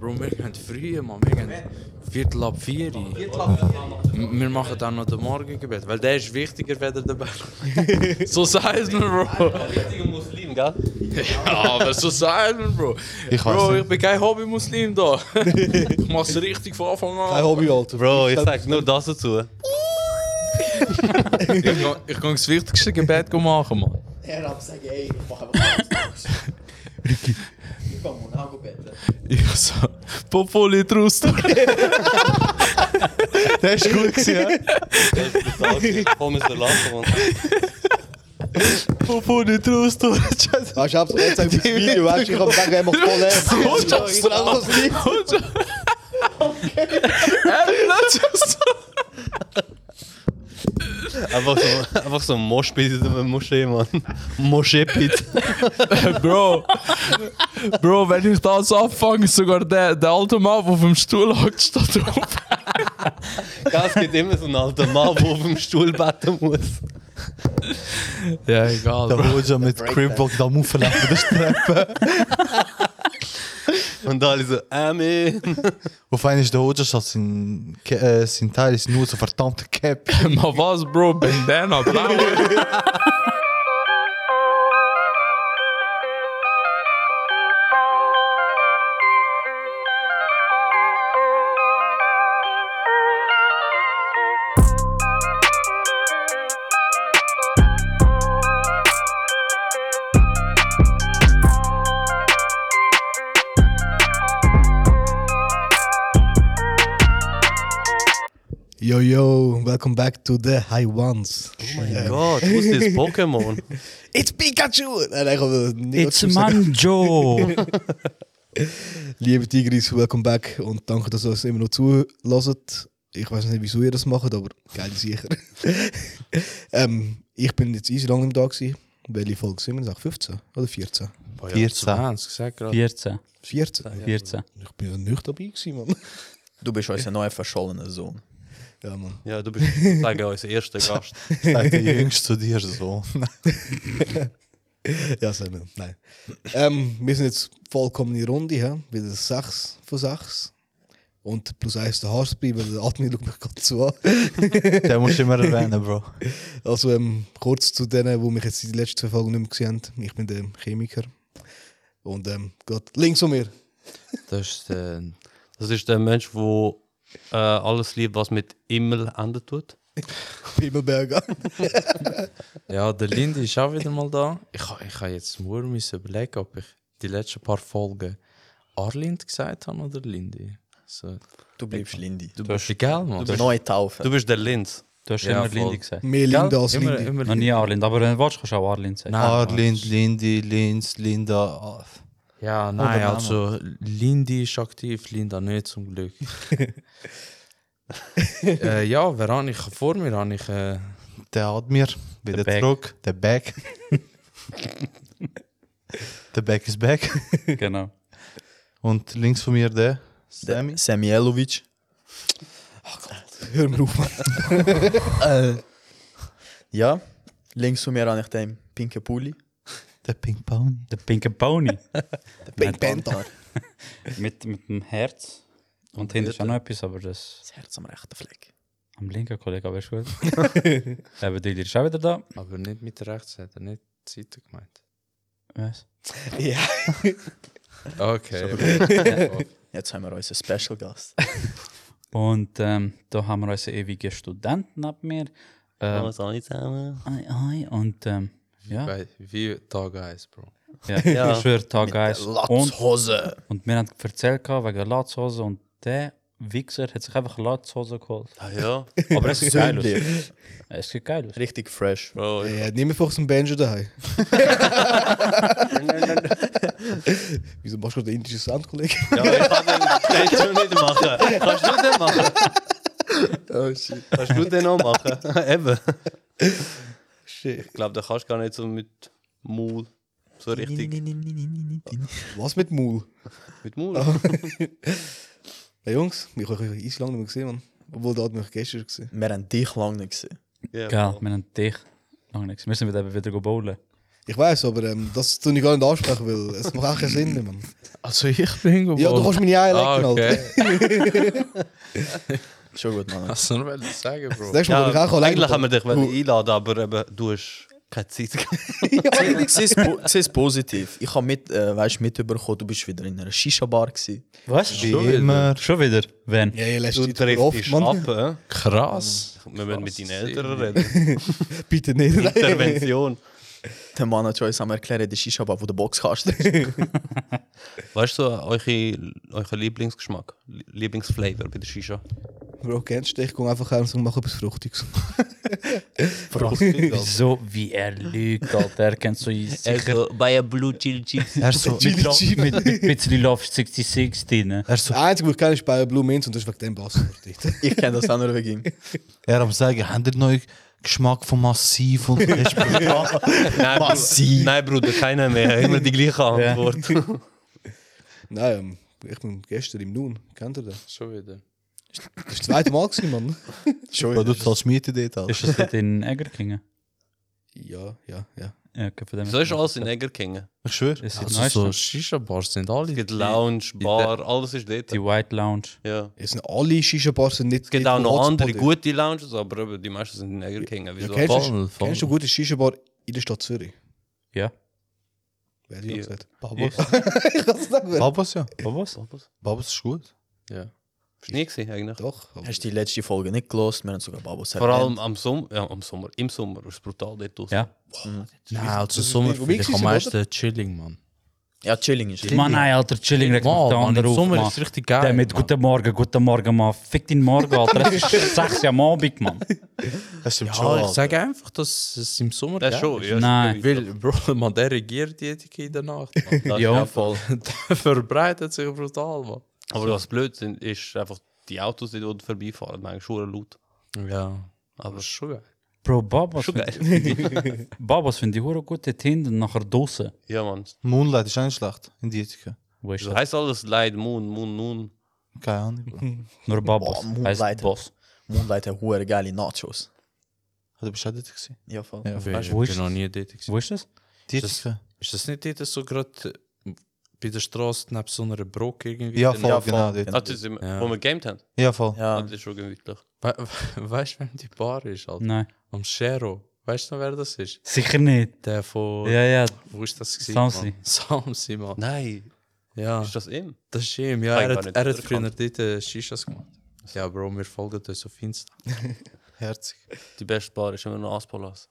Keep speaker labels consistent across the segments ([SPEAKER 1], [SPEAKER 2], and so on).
[SPEAKER 1] Bro, wir gehen früh, man. Wir gehen Viertel ab vier. Wir wir machen dann noch den Morgengebet, weil der ist wichtiger weder der Bär. so sei es mir, Bro.
[SPEAKER 2] Richtiger Muslim, gell?
[SPEAKER 1] Ja, aber so sei es mir, Bro.
[SPEAKER 3] Ich weiß
[SPEAKER 1] Bro,
[SPEAKER 3] nicht.
[SPEAKER 1] ich bin kein Hobby-Muslim da. ich mach's richtig von Anfang
[SPEAKER 3] Kein
[SPEAKER 1] an.
[SPEAKER 3] Hobby, Alter.
[SPEAKER 2] Bro, ich sag nur das dazu.
[SPEAKER 1] Ich kann, ich kann das wichtigste Gebet machen, man.
[SPEAKER 4] Er hat gesagt, ey, ich mach einfach alles. Ich kann morgen auch beten.
[SPEAKER 1] Ich so, Popoli Truster.
[SPEAKER 3] Der ist gut gewesen, ja?
[SPEAKER 2] Das ist brutal. Ich komm, müssen wir lachen, Mann.
[SPEAKER 1] Popoli Truster.
[SPEAKER 4] Weißt du, ich hab's jetzt auf das Video, weißt du, ich hab gesagt, er macht voll ernst. Ich
[SPEAKER 1] Just
[SPEAKER 4] brauch das nicht.
[SPEAKER 2] Einfach so, einfach so ein Moschpit in der Moschee, Mann. Moschepit.
[SPEAKER 1] Bro, Bro, wenn ich das anfange, ist sogar der, der alte Mann, der auf dem Stuhl hockt, steht auf.
[SPEAKER 2] Gell, es gibt immer so einen alten Mann, der auf dem Stuhl beten muss.
[SPEAKER 1] Ja, egal.
[SPEAKER 3] Da
[SPEAKER 1] Bro.
[SPEAKER 3] wurde schon mit Cripple da auflaufen, das Treppen.
[SPEAKER 2] Und alle so, Amen.
[SPEAKER 3] Auf einmal ist der Hoja statt sein, Ke- äh, sein Teil ist nur so verdammte Cap.
[SPEAKER 1] Mal was, Bro, Bandana, blau.
[SPEAKER 4] Yo, yo, welcome back to the High Ones.
[SPEAKER 2] Oh mein Gott, wo ist das Pokémon?
[SPEAKER 4] Eh, It's Pikachu! Nein, nein, ich habe nicht
[SPEAKER 5] It's Manjo!
[SPEAKER 4] Liebe Tigris, welcome back und danke, dass ihr uns immer noch zulässt. Ich weiß nicht, wieso ihr das macht, aber geil sicher. ähm, ich bin jetzt easy lange im Tag. gewesen. Welche Folge sind wir? Sag 15 oder 14?
[SPEAKER 3] 14.
[SPEAKER 5] 14.
[SPEAKER 4] 14?
[SPEAKER 5] 14.
[SPEAKER 4] Ich bin ja nicht dabei, gewesen, Mann.
[SPEAKER 6] Du bist unser neuer verschollener Sohn.
[SPEAKER 4] Ja, Mann.
[SPEAKER 2] Ja, du bist, sage ich, unser erster Gast.
[SPEAKER 3] Sagt der Jüngste zu dir so.
[SPEAKER 4] Ja, sagen wir. Nein. ähm, wir sind jetzt vollkommen in die Runde, hä? wieder 6 von 6. Und plus 1 der Haarspray, weil der Admin schaut mich gerade zu an.
[SPEAKER 3] Den musst du immer erwähnen, Bro.
[SPEAKER 4] Also ähm, kurz zu denen, die mich jetzt in den letzten zwei Folgen nicht mehr gesehen haben. Ich bin der Chemiker. Und ähm, Gott, links von mir.
[SPEAKER 1] Das ist äh, der.
[SPEAKER 2] Das ist der Mensch, der äh, alles liebt, was mit Himmel endet tut.
[SPEAKER 4] Pimmelberger.
[SPEAKER 1] Ja, der Lindy ist auch wieder mal da. Ich, ha- ich habe jetzt nur müssen überlegen, ob ich die letzten paar Folgen Arlind gesagt habe oder Lindy. So,
[SPEAKER 6] Du bleibst Lindy.
[SPEAKER 1] du bist egal, Mann.
[SPEAKER 6] Du neue Taufe.
[SPEAKER 2] Du bist der Linz.
[SPEAKER 5] Du hast
[SPEAKER 1] Ja,
[SPEAKER 5] immer
[SPEAKER 1] voll.
[SPEAKER 5] Lindy gesagt.
[SPEAKER 4] Mehr Linda als
[SPEAKER 1] immer,
[SPEAKER 4] Lindy.
[SPEAKER 1] Immer
[SPEAKER 5] Noch nie Arlind, aber wenn du willst, kannst du auch Arlind sagen.
[SPEAKER 1] Nein,
[SPEAKER 3] Arlind, Ah, Lindy, Linz, Linda.
[SPEAKER 1] Ja, nein, also Lindy ist aktiv, Linda nicht zum Glück. äh, ja, wer habe ich vor mir? Habe ich äh,
[SPEAKER 3] Der hat mir wieder
[SPEAKER 5] Back.
[SPEAKER 3] zurück. Der Back. der Back ist back.
[SPEAKER 5] Genau.
[SPEAKER 3] Und links von mir der
[SPEAKER 6] Der
[SPEAKER 3] Sammy.
[SPEAKER 6] Samielovic.
[SPEAKER 4] Hör mir auf, Mann.
[SPEAKER 6] Ja. Links von mir habe ich den pinken Pulli.
[SPEAKER 3] Der Pink Pony.
[SPEAKER 5] Der pinke Pony
[SPEAKER 6] Den Pink Panther.
[SPEAKER 5] mit, mit dem Herz. Und hinten ist auch noch etwas, aber das
[SPEAKER 6] Das Herz am rechten Fleck.
[SPEAKER 5] am linken Kollegen, aber ist gut. Eben, Dildir ist auch wieder da.
[SPEAKER 1] aber nicht mit rechts, hat er nicht die Seite gemeint.
[SPEAKER 5] Was?
[SPEAKER 4] Ja.
[SPEAKER 1] Okay.
[SPEAKER 6] Jetzt haben wir unseren Special Gast.
[SPEAKER 5] Und ähm, da haben wir unseren ewigen Studenten ab mir.
[SPEAKER 2] Haben wir
[SPEAKER 5] Ähm,
[SPEAKER 2] es alle zusammen?
[SPEAKER 5] hi, hi. Und ähm, ja,
[SPEAKER 1] Weil- Wie Tag 1, Bro.
[SPEAKER 5] ja.
[SPEAKER 2] Ja.
[SPEAKER 5] ich schwöre, Tag Guys. Und
[SPEAKER 6] Latzhose.
[SPEAKER 5] Und wir haben erzählt gehabt, wegen Latzhose und der Wichser hat sich einfach Latzhose geholt.
[SPEAKER 2] Ah, ja.
[SPEAKER 5] Aber es sieht geil aus.
[SPEAKER 6] Sündlich.
[SPEAKER 5] Es sieht geil aus.
[SPEAKER 6] Richtig fresh.
[SPEAKER 2] Bro, ich-
[SPEAKER 4] Ja, nimm mir einfach so einen Banjo daheim. Wieso machst du den indischen Soundkollegen?
[SPEAKER 2] ja, ich kann den, den schon nicht machen. Kannst du den machen?
[SPEAKER 4] Oh shit.
[SPEAKER 2] Kannst du den auch machen? Eben.
[SPEAKER 4] shit.
[SPEAKER 2] Ich glaube, da kannst du gar nicht so mit Maul. So richtig.
[SPEAKER 4] Was mit Maul?
[SPEAKER 2] Mit Maul.
[SPEAKER 4] Hey Jungs, ich habe euch easy lange nicht mehr gesehen, Mann. Obwohl, da hat mich gestern gesehen.
[SPEAKER 6] Wir haben dich lange nicht gesehen.
[SPEAKER 2] Ja,
[SPEAKER 5] Geil,
[SPEAKER 2] Mann.
[SPEAKER 5] wir haben dich. Noch nichts. Wir sind wieder, wieder go bowlen.
[SPEAKER 4] Ich weiß, aber ähm, das tue ich gar nicht ansprechen, weil es macht auch keinen Sinn mehr, Mann.
[SPEAKER 1] Also ich bin geboren.
[SPEAKER 4] Ja, du kannst meine Eier
[SPEAKER 1] ah,
[SPEAKER 4] lecken, Alter.
[SPEAKER 1] okay.
[SPEAKER 6] Schon gut, Mann.
[SPEAKER 1] Hast du nur wollte ich sagen,
[SPEAKER 4] Das
[SPEAKER 1] Bro?
[SPEAKER 4] nächste Mal ja, ich auch alleine
[SPEAKER 2] eigentlich haben
[SPEAKER 4] kommen.
[SPEAKER 2] wir dich wollen einladen, aber eben, du hast keine Zeit gehabt.
[SPEAKER 6] Siehst po sieh's positiv. Ich habe mit, äh, weißt, mitbekommen, du bist wieder in einer Shisha-Bar. gewesen.
[SPEAKER 5] Was?
[SPEAKER 2] Wie
[SPEAKER 1] wieder.
[SPEAKER 2] immer. Schon wieder? Wenn?
[SPEAKER 4] Ja, ja,
[SPEAKER 2] Du
[SPEAKER 4] letzte Zeit
[SPEAKER 2] triffst
[SPEAKER 4] oft,
[SPEAKER 2] dich
[SPEAKER 4] Mann.
[SPEAKER 2] ab, äh?
[SPEAKER 1] Krass.
[SPEAKER 2] Wir müssen mit deinen Eltern
[SPEAKER 1] Krass.
[SPEAKER 2] reden.
[SPEAKER 4] Bitte nicht.
[SPEAKER 2] Intervention.
[SPEAKER 6] Der Mann hat schon uns einmal erklärt, die Shisha-Bar, wo der Boxkasten ist.
[SPEAKER 2] Weißt du, so eure, euer Lieblingsgeschmack, Lie- Lieblingsflavor bei der Shisha?
[SPEAKER 4] Bro, kennst du dich? Ich gehe einfach her und sage, mach etwas Fruchtiges.
[SPEAKER 5] Wieso? Wie er lügt, Alter. Er kennt so sicher
[SPEAKER 2] Also, bei einem Blue Chili Chips.
[SPEAKER 3] Er so,
[SPEAKER 4] Chili Chip.
[SPEAKER 5] mit ein bisschen Love 66 drin.
[SPEAKER 3] er so,
[SPEAKER 4] Das Einzige, was ich kenne, ist bei Blue Mints und das ist wegen dem Bass.
[SPEAKER 6] Ich kenne das auch nur wegen ihm.
[SPEAKER 3] er am sagen, habt ihr neuen Geschmack von Massiv und
[SPEAKER 2] Nein, Bruder,
[SPEAKER 3] Massiv.
[SPEAKER 2] nein, Bruder, keiner mehr. Immer die gleiche Antwort.
[SPEAKER 4] Nein, ähm, ich bin gestern im Nun. Kennt ihr den?
[SPEAKER 1] Schon wieder.
[SPEAKER 4] Das war das zweite Mal, gewesen, Mann.
[SPEAKER 6] Schon
[SPEAKER 3] Bro,
[SPEAKER 6] wieder.
[SPEAKER 3] du zahlst Miete dort, Alter.
[SPEAKER 5] Ist das nicht Dus in Egerkingen?
[SPEAKER 4] Ja, ja, ja.
[SPEAKER 5] Ja, okay, von dem
[SPEAKER 2] Wieso ist alles in Egerkingen?
[SPEAKER 3] Ich schwöre.
[SPEAKER 5] Es sind
[SPEAKER 1] Also
[SPEAKER 5] nice,
[SPEAKER 1] so Shisha-Bars sind alle
[SPEAKER 2] Es gibt Lounge, Bar, alles ist dort.
[SPEAKER 5] die White Lounge.
[SPEAKER 2] Ja.
[SPEAKER 4] Es sind alle Shisha-Bars sind nicht.
[SPEAKER 2] Es gibt auch noch andere gute Lounges, aber eben, die meisten sind in Egerkingen.
[SPEAKER 4] Ja,
[SPEAKER 2] Wieso?
[SPEAKER 4] kennst,
[SPEAKER 1] Voll,
[SPEAKER 4] du,
[SPEAKER 1] voll.
[SPEAKER 4] kennst du gute Shisha-Bar in der Stadt Zürich?
[SPEAKER 5] Ja.
[SPEAKER 4] Wer hat die
[SPEAKER 2] Ja.
[SPEAKER 4] gesagt?
[SPEAKER 3] Babos.
[SPEAKER 4] Ich hab's nicht gesagt.
[SPEAKER 3] Babos, ja.
[SPEAKER 5] Was?
[SPEAKER 3] Babos ist gut.
[SPEAKER 1] Ja.
[SPEAKER 2] Ist nie gewesen, eigentlich.
[SPEAKER 4] Doch. aber-
[SPEAKER 6] Hast du die letzte Folge nicht gelost? Wir haben sogar Babos
[SPEAKER 2] Vor allem am Sommer, ja, am Sommer, im Sommer ist es brutal dort draussen.
[SPEAKER 5] Ja.
[SPEAKER 1] Nein, also
[SPEAKER 4] das ist
[SPEAKER 1] Sommer
[SPEAKER 4] nicht-
[SPEAKER 1] finde ich am
[SPEAKER 4] Wix-
[SPEAKER 1] meisten chilling, Mann.
[SPEAKER 6] Ja, Chilling ist
[SPEAKER 5] Mann, nein, Alter, chilling regt mich
[SPEAKER 1] Mann,
[SPEAKER 5] den
[SPEAKER 1] Mann,
[SPEAKER 5] anderen
[SPEAKER 1] im
[SPEAKER 5] auf,
[SPEAKER 1] Sommer
[SPEAKER 5] Mann.
[SPEAKER 1] ist richtig geil.
[SPEAKER 5] Der mit
[SPEAKER 1] Mann.
[SPEAKER 5] guten Morgen, guten Morgen, Mann. Fick den Morgen, Alter. Es ist 6 Uhr am Abend, Mann.
[SPEAKER 3] Das stimmt schon.
[SPEAKER 1] Ja, ich
[SPEAKER 3] Alter.
[SPEAKER 1] sage einfach, dass es im Sommer
[SPEAKER 2] Das ist
[SPEAKER 1] geil
[SPEAKER 2] schon, ja.
[SPEAKER 5] Nein.
[SPEAKER 1] Weil, Bro, man, der regiert jede in der Nacht. Mann.
[SPEAKER 2] Das ist
[SPEAKER 5] Ja.
[SPEAKER 2] ja voll.
[SPEAKER 1] der verbreitet sich brutal, Mann.
[SPEAKER 2] Aber was blöd sind, ist einfach die Autos, die dort vorbeifahren, manchmal schon laut.
[SPEAKER 1] Ja.
[SPEAKER 2] Aber
[SPEAKER 1] Aber schon geil.
[SPEAKER 5] Bro, Babas
[SPEAKER 2] schon
[SPEAKER 5] finde
[SPEAKER 2] geil.
[SPEAKER 5] Babas find ich hure gut dort hinten, nachher draussen.
[SPEAKER 2] ja, Mann.
[SPEAKER 3] Moonlight ist auch nicht schlecht. In die Ethik.
[SPEAKER 5] Wo ist
[SPEAKER 2] Das
[SPEAKER 5] das?
[SPEAKER 2] heißt alles Light, Moon, Moon, Moon.
[SPEAKER 3] Keine Ahnung. Bro.
[SPEAKER 5] Nur Babas.
[SPEAKER 6] Oh, Moonlight.
[SPEAKER 5] heißt Boss.
[SPEAKER 6] Moonlight hat hure geile Nachos.
[SPEAKER 3] Ah, Du bist auch dort gewesen.
[SPEAKER 6] Ja, voll.
[SPEAKER 3] Ja,
[SPEAKER 1] Weil Ich
[SPEAKER 5] wo ist
[SPEAKER 1] bin noch nie dort. gewesen.
[SPEAKER 5] Wo ist das?
[SPEAKER 3] Die
[SPEAKER 1] Das-
[SPEAKER 3] Ethik.
[SPEAKER 1] Ist das nicht dort so gerade bei der Straße neben so einer Brücke irgendwie?
[SPEAKER 3] Ja,
[SPEAKER 1] Dann-
[SPEAKER 3] voll,
[SPEAKER 6] Ja, voll.
[SPEAKER 3] genau. Dort.
[SPEAKER 2] Ah, das ist, im-
[SPEAKER 1] Ja.
[SPEAKER 2] wo wir gegamed haben.
[SPEAKER 3] Ja, voll.
[SPEAKER 2] Ah,
[SPEAKER 6] Ja,
[SPEAKER 2] Das ist schon gemütlich.
[SPEAKER 1] We we- weißt du, wem die Bar ist, Alter?
[SPEAKER 5] Nein.
[SPEAKER 1] Am Shero. Weißt du noch, wer das ist?
[SPEAKER 5] Sicher nicht.
[SPEAKER 1] Der von.
[SPEAKER 5] Ja, ja.
[SPEAKER 1] Wo ist das gewesen?
[SPEAKER 5] Samsi.
[SPEAKER 1] Mann? Samsi, Mann.
[SPEAKER 2] Nein,
[SPEAKER 1] Ja,
[SPEAKER 2] ist das ihm?
[SPEAKER 1] das ist ihm. Ja,
[SPEAKER 2] Ah, ich
[SPEAKER 1] er
[SPEAKER 2] war
[SPEAKER 1] hat,
[SPEAKER 2] nicht
[SPEAKER 1] er hat früher
[SPEAKER 2] erkannt.
[SPEAKER 1] dort äh, Shishas gemacht. Ja, Bro, wir folgen das auf Insta.
[SPEAKER 3] Herzig.
[SPEAKER 2] Die beste Bar ist immer noch Aspolas.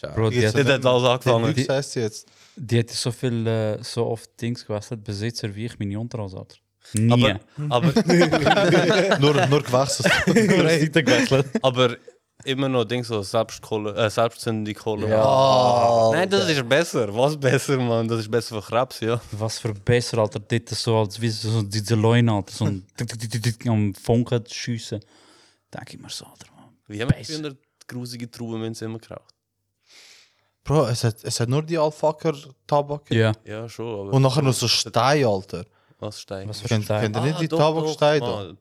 [SPEAKER 1] Schau.
[SPEAKER 5] Bro, die
[SPEAKER 3] Jetzt
[SPEAKER 5] hat,
[SPEAKER 2] Das hat alles angefangen.
[SPEAKER 3] Wie heißt sie jetzt?
[SPEAKER 5] die hat so viel, äh, so oft Dings gewechselt, Besitzer, wie ich meine Unterhose hatte. Nie.
[SPEAKER 2] Aber, aber,
[SPEAKER 3] nur, nur gewachsen.
[SPEAKER 5] Seite gewechselt.
[SPEAKER 2] aber immer noch Ding so Selbstkohle, äh, Ah. selbstzündende Kohle. Nein, das ist besser. Was besser, Mann? Das ist besser für Krebs, ja.
[SPEAKER 5] Was für besser, Alter. Dit is so, als wie so diese Leune, Alter. So ein tick, tick, tick, tick, tick, am Funken zu schiessen. Denk ich mir so, Alter. Mann.
[SPEAKER 2] Wie haben wir
[SPEAKER 5] Besser.
[SPEAKER 2] früher grusige Traubenmünze immer geraucht?
[SPEAKER 3] Bro, es hat, es hat nur die Alphaker-Tabak. gegeben.
[SPEAKER 5] Ja.
[SPEAKER 2] Ja, schon, aber
[SPEAKER 3] Und nachher noch so Stein, Alter.
[SPEAKER 2] was steigt? Ah,
[SPEAKER 5] Was für
[SPEAKER 3] Kennt, kennt ihr
[SPEAKER 5] Stein.
[SPEAKER 3] nicht die Tabaksteine? da?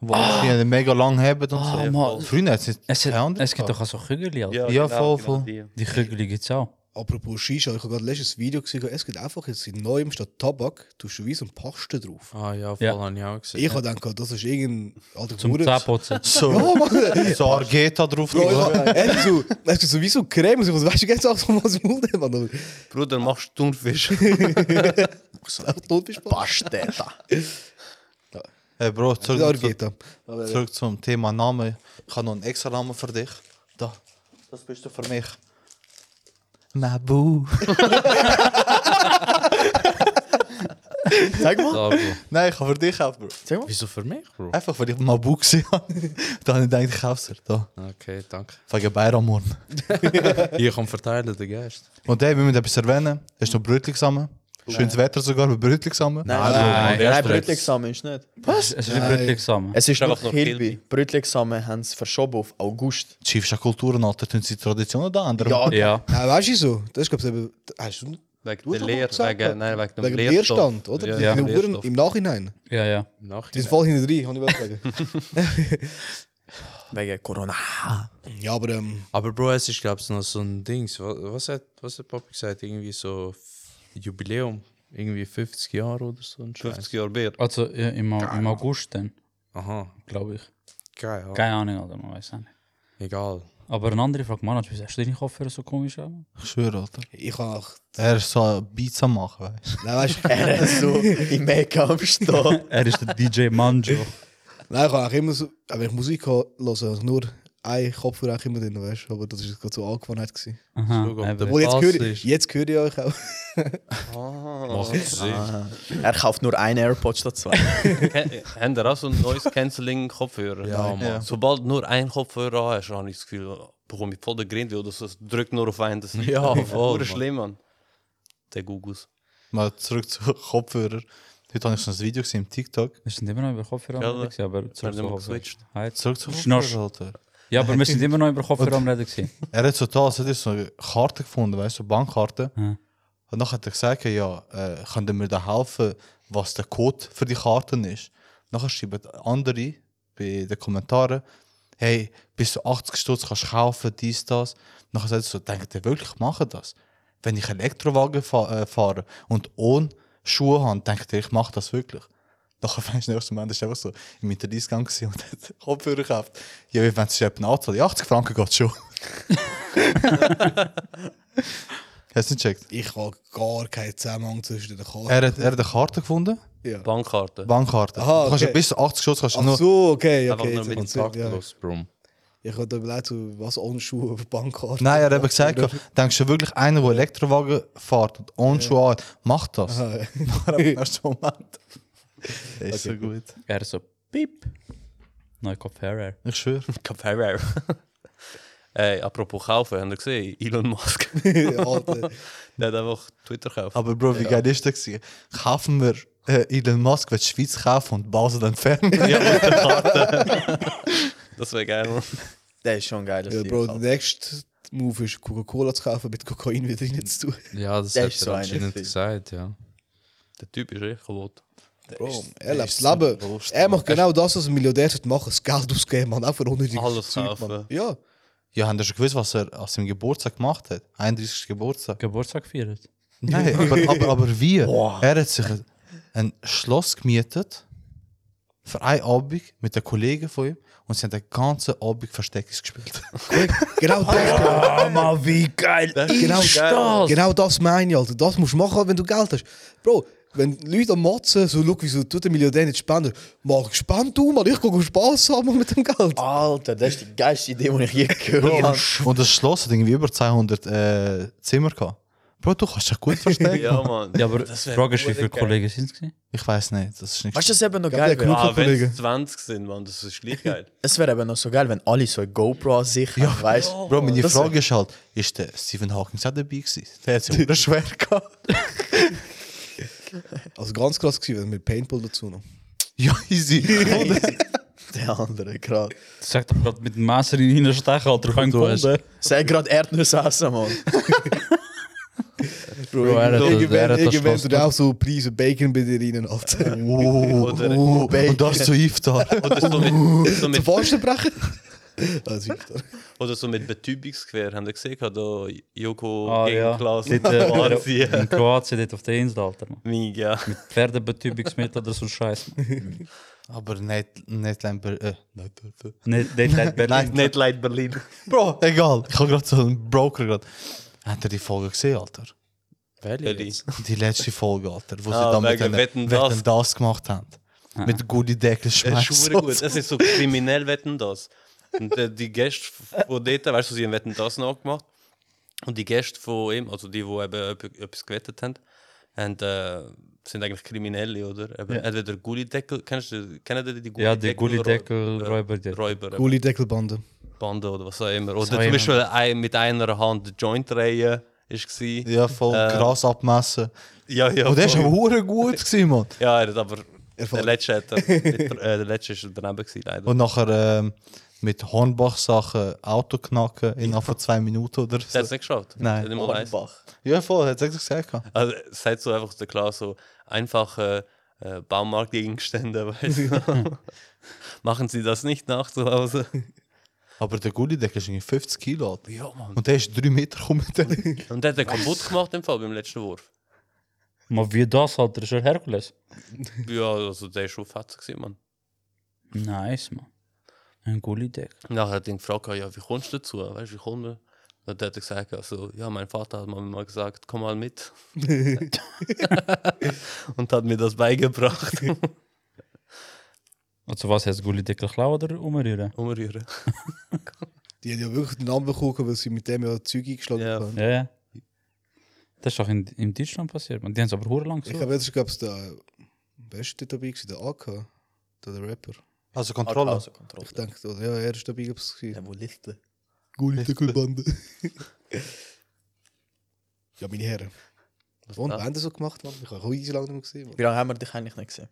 [SPEAKER 2] Mann.
[SPEAKER 3] Wo die mega lang haben und
[SPEAKER 5] Ah,
[SPEAKER 3] so.
[SPEAKER 5] Mann.
[SPEAKER 3] Früher hat es nicht
[SPEAKER 5] Es,
[SPEAKER 3] keine andere
[SPEAKER 5] es gibt
[SPEAKER 3] gehabt.
[SPEAKER 5] doch auch so Kügel, Alter.
[SPEAKER 2] Ja,
[SPEAKER 3] Ja, voll,
[SPEAKER 2] genau
[SPEAKER 3] voll.
[SPEAKER 2] die.
[SPEAKER 5] Die Kügel gibt's auch.
[SPEAKER 4] Apropos Shisha, ich habe gerade letztes Video gesehen, es gibt einfach jetzt in neuem statt Tabak, tust du wie so ein Paste drauf.
[SPEAKER 1] Ah ja, voll
[SPEAKER 5] Ja.
[SPEAKER 1] habe ich auch gesehen.
[SPEAKER 4] Ich habe gedacht, das ist irgendein alter
[SPEAKER 5] Zum
[SPEAKER 4] Bauer-
[SPEAKER 5] Zahnputzen.
[SPEAKER 3] So,
[SPEAKER 4] Ja, Mann.
[SPEAKER 3] so Argeta drauf.
[SPEAKER 4] Bro, ich
[SPEAKER 3] gemacht.
[SPEAKER 4] hab, er ist so, er ist so wie so Creme, so, was weißt du ganz auch so was Mulde, Mann. aber-
[SPEAKER 2] Bruder, machst du Thunfisch?
[SPEAKER 4] Auch tot bist du.
[SPEAKER 6] Pasteta.
[SPEAKER 3] Hey Bro,
[SPEAKER 4] Ja,
[SPEAKER 3] zurück,
[SPEAKER 4] geht da.
[SPEAKER 3] zu, zurück zum Thema Name. Ich habe noch einen extra Namen für dich. Da, das bist du für mich. Nabu.
[SPEAKER 6] Sag mal.
[SPEAKER 1] Da, Bro.
[SPEAKER 3] Nein, ich habe für dich auch, Bro.
[SPEAKER 6] Sag mal.
[SPEAKER 1] Wieso für mich, Bro?
[SPEAKER 3] Einfach, weil ich Nabu gesehen habe. da habe ich gedacht, ich kaufe es dir. Da,
[SPEAKER 1] Okay, danke.
[SPEAKER 3] wegen Bayramorn.
[SPEAKER 1] Ich kann verteilen, den Geist.
[SPEAKER 3] Und hey, wir müssen etwas erwähnen. Es ist noch Brötchen zusammen. Schönes Wetter sogar, wir Brötchen zusammen.
[SPEAKER 6] Nein,
[SPEAKER 1] Nein,
[SPEAKER 6] nein, nein
[SPEAKER 1] erst
[SPEAKER 6] Brötchen zusammen ist nicht.
[SPEAKER 5] Was? Es ist
[SPEAKER 4] Nein.
[SPEAKER 5] wirklich zusammen.
[SPEAKER 6] Es ist
[SPEAKER 2] Einfach
[SPEAKER 6] noch
[SPEAKER 2] nur
[SPEAKER 6] Hilby. Brötchen zusammen haben sie verschoben auf August.
[SPEAKER 3] Die Schiffsche Kulturen, Alter, tun sie die Traditionen da ändern. Ja,
[SPEAKER 5] Ja.
[SPEAKER 4] Nein, weißt du so? Das ist, glaube ich, eben. Hast du
[SPEAKER 2] Wegen
[SPEAKER 4] Du hast
[SPEAKER 2] der
[SPEAKER 4] doch
[SPEAKER 2] Lehr,
[SPEAKER 4] gesagt,
[SPEAKER 2] wegen, nein, wegen dem
[SPEAKER 4] wegen dem
[SPEAKER 2] Lehrstoff.
[SPEAKER 4] Leerstand, oder?
[SPEAKER 2] Ja,
[SPEAKER 4] Die- die
[SPEAKER 2] Lehrstoff.
[SPEAKER 4] Bauern Im Nachhinein.
[SPEAKER 5] Ja, ja.
[SPEAKER 1] Nachhinein.
[SPEAKER 4] Die sind voll hinten drin, kann ich wel sagen.
[SPEAKER 6] Wegen Corona.
[SPEAKER 4] Ja, aber ähm,
[SPEAKER 1] Aber Bro, es ist, glaube ich, noch so ein Dings. Wa- Was hat, was hat Papa gesagt? Irgendwie so F- Jubiläum. Irgendwie 50 Jahre oder so. ein Scheiß.
[SPEAKER 2] 50 Jahre Bier.
[SPEAKER 5] Also ja, im, Au- im August dann,
[SPEAKER 1] Aha,
[SPEAKER 5] glaube ich.
[SPEAKER 1] geil. ja.
[SPEAKER 5] Keine Ahnung, Alter, man weiß auch nicht.
[SPEAKER 1] Egal.
[SPEAKER 5] Aber eine andere Frage, Mann, wieso hast du deine Kopfhörer so komisch an?
[SPEAKER 3] Ich schwöre, Alter.
[SPEAKER 4] ich kann auch.
[SPEAKER 3] Er ist so ein Beats am machen, weißt
[SPEAKER 4] Nein, weißt, nein,
[SPEAKER 6] Er ist so im Make-up am Stehen.
[SPEAKER 5] Er ist der DJ Manjo.
[SPEAKER 4] ich kann auch immer so. Aber wenn ich Musik höre, also nur ein Kopfhörer auch immer drin, weißt du? Aber das ist gerade so eine Angewohnheit. gewesen.
[SPEAKER 5] Aha,
[SPEAKER 1] Schau, ob
[SPEAKER 5] eben.
[SPEAKER 1] der
[SPEAKER 4] Obwohl, jetzt
[SPEAKER 1] Bass
[SPEAKER 4] höre, ich-
[SPEAKER 1] ist.
[SPEAKER 4] jetzt höre ich euch auch.
[SPEAKER 1] Macht Sinn.
[SPEAKER 6] Er kauft nur einen AirPod statt zwei.
[SPEAKER 2] Haben ihr auch so ein neues Canceling-Kopfhörer?
[SPEAKER 1] Ja, Mann.
[SPEAKER 3] Ja.
[SPEAKER 2] Sobald nur ein Kopfhörer hast, habe ich das Gefühl, bekomme ich voll den Grind, weil das, das drückt nur auf einen. Das
[SPEAKER 1] Ja, voll,
[SPEAKER 2] Hure
[SPEAKER 1] Mann.
[SPEAKER 2] schlimm, Mann. Der Gugus.
[SPEAKER 3] du? Mal zurück zu Kopfhörer. Heute habe ich schon ein Video gesehen im TikTok.
[SPEAKER 5] Wir sind immer noch über Kopfhörer
[SPEAKER 2] Ja,
[SPEAKER 5] am Reden, gewesen, aber zurück
[SPEAKER 2] haben
[SPEAKER 5] zu
[SPEAKER 2] immer
[SPEAKER 5] Kopfhörer.
[SPEAKER 2] geswitcht.
[SPEAKER 5] Heiz.
[SPEAKER 3] Zurück zu
[SPEAKER 5] Schnorsch.
[SPEAKER 3] Kopfhörer, Alter.
[SPEAKER 5] Ja, aber wir sind immer noch über Kopfhörer am Reden. gewesen.
[SPEAKER 3] Er hat so das, hat er so eine Karte gefunden, weißt du, so Bankkarte.
[SPEAKER 5] Ja.
[SPEAKER 3] Und dann hat er gesagt, ja, äh, können wir da helfen, was der Code für die Karten ist. Nachher schreiben andere bei den Kommentaren, hey, bis zu 80 Stutz kannst du kaufen, dies, das. Nachher sagt er so, denkt ihr wirklich, machen das? Wenn ich Elektrowagen fa äh, fahre und ohne Schuhe habe, denkt ihr, ich mache das wirklich? Nachher fängst du nächsten Moment, ist einfach so im Interdienstgang gewesen und hat Kopfhörer gekauft. Ja, wie wenn es jemand anzahlt, ja, 80 Franken geht schon. Hast du nicht gecheckt?
[SPEAKER 4] Ich habe gar keinen Zusammenhang zwischen
[SPEAKER 2] Äh,
[SPEAKER 4] den Karten.
[SPEAKER 3] Er hat, er hat eine Karte gefunden,
[SPEAKER 4] ja.
[SPEAKER 2] Bankkarte.
[SPEAKER 3] Bankkarte.
[SPEAKER 4] Aha,
[SPEAKER 3] du kannst ja
[SPEAKER 4] okay.
[SPEAKER 3] bis zu 80 Schuss kannst du
[SPEAKER 4] Ach
[SPEAKER 3] nur.
[SPEAKER 4] so, okay.
[SPEAKER 2] Einfach
[SPEAKER 4] okay
[SPEAKER 2] nur mit
[SPEAKER 4] jetzt macht's Sinn, ja.
[SPEAKER 1] Taktlos, Bro.
[SPEAKER 4] Ich habe überlegt, so, was ohne Schuhe auf Bankkarte.
[SPEAKER 3] Nein, er hat eben gesagt, denkst du wirklich einer, der Elektrowagen fährt und ohne Schuhe an, macht das?
[SPEAKER 4] Aha, Ah, ja.
[SPEAKER 3] War im ersten Moment. Das ist so gut.
[SPEAKER 5] Er so, piep. Neue Kopfhörer.
[SPEAKER 3] Ich schwöre.
[SPEAKER 2] Kopfhörer. Ey, apropos kaufen, habt ihr gesehen? Elon Musk.
[SPEAKER 4] Alter.
[SPEAKER 2] Der hat einfach Twitter gekauft.
[SPEAKER 3] Aber Bro, wie geil ist das? gewesen? Kaufen wir äh, Elon Musk, wird die Schweiz kaufen und Basel entfernen.
[SPEAKER 2] Ja, mit der Karte. das wäre geil, Mann.
[SPEAKER 6] Der ist schon ein geiles Also,
[SPEAKER 4] Ja,
[SPEAKER 6] Typ,
[SPEAKER 4] Bro, der
[SPEAKER 6] Alter.
[SPEAKER 4] nächste Move ist Coca-Cola zu kaufen, mit Kokain wieder rein zu tun.
[SPEAKER 1] Ja, das
[SPEAKER 6] Der
[SPEAKER 1] hat
[SPEAKER 6] ist
[SPEAKER 1] er
[SPEAKER 6] so einer,
[SPEAKER 1] anscheinend
[SPEAKER 6] Phil.
[SPEAKER 1] gesagt, ja.
[SPEAKER 2] Der Typ ist echt kaputt.
[SPEAKER 4] Bro, er lebt das Leben. Er macht genau das, was ein Milliardär sollte machen: das Geld ausgeben, man. Auch für unnötige
[SPEAKER 2] Alles
[SPEAKER 4] Zeug,
[SPEAKER 2] kaufen.
[SPEAKER 4] Mann. Ja.
[SPEAKER 3] Ja, habt ihr schon gewusst, was er an seinem Geburtstag gemacht hat? 31. Geburtstag.
[SPEAKER 5] Geburtstag feiert.
[SPEAKER 3] Nein, aber, aber, aber wie? Er hat sich ein- ein Schloss gemietet für einen Abend mit den Kollegen von ihm und sie haben den ganzen Abend Versteckis gespielt.
[SPEAKER 4] Genau das,
[SPEAKER 5] Ah, mal wie geil.
[SPEAKER 4] genau,
[SPEAKER 5] das.
[SPEAKER 4] genau das meine ich, Alter. Das musst du machen, wenn du Geld hast. Bro, wenn Leute am Motzen so schauen, wieso tut der Milliardär nicht spenden, mach spend du, Mann. Ich kann Spass haben mit dem Geld.
[SPEAKER 6] Alter, das ist die geilste Idee, die ich je
[SPEAKER 3] Oh,
[SPEAKER 6] gehört habe.
[SPEAKER 3] und das Schloss hat irgendwie über 200 äh, Zimmer gehabt. Bro, du kannst dich gut verstecken.
[SPEAKER 2] Ja, Mann.
[SPEAKER 5] Ja, aber die Frage ist, wie viele Kollegen sind es? gewesen?
[SPEAKER 3] Ich weiß nicht, das ist nicht.
[SPEAKER 6] Weißt du, das eben noch
[SPEAKER 4] Ja,
[SPEAKER 6] geil
[SPEAKER 4] der
[SPEAKER 6] wäre?
[SPEAKER 4] Knopf-
[SPEAKER 2] Ah, wenn
[SPEAKER 4] Kollegen.
[SPEAKER 2] es 20 sind, Mann, das ist gleich geil.
[SPEAKER 6] Es wäre eben noch so geil, wenn alle so eine GoPro an sich haben, weißt du?
[SPEAKER 3] Oh, Bro, meine
[SPEAKER 6] Das-
[SPEAKER 3] Frage ist halt, ist der Stephen Hawking auch dabei gewesen? Der hat es ja schwer gehabt.
[SPEAKER 4] Also ganz krass gewesen, wenn mit Paintball dazu noch.
[SPEAKER 3] Ja, easy.
[SPEAKER 6] Der andere gerade.
[SPEAKER 5] Das sagt er gerade mit dem Messer in den Stechen, Alter. Kein
[SPEAKER 1] Du hast-
[SPEAKER 5] Kunde.
[SPEAKER 6] Sei gerade Erdnüsse essen, Mann.
[SPEAKER 4] Bro,
[SPEAKER 1] er hat das- er hat
[SPEAKER 4] irgendwann
[SPEAKER 1] das
[SPEAKER 4] irgendwann
[SPEAKER 1] Schloss
[SPEAKER 4] tut er auch so Preise Bacon bei dir rein, Alter.
[SPEAKER 3] Oh,
[SPEAKER 2] Oder-
[SPEAKER 3] oh, und das zu Iftar.
[SPEAKER 2] Oder so mit, so
[SPEAKER 4] Zum
[SPEAKER 2] mit,
[SPEAKER 4] Fenster brechen? Also,
[SPEAKER 2] oder so mit Betübungsgewehr. Habt ihr gesehen, da Joko
[SPEAKER 5] Ah,
[SPEAKER 2] gegen
[SPEAKER 5] ja.
[SPEAKER 2] Klaas
[SPEAKER 5] Dort, äh, in
[SPEAKER 2] Marzian.
[SPEAKER 5] Kroatien, dort auf der Insel, Alter. Mann.
[SPEAKER 2] Mega.
[SPEAKER 5] Pferdebetübungsmittel oder so ein Scheiß. Mann.
[SPEAKER 3] Aber nicht, nicht Lamper. Äh, nicht, nicht.
[SPEAKER 5] Nicht, nicht, nicht Berlin.
[SPEAKER 2] Nicht Leid Berlin.
[SPEAKER 3] Bro, egal. Ich habe gerade so einen Broker gerade. Hat er die Folge gesehen, Alter?
[SPEAKER 1] Welche? jetzt?
[SPEAKER 3] Die letzte Folge, Alter, wo
[SPEAKER 2] Ah,
[SPEAKER 3] sie dann mit
[SPEAKER 2] wegen
[SPEAKER 3] den,
[SPEAKER 2] Wetten,
[SPEAKER 3] Wetten,
[SPEAKER 2] dass.
[SPEAKER 3] das. gemacht haben. Mit guten Deckel
[SPEAKER 2] Es ist
[SPEAKER 3] schmeißen.
[SPEAKER 2] super Äh, gut. Es ist so kriminell, wetten das. Und äh, die Gäste von dort, weißt du, sie haben wetten das nachgemacht. Und die Gäste von ihm, also die, die eben etwas- etwas gewettet haben, haben äh, sind eigentlich Kriminelle, oder? Eben, Entweder Gullideckel, kennst du, kennen die die
[SPEAKER 5] Ja, die
[SPEAKER 2] Räu-
[SPEAKER 5] Gullideckel-Räuber
[SPEAKER 2] äh,
[SPEAKER 5] dort.
[SPEAKER 2] Räuber, eben,
[SPEAKER 4] Coole Deckelbande.
[SPEAKER 2] Bande oder was auch immer. Oder
[SPEAKER 5] auch
[SPEAKER 2] zum
[SPEAKER 5] immer.
[SPEAKER 2] Beispiel ein, mit einer Hand die Joint drehen ist gsi.
[SPEAKER 3] Ja, voll
[SPEAKER 2] Äh,
[SPEAKER 3] Gras Oh, abmessen.
[SPEAKER 2] ja, ja.
[SPEAKER 3] Und der ist
[SPEAKER 2] voll.
[SPEAKER 3] aber hure gut gewesen, Mann.
[SPEAKER 2] ja, er hat aber der
[SPEAKER 4] Erfolg.
[SPEAKER 2] letzte, hat er, äh, der letzte ist daneben gewesen, leider.
[SPEAKER 3] Und nachher ähm, mit Hornbach-Sachen Auto knacken innerhalb von zwei Minuten oder
[SPEAKER 2] der hat es
[SPEAKER 3] so.
[SPEAKER 2] nicht geschafft.
[SPEAKER 3] Nein. Oh.
[SPEAKER 2] Hat nicht mal eins.
[SPEAKER 3] Ja, voll, hat er gesagt. gehabt.
[SPEAKER 2] Also, seid so einfach der klar so einfache äh, Baumarktgegenstände, weißt du? Machen Sie das nicht nach zu Hause.
[SPEAKER 3] Aber der Gullideckel ist irgendwie 50 Kilo alt. Ja, Mann. Und der ist 3 Meter gekommen. mit dem.
[SPEAKER 2] Und der hat den kaputt gemacht im Fall beim letzten Wurf.
[SPEAKER 5] Maar wie das, Alter, ist er Herkules.
[SPEAKER 2] Ja, also der ist schon fett gewesen, Mann.
[SPEAKER 5] Nice, man. Ein Gullideck.
[SPEAKER 2] Und nachher hat er ihn gefragt, ja, wie kommst du dazu? Weißt du, wie kommst du? Und dann hat er gesagt, also, ja, mein Vater hat mir mal gesagt, komm mal mit. Und hat mir das beigebracht.
[SPEAKER 5] Also was heißt Gullideck klauen oder umrühren?
[SPEAKER 2] Umrühren.
[SPEAKER 4] Die haben ja wirklich den Namen bekommen, weil sie mit dem ja Zeug eingeschlagen
[SPEAKER 2] Ja.
[SPEAKER 4] haben.
[SPEAKER 5] Ja, ja. Das ist auch in, in Deutschland passiert, man. Die haben es aber hure lang
[SPEAKER 4] Ich
[SPEAKER 5] gesucht.
[SPEAKER 4] glaube, jetzt gab es da. Wer ist dort dabei? gewesen? Der AK? Der, der Rapper?
[SPEAKER 3] Also Kontrolle.
[SPEAKER 6] Also Kontrolle.
[SPEAKER 4] Ich denke, oder- ja, er ist dabei. Gab's
[SPEAKER 6] Ja, wo liegt der?
[SPEAKER 4] Gullideckelbande. ja, meine Herren.
[SPEAKER 2] Was
[SPEAKER 4] Und
[SPEAKER 2] da?
[SPEAKER 4] wenn das so gemacht haben, ich habe auch so lange nicht mehr gesehen. Mann.
[SPEAKER 6] Wie lange haben wir dich eigentlich nicht gesehen?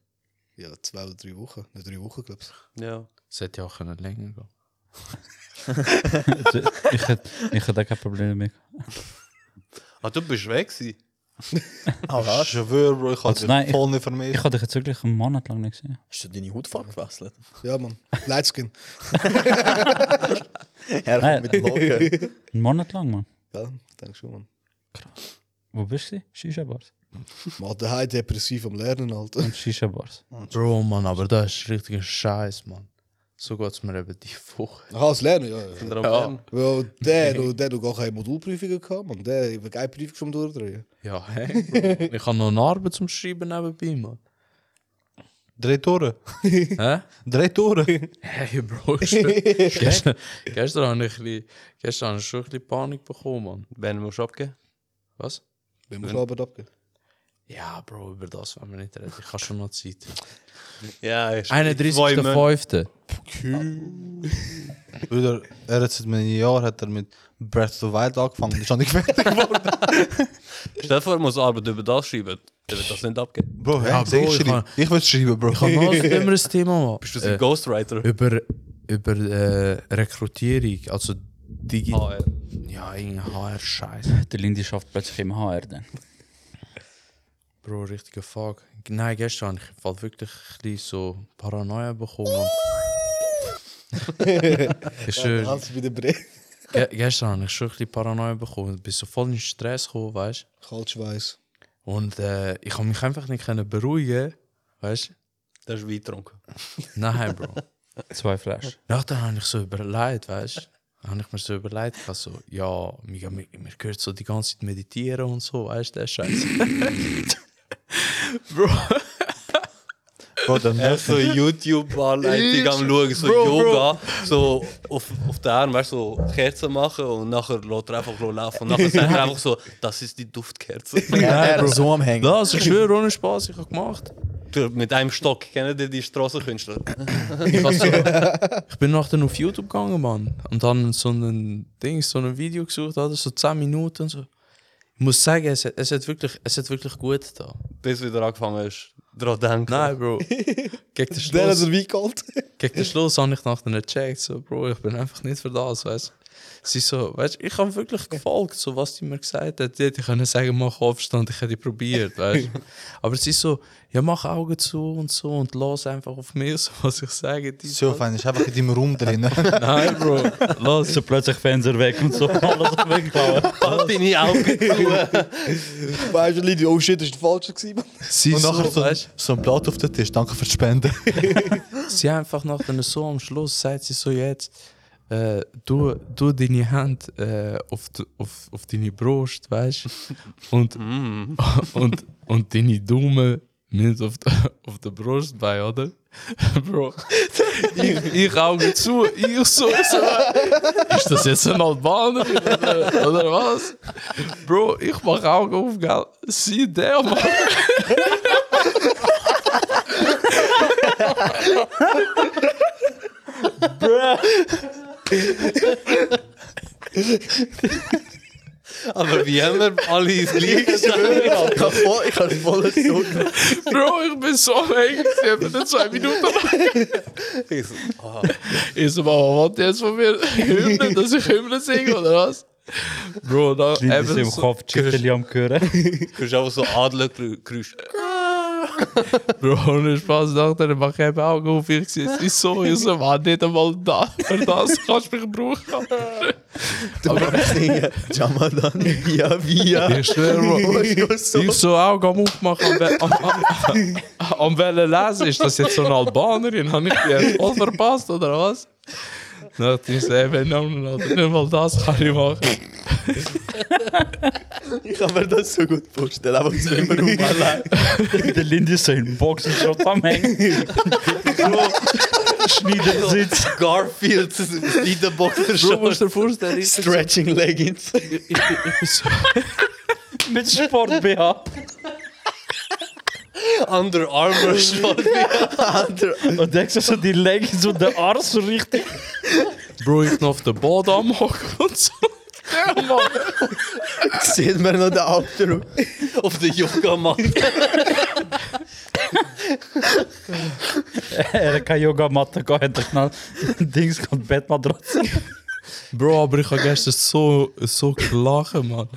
[SPEAKER 4] Ja, zwei oder drei Wochen. Nicht drei Wochen, glaube ich.
[SPEAKER 2] Ja.
[SPEAKER 1] Es hätte ja auch können länger gehen
[SPEAKER 5] Also, ich hätte ich hätte auch kein Problem damit.
[SPEAKER 2] Ah, du bist weg gewesen?
[SPEAKER 6] Ah,
[SPEAKER 3] Ich
[SPEAKER 6] was?
[SPEAKER 3] schwöre, Bro, ich
[SPEAKER 5] Also
[SPEAKER 3] habe
[SPEAKER 5] nein,
[SPEAKER 3] dich
[SPEAKER 5] ich-
[SPEAKER 3] voll nicht vermisst.
[SPEAKER 5] Ich habe dich jetzt wirklich einen Monat lang nicht gesehen.
[SPEAKER 6] Hast du deine Hautfarbe gewechselt?
[SPEAKER 4] Ja, Mann. Lightskin.
[SPEAKER 6] Er
[SPEAKER 5] Nein.
[SPEAKER 6] kommt mit dem Logo.
[SPEAKER 5] Einen Monat lang, man.
[SPEAKER 4] Ja, denk schon, Mann.
[SPEAKER 5] Wo bist du? Shisha-Bars.
[SPEAKER 4] Man hat daheim depressiv am Lernen, Alter.
[SPEAKER 5] Und Shisha-Bars.
[SPEAKER 1] Bro, Mann, aber das ist richtiger Scheiß, Mann. So geht es mir eben die Woche.
[SPEAKER 4] Aha, das Lernen, ja. ja.
[SPEAKER 2] Sind wir am Bern?
[SPEAKER 4] Weil der, der, der hat gar keine Modulprüfungen gehabt, Mann. Der hat keine Prüfung schon durchdrehen.
[SPEAKER 1] Ja, hey, Bro. ich habe noch eine Arbeit zum Schreiben nebenbei, Mann.
[SPEAKER 3] Drei Tore.
[SPEAKER 1] Hä?
[SPEAKER 3] Drei Tore.
[SPEAKER 1] Hey, Bro, gestern, gestern habe ich, ein bisschen- gestern habe ich schon ein bisschen Panik bekommen, Mann.
[SPEAKER 2] Bern musst du abgeben.
[SPEAKER 1] Was?
[SPEAKER 4] Wenn wir Arbeit abgehen.
[SPEAKER 1] Ja, Bro, über das wollen wir nicht reden. Ich habe schon noch Zeit.
[SPEAKER 2] Ja, ist zwei Monate.
[SPEAKER 1] 31.05.
[SPEAKER 3] Bruder, er hat seit einem Jahr hat er mit Breath of the Wild Dus angefangen. Das ist noch nicht fertig.
[SPEAKER 2] Stell dir vor, er muss Arbeit über das schreiben. Der wird das nicht abgeben.
[SPEAKER 3] Bro, hey,
[SPEAKER 1] Bro,
[SPEAKER 3] ich,
[SPEAKER 1] ich
[SPEAKER 3] schreiben.
[SPEAKER 1] kann-
[SPEAKER 3] ich will schreiben, Bro.
[SPEAKER 1] Ich habe noch ein schlimmeres Thema, Eh, Mann.
[SPEAKER 2] Bist du ein Ghostwriter?
[SPEAKER 1] über, über äh, Rekrutierung, also digital.
[SPEAKER 2] Ah, ja.
[SPEAKER 1] Ja, irgendein HR-Scheiß.
[SPEAKER 5] Der Lindy schafft plötzlich im HR dann.
[SPEAKER 1] Bro, richtiger Fuck. Nein, gestern habe ich im Fall wirklich ein bisschen so Paranoia bekommen. ich schwöre,
[SPEAKER 4] Hans bei der Brille.
[SPEAKER 1] ge gestern habe ich schon ein bisschen Paranoia bekommen. Ich bin so voll in Stress gekommen, weißt
[SPEAKER 4] Kaltschweiß.
[SPEAKER 1] Und äh, ich habe mich einfach nicht können beruhigen weißt
[SPEAKER 2] Der ist Wein getrunken.
[SPEAKER 1] Nein, Nou, Bro.
[SPEAKER 5] Zwei Flaschen.
[SPEAKER 1] Nachher habe ich so überlegt, weißt du? Habe ich mir so überlegt, ich hab so, ja, mir, mir, mir gehört so die ganze Zeit meditieren und so, weißt du, der Scheiß.
[SPEAKER 3] Bro, dann
[SPEAKER 2] Er ist so YouTube-Anleitung am Schauen, so Yoga, so auf, auf den Arm, weißt du, so Kerzen machen und nachher lässt er einfach laufen. Und nachher sagt er einfach so, das ist die Duftkerze.
[SPEAKER 6] Er ist so am Hängen.
[SPEAKER 1] Das, ich schwöre, ohne Spaß, ich habe gemacht.
[SPEAKER 2] Du, Mit einem Stock, kennen die die Strassenkünstler?
[SPEAKER 1] Ich, hab so, ich bin nachher auf YouTube gegangen, Mann. Und dann so ein Ding, so ein Video gesucht, oder so 10 Minuten. So. Ich muss sagen, es, hat- es, hat wirklich, es hat wirklich gut da.
[SPEAKER 2] Bis wieder angefangen ist, dran denken.
[SPEAKER 1] Nein, Bro. Gegen den
[SPEAKER 4] Der hat
[SPEAKER 1] Schluss,
[SPEAKER 4] er wie kalt.
[SPEAKER 1] gegen den Schluss habe ich nachher nicht gecheckt. So, Bro, ich bin einfach nicht für das, weißt du. Sie so, weißt du, ich habe wirklich gefolgt, so was die mir gesagt hat. Die hätte können sagen, mach Aufstand, ich hätte probiert, weißt du. Aber sie so, ja, mach Augen zu und so und los einfach auf mich, so, was ich sage. Die
[SPEAKER 3] so fein, ist einfach in deinem Raum drin.
[SPEAKER 1] Nein, Bro. Los.
[SPEAKER 5] So plötzlich Fenster weg und so alles wegklauen.
[SPEAKER 2] Halt deine Augen zu.
[SPEAKER 4] Weißt du, Lydia, oh shit, das war falsch gewesen.
[SPEAKER 1] Sie,
[SPEAKER 3] Und
[SPEAKER 1] so,
[SPEAKER 3] nachher so,
[SPEAKER 1] weißt,
[SPEAKER 3] so ein Blatt auf den Tisch. Danke für die Spende.
[SPEAKER 1] sie einfach nach dann so am Schluss sagt sie so jetzt, äh, du, du deine Hand äh, auf, d- auf, auf deine Brust, weißt und, und, und deine Daumen mit auf der, auf der Brust bei, oder? Bro, ich, ich Augen zu, ich so, so. Ist das jetzt ein Albaner oder, oder was? Bro, ich mach Augen auf, gell? Sieh der, Mann.
[SPEAKER 2] Aber wie haben wir alle ins Gleiche gestellt?
[SPEAKER 6] Ich hab voll, ich hab voll so.
[SPEAKER 1] Bro, ich bin so weg. Sie haben nur zwei Minuten. Ich so, Mama, was jetzt von mir? Hymne, dass ich Hymne singe, oder was? Bro, da
[SPEAKER 5] Lindy ist
[SPEAKER 1] eben
[SPEAKER 5] im
[SPEAKER 1] so-
[SPEAKER 5] Kopf, Chitterli am Gehören.
[SPEAKER 2] Du hast einfach so Adlergeräusche.
[SPEAKER 1] Bro, ohne Spaß, dachte er, mach eben Augen auf. Ich sehe es nicht so, ich so, man, nicht einmal da, für das kannst du mich brauchen.
[SPEAKER 6] Du kannst singen. Jamadan, via, via.
[SPEAKER 1] Ich schwöre, Bro. Ich so Augen am Aufmachen, am, am, am, am Wellen lesen. Ist das jetzt so eine Albanerin? Habe ich die jetzt voll verpasst, oder was? Nou, Dann dachte ich so, eben, nein, nein, nein, nicht mal das kann ich machen.
[SPEAKER 6] Ich kann mir das so gut vorstellen, aber es ist immer allein.
[SPEAKER 5] Der Lindy ist so in Boxenshot am Hängen. Schneidersitz.
[SPEAKER 6] Garfield, Liederboxer,
[SPEAKER 1] Bro, musst du dir vorstellen, ich, ich,
[SPEAKER 6] Stretching Leggings.
[SPEAKER 1] ich, ich, ich, ich,
[SPEAKER 5] Mit Sport-BH.
[SPEAKER 2] Under Armour Shot.
[SPEAKER 5] Und denkst du so die Leggings und der Arsch so richtig?
[SPEAKER 1] Bro, ich noch auf den Boden am Hocken und so. Ja, Mann.
[SPEAKER 6] Sieht man noch den Abdruck.
[SPEAKER 2] Auf der Yoga-Matte.
[SPEAKER 5] Er hat keine Yogamatte gehabt, hat er knallt. Dings kommt Bettmatratze.
[SPEAKER 1] Bro, aber ich habe gestern so, so gelachen, Mann.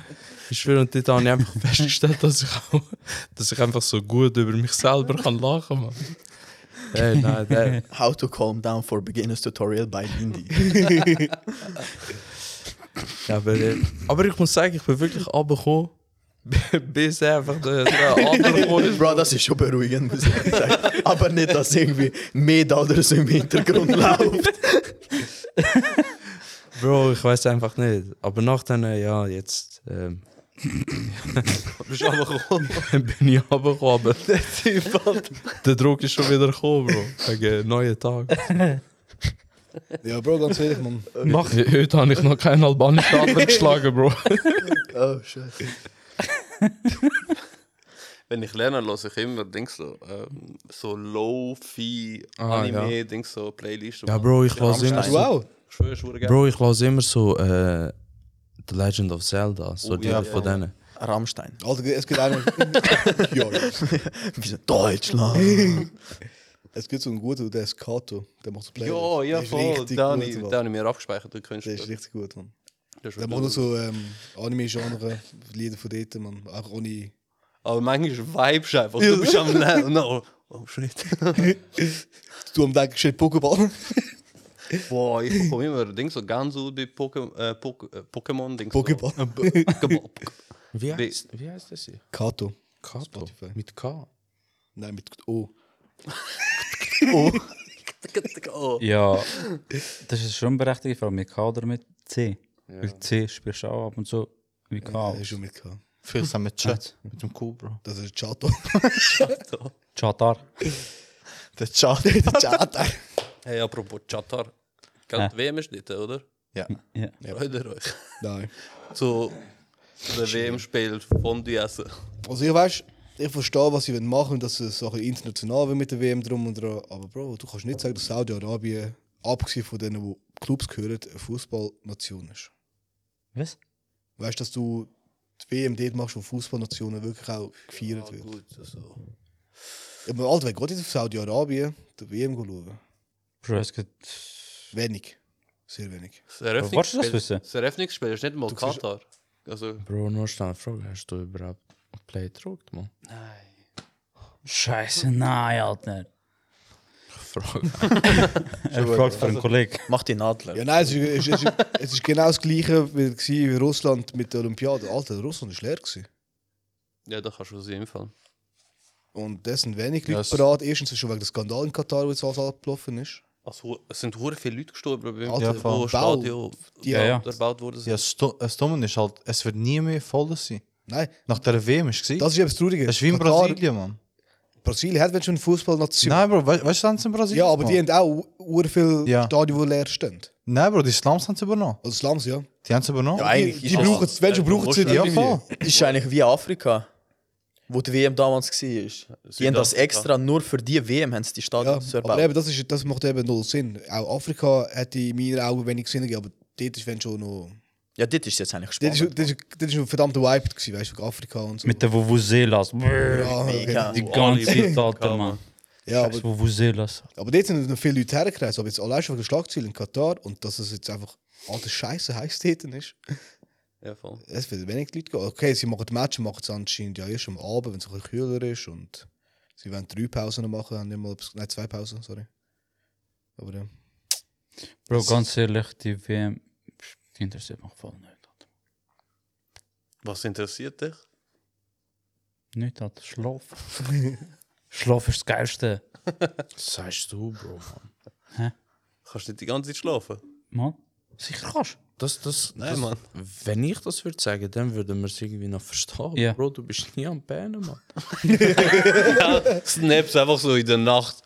[SPEAKER 1] Ich schwöre, und dort habe ich einfach festgestellt, dass ich, auch, dass ich einfach so gut über mich selber kann lachen, Mann. Ey, nein, der,
[SPEAKER 6] How to calm down for beginners tutorial by Lindy.
[SPEAKER 1] ja, aber, äh, aber ich muss sagen, ich bin wirklich abgekommen, bis einfach der, der andere gekommen ist.
[SPEAKER 6] Bro, das ist schon beruhigend, muss ich sagen. Aber nicht, dass irgendwie Med oder so im Hintergrund läuft.
[SPEAKER 1] Bro, ich weiß einfach nicht. Aber nachdem, äh, ja, jetzt ähm,
[SPEAKER 2] Bist du aber gekommen?
[SPEAKER 1] bin ich abgekommen. Aber der Druck ist schon wieder gekommen, Bro. eh, Wegen neuen Tag.
[SPEAKER 4] Ja, Bro, ganz ehrlich, man.
[SPEAKER 1] Mach. Heute habe ich noch keinen albanischen Adler geschlagen, Bro.
[SPEAKER 6] Oh, scheiße.
[SPEAKER 2] Wenn ich lerne, höre ich immer Dings so, ähm, so Low-Fi
[SPEAKER 1] Ah,
[SPEAKER 2] Anime, Dings so Playlist.
[SPEAKER 1] Ja, Bro, ich lasse immer
[SPEAKER 2] Rammstein.
[SPEAKER 1] so.
[SPEAKER 4] Wow.
[SPEAKER 2] Ich schwöre, ich schwöre gerne.
[SPEAKER 1] Bro, ich lasse immer so äh, The Legend of Zelda. So
[SPEAKER 2] Oh,
[SPEAKER 1] die
[SPEAKER 2] ja,
[SPEAKER 1] von
[SPEAKER 2] ja.
[SPEAKER 1] denen.
[SPEAKER 6] Rammstein.
[SPEAKER 4] Alter, es gibt einen. ja, ja.
[SPEAKER 6] Wir sind Deutschland.
[SPEAKER 4] Es gibt so einen guten, der ist Kato. Der macht so Player.
[SPEAKER 2] Ja, ja, voll. Da habe ich
[SPEAKER 4] Gut,
[SPEAKER 2] da
[SPEAKER 4] Mann.
[SPEAKER 2] habe ich mir abgespeichert, du könntest.
[SPEAKER 4] der ist richtig gut, man.
[SPEAKER 2] das ist
[SPEAKER 4] Der macht nur so ähm, Anime-Genre, Lieder von dort, man. Auch ohne.
[SPEAKER 2] Aber manchmal vibes du einfach. Du bist am Lernen. No. Oh shit.
[SPEAKER 4] Du am Denken steht Pokéball.
[SPEAKER 2] Boah, ich bekomme immer Dings so ganz gut bei Poke- äh, Poke- äh, Pokémon. Dings so.
[SPEAKER 4] Pokéball.
[SPEAKER 2] Pokémon.
[SPEAKER 1] Wie
[SPEAKER 2] Wie-
[SPEAKER 1] heißt, wie heißt das hier?
[SPEAKER 4] Kato.
[SPEAKER 1] Kato.
[SPEAKER 4] Spotify.
[SPEAKER 1] Mit K.
[SPEAKER 4] Nein, mit O.
[SPEAKER 2] Oh.
[SPEAKER 5] Ja, das ist schon eine berechtigte Frage. Mit K oder mit C? Weil C spielst du auch ab und zu wie K.
[SPEAKER 4] Der ist schon mit K.
[SPEAKER 3] Vielleicht sind wir Chat mit dem Kuh, Bro.
[SPEAKER 4] Das ist Chato.
[SPEAKER 5] Chatar.
[SPEAKER 3] Der Chat.
[SPEAKER 4] Chato.
[SPEAKER 2] Hey, apropos Chatar. Gell,
[SPEAKER 5] Ja.
[SPEAKER 2] die WM ist nicht, oder?
[SPEAKER 3] Ja.
[SPEAKER 5] Ja.
[SPEAKER 2] Freut ihr euch?
[SPEAKER 4] Nein.
[SPEAKER 2] Zu zu der WM spielt Fondue essen.
[SPEAKER 4] Also ich weiß, ich verstehe, was sie machen wollen, dass es so ein bisschen international wird mit der WM drum und dran. Aber Bro, du kannst nicht sagen, dass Saudi-Arabien, abgesehen von denen, die Clubs gehören, eine Fußballnation ist.
[SPEAKER 5] Was?
[SPEAKER 4] Weißt du, dass du die WM dort machst, wo Fußballnationen wirklich auch gefeiert wird.
[SPEAKER 2] gut,
[SPEAKER 4] also.
[SPEAKER 2] so.
[SPEAKER 4] Aber Alter, wer geht jetzt auf Saudi-Arabien die WM schauen?
[SPEAKER 5] Bro, es gibt...
[SPEAKER 4] Wenig. Sehr wenig.
[SPEAKER 5] Wolltest du das wissen?
[SPEAKER 2] Das Eröffnungsspiel ist nicht mal Katar. Also,
[SPEAKER 1] Bro, nur schnell eine Frage. Hast du überhaupt Play gedruckt, Mann?
[SPEAKER 2] nein.
[SPEAKER 5] Scheiße, nein, halt Alter.
[SPEAKER 1] Frage.
[SPEAKER 5] Er fragt für einen Kollegen.
[SPEAKER 6] Mach den Adler.
[SPEAKER 4] Ja, nein, es ist, es ist, es ist genau das gleiche wie gewesen wie Russland mit der Olympiade. Alter, Russland war leer. Gewesen.
[SPEAKER 2] Ja, da kannst du sie einfallen.
[SPEAKER 4] Und das sind wenig
[SPEAKER 3] Ja,
[SPEAKER 4] Leute
[SPEAKER 3] es-
[SPEAKER 4] parat. Erstens schon wegen des Skandal in Katar, wo jetzt alles abgelaufen ist.
[SPEAKER 2] Also, es sind hure viele Leute gestorben beim
[SPEAKER 4] Alter,
[SPEAKER 2] wo
[SPEAKER 4] voll.
[SPEAKER 2] Stadion
[SPEAKER 4] Ja,
[SPEAKER 5] ja.
[SPEAKER 2] erbaut wurde.
[SPEAKER 3] Ja, das Sto- eh, das Dumme ist halt, es wird nie mehr voll sein.
[SPEAKER 4] Nein,
[SPEAKER 3] Nach der WM ist es. gewesen.
[SPEAKER 4] das ist eben das Traurige.
[SPEAKER 3] Das ist wie in
[SPEAKER 4] Katar-
[SPEAKER 3] Brasilien, Mann.
[SPEAKER 4] Brasilien hat wenn schon eine Fußballnation.
[SPEAKER 3] Nein, Bro, weißt weißt du, was sie in Brasilien
[SPEAKER 4] Ja, aber die
[SPEAKER 3] gemacht?
[SPEAKER 4] haben auch ur viele
[SPEAKER 3] Ja.
[SPEAKER 4] Stadien, die leer stehen.
[SPEAKER 3] Nein, Bro, die Slums haben sie übernommen.
[SPEAKER 4] Also Slums, ja.
[SPEAKER 3] Die haben sie übernommen.
[SPEAKER 6] Ja,
[SPEAKER 3] Ja,
[SPEAKER 6] eigentlich
[SPEAKER 4] die
[SPEAKER 6] ist es-
[SPEAKER 4] brauchen es, welche
[SPEAKER 2] äh,
[SPEAKER 4] brauchen sie
[SPEAKER 2] Russland.
[SPEAKER 4] denn
[SPEAKER 3] voll.
[SPEAKER 4] irgendwie?
[SPEAKER 6] ist eigentlich wie Afrika, wo die WM damals war. Die haben das
[SPEAKER 2] Südafrika.
[SPEAKER 6] extra nur für die WM haben sie die
[SPEAKER 4] Ja,
[SPEAKER 6] Stadion zu
[SPEAKER 4] aber
[SPEAKER 6] erbauen.
[SPEAKER 4] eben, das, ist, das macht eben null Sinn. Auch Afrika hätte in meinen Augen wenig Sinn gegeben, aber dort ist wenn schon noch...
[SPEAKER 6] Ja, das ist jetzt eigentlich
[SPEAKER 4] Dort
[SPEAKER 6] spannend.
[SPEAKER 4] ist, dort ist, dort ist ein verdammter Vibe gewesen, weißt du, wegen Afrika und so.
[SPEAKER 5] Mit der Vuvuzelas.
[SPEAKER 4] ja, genau. okay.
[SPEAKER 6] Mega.
[SPEAKER 5] Die
[SPEAKER 2] Oh,
[SPEAKER 5] ganze
[SPEAKER 2] alle-
[SPEAKER 5] Zeit, Alter, Mann.
[SPEAKER 4] ja,
[SPEAKER 5] Scheiß
[SPEAKER 4] aber,
[SPEAKER 5] Vuvuzelas.
[SPEAKER 4] aber dort sind noch viele Leute hergereist. Aber jetzt allein schon wegen der Schlagzeilen in Katar und dass es jetzt einfach alles scheiße heiß dort ist,
[SPEAKER 2] Ja, voll.
[SPEAKER 4] eh es wird wenig Leute gehen. Okay, sie machen die Matches, machen es anscheinend ja erst am Abend, wenn es ein bisschen kühler ist und... Sie wollen drei Pausen machen, haben nicht mal, etwas- nein, zwei Pausen, sorry. Aber ja.
[SPEAKER 5] Bro, ganz ehrlich, die WM die interessiert mich voll nicht. Alter.
[SPEAKER 2] Was interessiert dich?
[SPEAKER 5] Nicht, Alter. Schlaf. Schlaf ist das Geilste.
[SPEAKER 1] Was sagst du, Bro? Mann?
[SPEAKER 2] Kannst du nicht die ganze Zeit schlafen?
[SPEAKER 5] Mann, sicher kannst
[SPEAKER 1] Das, das,
[SPEAKER 2] Nein,
[SPEAKER 1] das,
[SPEAKER 2] Mann.
[SPEAKER 1] Wenn ich das würde sagen, dann würden wir es irgendwie noch verstehen.
[SPEAKER 5] Ja.
[SPEAKER 1] Bro, du bist nie am Pennen, Mann.
[SPEAKER 2] Snaps einfach so in der Nacht.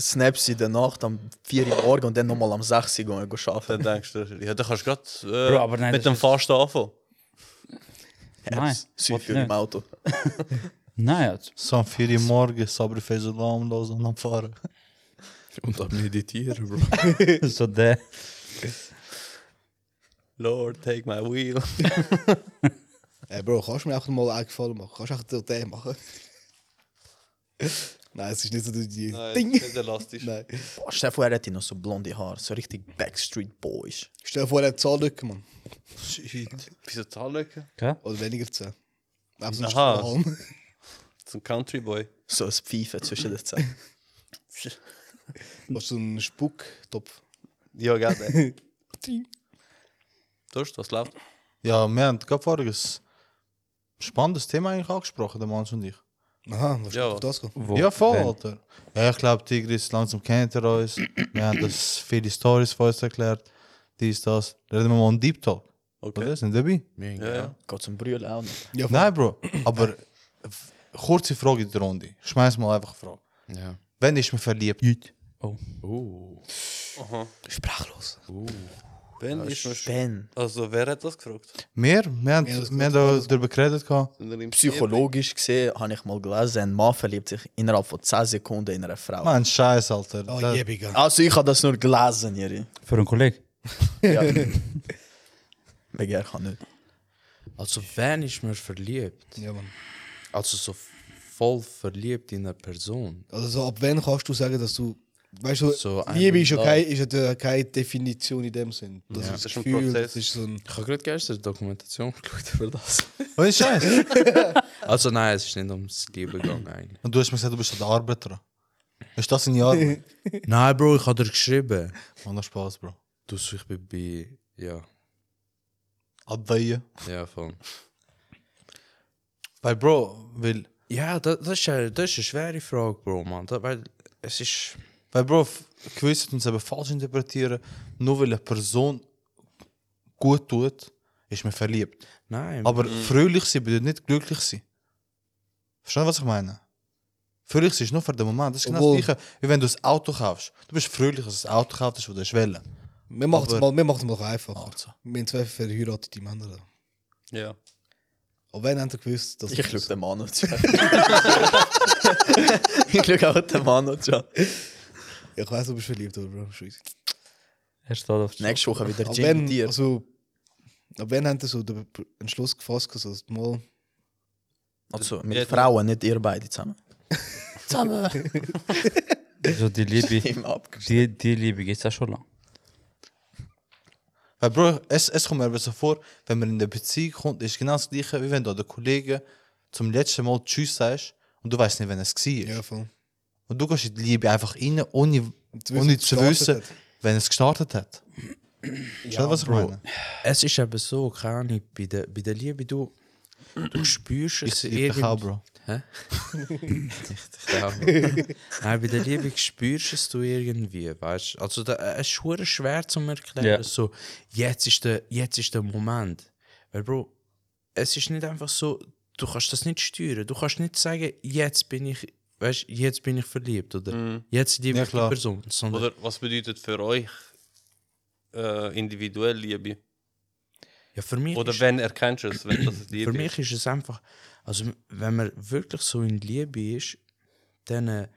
[SPEAKER 6] Snaps in der Nacht, am 4 Uhr morgen und dann nochmal am 6 Uhr gehen gehen
[SPEAKER 2] Dann
[SPEAKER 6] arbeiten.
[SPEAKER 2] denkst du, ja, dann kannst du
[SPEAKER 5] Bro,
[SPEAKER 2] gerade
[SPEAKER 5] aber
[SPEAKER 2] äh,
[SPEAKER 5] nein,
[SPEAKER 2] mit
[SPEAKER 5] das
[SPEAKER 2] dem
[SPEAKER 5] ist-
[SPEAKER 2] Fasten anfangen.
[SPEAKER 5] Nein.
[SPEAKER 6] Süd
[SPEAKER 5] Wat
[SPEAKER 6] im
[SPEAKER 5] niet.
[SPEAKER 6] Auto.
[SPEAKER 5] Nein, Alter.
[SPEAKER 3] So am 4 Uhr morgens, Sabri Faisalam los und am Fahren.
[SPEAKER 1] Und am Meditieren, Bro.
[SPEAKER 5] so der.
[SPEAKER 2] Lord, take my wheel.
[SPEAKER 4] Ey, Bro, kannst du mir auch mal einen Gefallen machen? Kannst du auch den- den machen? nein, es ist nicht so die- die Ding.
[SPEAKER 2] elastisch.
[SPEAKER 4] Nein.
[SPEAKER 6] Boah, stell dir vor, er hätte noch so blonde Haare, so richtig Backstreet Boys.
[SPEAKER 4] Stell dir vor, er hat Zahllücken, Mann.
[SPEAKER 2] Shit. Wieso Zahllücken?
[SPEAKER 4] Oder weniger zehn. Einfach so ein
[SPEAKER 2] Aha.
[SPEAKER 4] Strahl.
[SPEAKER 2] Zum Country Boy.
[SPEAKER 6] So ein Pfeifen zwischen den Zähnen.
[SPEAKER 4] Hast du so einen Spucktopf?
[SPEAKER 2] Ja, gerne. Durst, was läuft?
[SPEAKER 3] Ja, wir haben gerade vorhin ein spannendes Thema eigentlich angesprochen, der Mann und ich.
[SPEAKER 4] Aha, was
[SPEAKER 2] Ja.
[SPEAKER 4] ja. auf das kommen?
[SPEAKER 5] Wo,
[SPEAKER 3] ja, voll,
[SPEAKER 5] wenn-
[SPEAKER 3] Alter. Ja, ich glaube, Tigris, langsam kennt er uns. Wir haben das viele Stories von uns erklärt. Dies, das. Reden wir mal einen Deep Talk.
[SPEAKER 2] Okay.
[SPEAKER 3] Oder? Sind wir dabei?
[SPEAKER 2] Ja, ja.
[SPEAKER 6] Geht zum Brüllen auch nicht.
[SPEAKER 4] Ja,
[SPEAKER 3] Nein, Bro. Aber f- kurze Frage in der Runde. Ich Schmeiß mal einfach eine Frage.
[SPEAKER 1] Ja.
[SPEAKER 3] Wenn ist man verliebt?
[SPEAKER 1] Oh.
[SPEAKER 4] Sprachlos.
[SPEAKER 2] Wenn ist man sch-
[SPEAKER 6] Ben.
[SPEAKER 2] Also, wer hat das gefragt?
[SPEAKER 3] Wir? Wir haben,
[SPEAKER 4] Ja, das
[SPEAKER 3] wir haben da darüber geredet. gehabt.
[SPEAKER 6] Psychologisch gesehen habe ich mal gelesen, ein Mann verliebt sich innerhalb von 10 Sekunden in eine Frau.
[SPEAKER 3] Mann, Scheiß, Alter.
[SPEAKER 4] Oh,
[SPEAKER 3] Da-
[SPEAKER 4] jebiger.
[SPEAKER 6] Also ich habe das nur gelesen, Jiri.
[SPEAKER 5] Für einen Kollegen.
[SPEAKER 6] Ja. Wegen er kann nicht.
[SPEAKER 1] Also, wenn ist man verliebt?
[SPEAKER 4] Ja, Mann.
[SPEAKER 1] Also, so voll verliebt in eine Person.
[SPEAKER 4] Also so, ab wann kannst du sagen, dass du... Weißt du,
[SPEAKER 1] So ein
[SPEAKER 4] Liebe ist ja
[SPEAKER 1] Love.
[SPEAKER 4] keine, ist ja da keine Definition in dem Sinn. Das ist ein Gefühl,
[SPEAKER 2] Prozess.
[SPEAKER 4] das ist so ein...
[SPEAKER 1] Ich habe gerade gestern eine Dokumentation geschaut über das.
[SPEAKER 3] Ohne Scheiß.
[SPEAKER 1] Also, nein, es ist nicht ums Liebe gegangen eigentlich.
[SPEAKER 3] Und du hast mir gesagt, du bist der Arbeiter. Ist das in Jahren?
[SPEAKER 1] nein, Bro, ich habe dir geschrieben.
[SPEAKER 3] Ohne Spaß, Bro.
[SPEAKER 1] Du, so, ich bin bei. Ja,
[SPEAKER 3] Abweihen.
[SPEAKER 1] ja, voll.
[SPEAKER 3] Weil, Bro, weil.
[SPEAKER 1] Ja, das, das, ist, eine, das ist eine schwere Frage, Bro, Mann. Da, weil es ist.
[SPEAKER 3] Weil, Bro, f- gewisse tun es eben falsch interpretieren. Nur weil eine Person gut tut, ist man verliebt.
[SPEAKER 1] Nein,
[SPEAKER 3] Aber fröhlich sein bedeutet nicht glücklich sein. Verstehst du, was ich meine? Fröhlich sein ist nur für den Moment. Das ist genau
[SPEAKER 4] Obwohl-
[SPEAKER 3] das Gleiche, wie wenn du ein Auto kaufst. Du bist fröhlich, als du ein Auto kaufst, wo du eine Schwelle.
[SPEAKER 4] Wir machen es
[SPEAKER 3] Aber-
[SPEAKER 4] mal, wir machen's mal einfacher.
[SPEAKER 3] Also.
[SPEAKER 4] Wir haben zwei verheiratete Männer. da.
[SPEAKER 2] Ja.
[SPEAKER 4] Ab wann habt ihr gewusst, dass...
[SPEAKER 6] Ich schaue den Mann an. ich schaue auch den Mann an. John.
[SPEAKER 4] Ich weiss, du bist verliebt, aber Bro, scheisse.
[SPEAKER 5] Er steht auf der
[SPEAKER 6] Nächste Woche wieder
[SPEAKER 4] Ab
[SPEAKER 6] Jim
[SPEAKER 4] wann,
[SPEAKER 6] mit dir.
[SPEAKER 4] also... Ab wann habt ihr so den Entschluss gefasst, also mal...
[SPEAKER 6] Also mit
[SPEAKER 2] Ja,
[SPEAKER 6] Frauen, nicht ihr beide zusammen.
[SPEAKER 5] So die Liebe.
[SPEAKER 6] Im Abgeschied.
[SPEAKER 5] die, die Liebe geht ja schon lang.
[SPEAKER 3] Weil, Bro, es, es kommt mir eben so vor, wenn man in eine Beziehung kommt, ist genau das Gleiche, wie wenn du den Kollegen zum letzten Mal Tschüss sagst und du weißt nicht, wann es war.
[SPEAKER 4] Ja, voll.
[SPEAKER 3] Und du gehst in die Liebe einfach rein, ohne,
[SPEAKER 4] zu wissen,
[SPEAKER 3] ohne
[SPEAKER 4] ob es
[SPEAKER 3] zu
[SPEAKER 4] gestartet
[SPEAKER 3] wissen,
[SPEAKER 4] hat.
[SPEAKER 3] wenn es gestartet hat. Schau, was ich meine.
[SPEAKER 1] Es ist eben so, keine Ahnung, bei der, bei der Liebe, du, du spürst
[SPEAKER 3] Ich
[SPEAKER 1] es
[SPEAKER 3] liebe dich auch,
[SPEAKER 1] irgendwie.
[SPEAKER 3] Bro.
[SPEAKER 1] Ja. Nein, bei der Liebe spürst es du irgendwie, weißt du? Also, da, äh, es ist hure schwer zu erklären,
[SPEAKER 5] Ja.
[SPEAKER 1] so, jetzt ist, der, jetzt ist der Moment. Weil, Bro, es ist nicht einfach so, du kannst das nicht steuern. Du kannst nicht sagen, jetzt bin ich, weißt du, jetzt bin ich verliebt oder jetzt liebe
[SPEAKER 3] Ja,
[SPEAKER 1] ich die
[SPEAKER 3] klar.
[SPEAKER 1] Person. Sondern,
[SPEAKER 2] Mhm. Oder was bedeutet für euch äh, individuell Liebe?
[SPEAKER 1] ja, für mich
[SPEAKER 2] Oder
[SPEAKER 1] ist-
[SPEAKER 2] wenn erkennst du es, wenn das Liebe
[SPEAKER 1] Für mich ist es einfach, also wenn man wirklich so in Liebe ist, dann äh,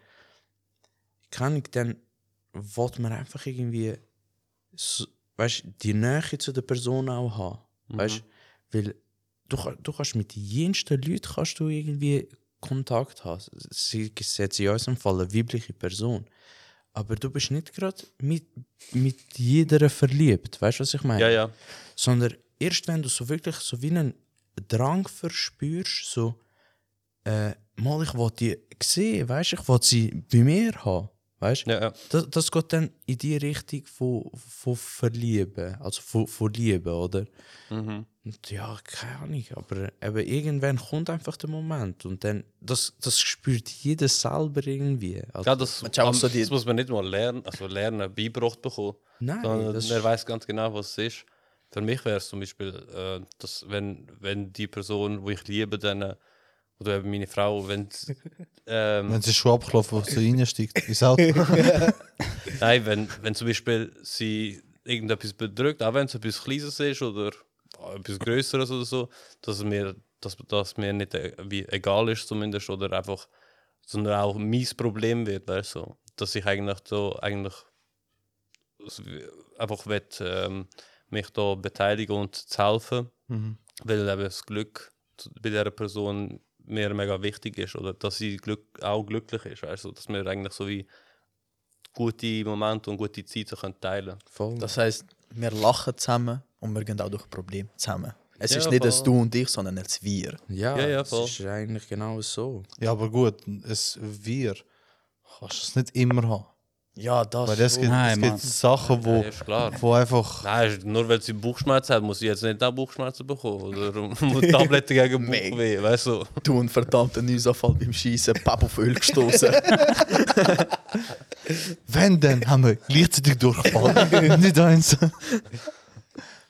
[SPEAKER 1] kann ich dann, will man einfach irgendwie, so, weißt die Nähe zu der Person auch haben,
[SPEAKER 2] Mhm.
[SPEAKER 1] weißt weil du, ka- du kannst mit jensten Leuten kannst du irgendwie Kontakt haben, sie es jetzt in unserem Fall eine weibliche Person, aber du bist nicht gerade mit, mit jeder verliebt, weißt du, was ich meine?
[SPEAKER 2] Ja, ja.
[SPEAKER 1] sondern erst wenn du so wirklich so wie einen Drang verspürst, so äh, mal, ich wollte die sehen, weißt ich wollte sie bei mir haben. Weißt
[SPEAKER 2] Ja, ja.
[SPEAKER 1] das, das geht dann in die Richtung von, von Verlieben, also von, von Liebe, oder?
[SPEAKER 2] Mhm.
[SPEAKER 1] Und ja, keine Ahnung, aber eben irgendwann kommt einfach der Moment und dann, das, das spürt jeder selber irgendwie. Also,
[SPEAKER 2] Ja, das,
[SPEAKER 6] Man schaut
[SPEAKER 2] am-
[SPEAKER 6] so die-
[SPEAKER 2] das muss man nicht mal lernen, also lernen, beibracht bekommen.
[SPEAKER 1] nein,
[SPEAKER 2] sondern
[SPEAKER 1] das
[SPEAKER 2] er
[SPEAKER 1] ist-
[SPEAKER 2] weiß ganz genau, was es ist. Für mich wäre es zum Beispiel, äh, dass wenn, wenn die Person, die ich liebe, dann, äh, oder eben meine Frau, wenn sie- ähm,
[SPEAKER 3] Wenn sie schon abgelaufen, wo sie reinsteigt, ist auch.
[SPEAKER 2] Nein, wenn, wenn zum Beispiel sie irgendetwas bedrückt, auch wenn es etwas Kleines ist oder etwas Größeres oder so, dass mir, dass, dass mir nicht e- wie egal ist zumindest oder einfach, sondern auch mein Problem wird, weißt du, dass ich eigentlich so eigentlich s- wie- einfach wett, ähm, mich da beteiligen und zu helfen,
[SPEAKER 3] Mhm.
[SPEAKER 2] weil eben das Glück zu- bei dieser Person mir mega wichtig ist oder dass sie glück, auch glücklich ist, weißt du, dass wir eigentlich so wie gute Momente und gute Zeiten können teilen
[SPEAKER 1] voll.
[SPEAKER 6] Das heisst, wir lachen zusammen und wir gehen auch durch Probleme zusammen. Es
[SPEAKER 2] Ja,
[SPEAKER 6] ist nicht
[SPEAKER 2] voll.
[SPEAKER 6] das Du und ich, sondern es Wir.
[SPEAKER 1] ja,
[SPEAKER 2] Ja, ja,
[SPEAKER 1] das
[SPEAKER 2] voll.
[SPEAKER 1] ist eigentlich genau so.
[SPEAKER 3] Ja, aber gut, es wir kannst es nicht immer haben.
[SPEAKER 6] Ja, das.
[SPEAKER 3] Weil es gibt,
[SPEAKER 5] Nein,
[SPEAKER 3] es
[SPEAKER 5] Mann.
[SPEAKER 3] gibt Sachen,
[SPEAKER 2] können.
[SPEAKER 3] wo,
[SPEAKER 2] Ja, ist klar.
[SPEAKER 3] wo einfach.
[SPEAKER 2] Nein, ist- nur weil sie Bauchschmerzen hat, muss sie jetzt nicht auch Bauchschmerzen bekommen. Oder muss Tabletten gegen
[SPEAKER 6] Mega.
[SPEAKER 2] Bauchweh, weißt du?
[SPEAKER 6] Du und verdammter Neusanfall beim Schießen, Papp auf Öl gestoßen.
[SPEAKER 3] Wenn dann haben wir gleichzeitig durchgefallen. nicht eins.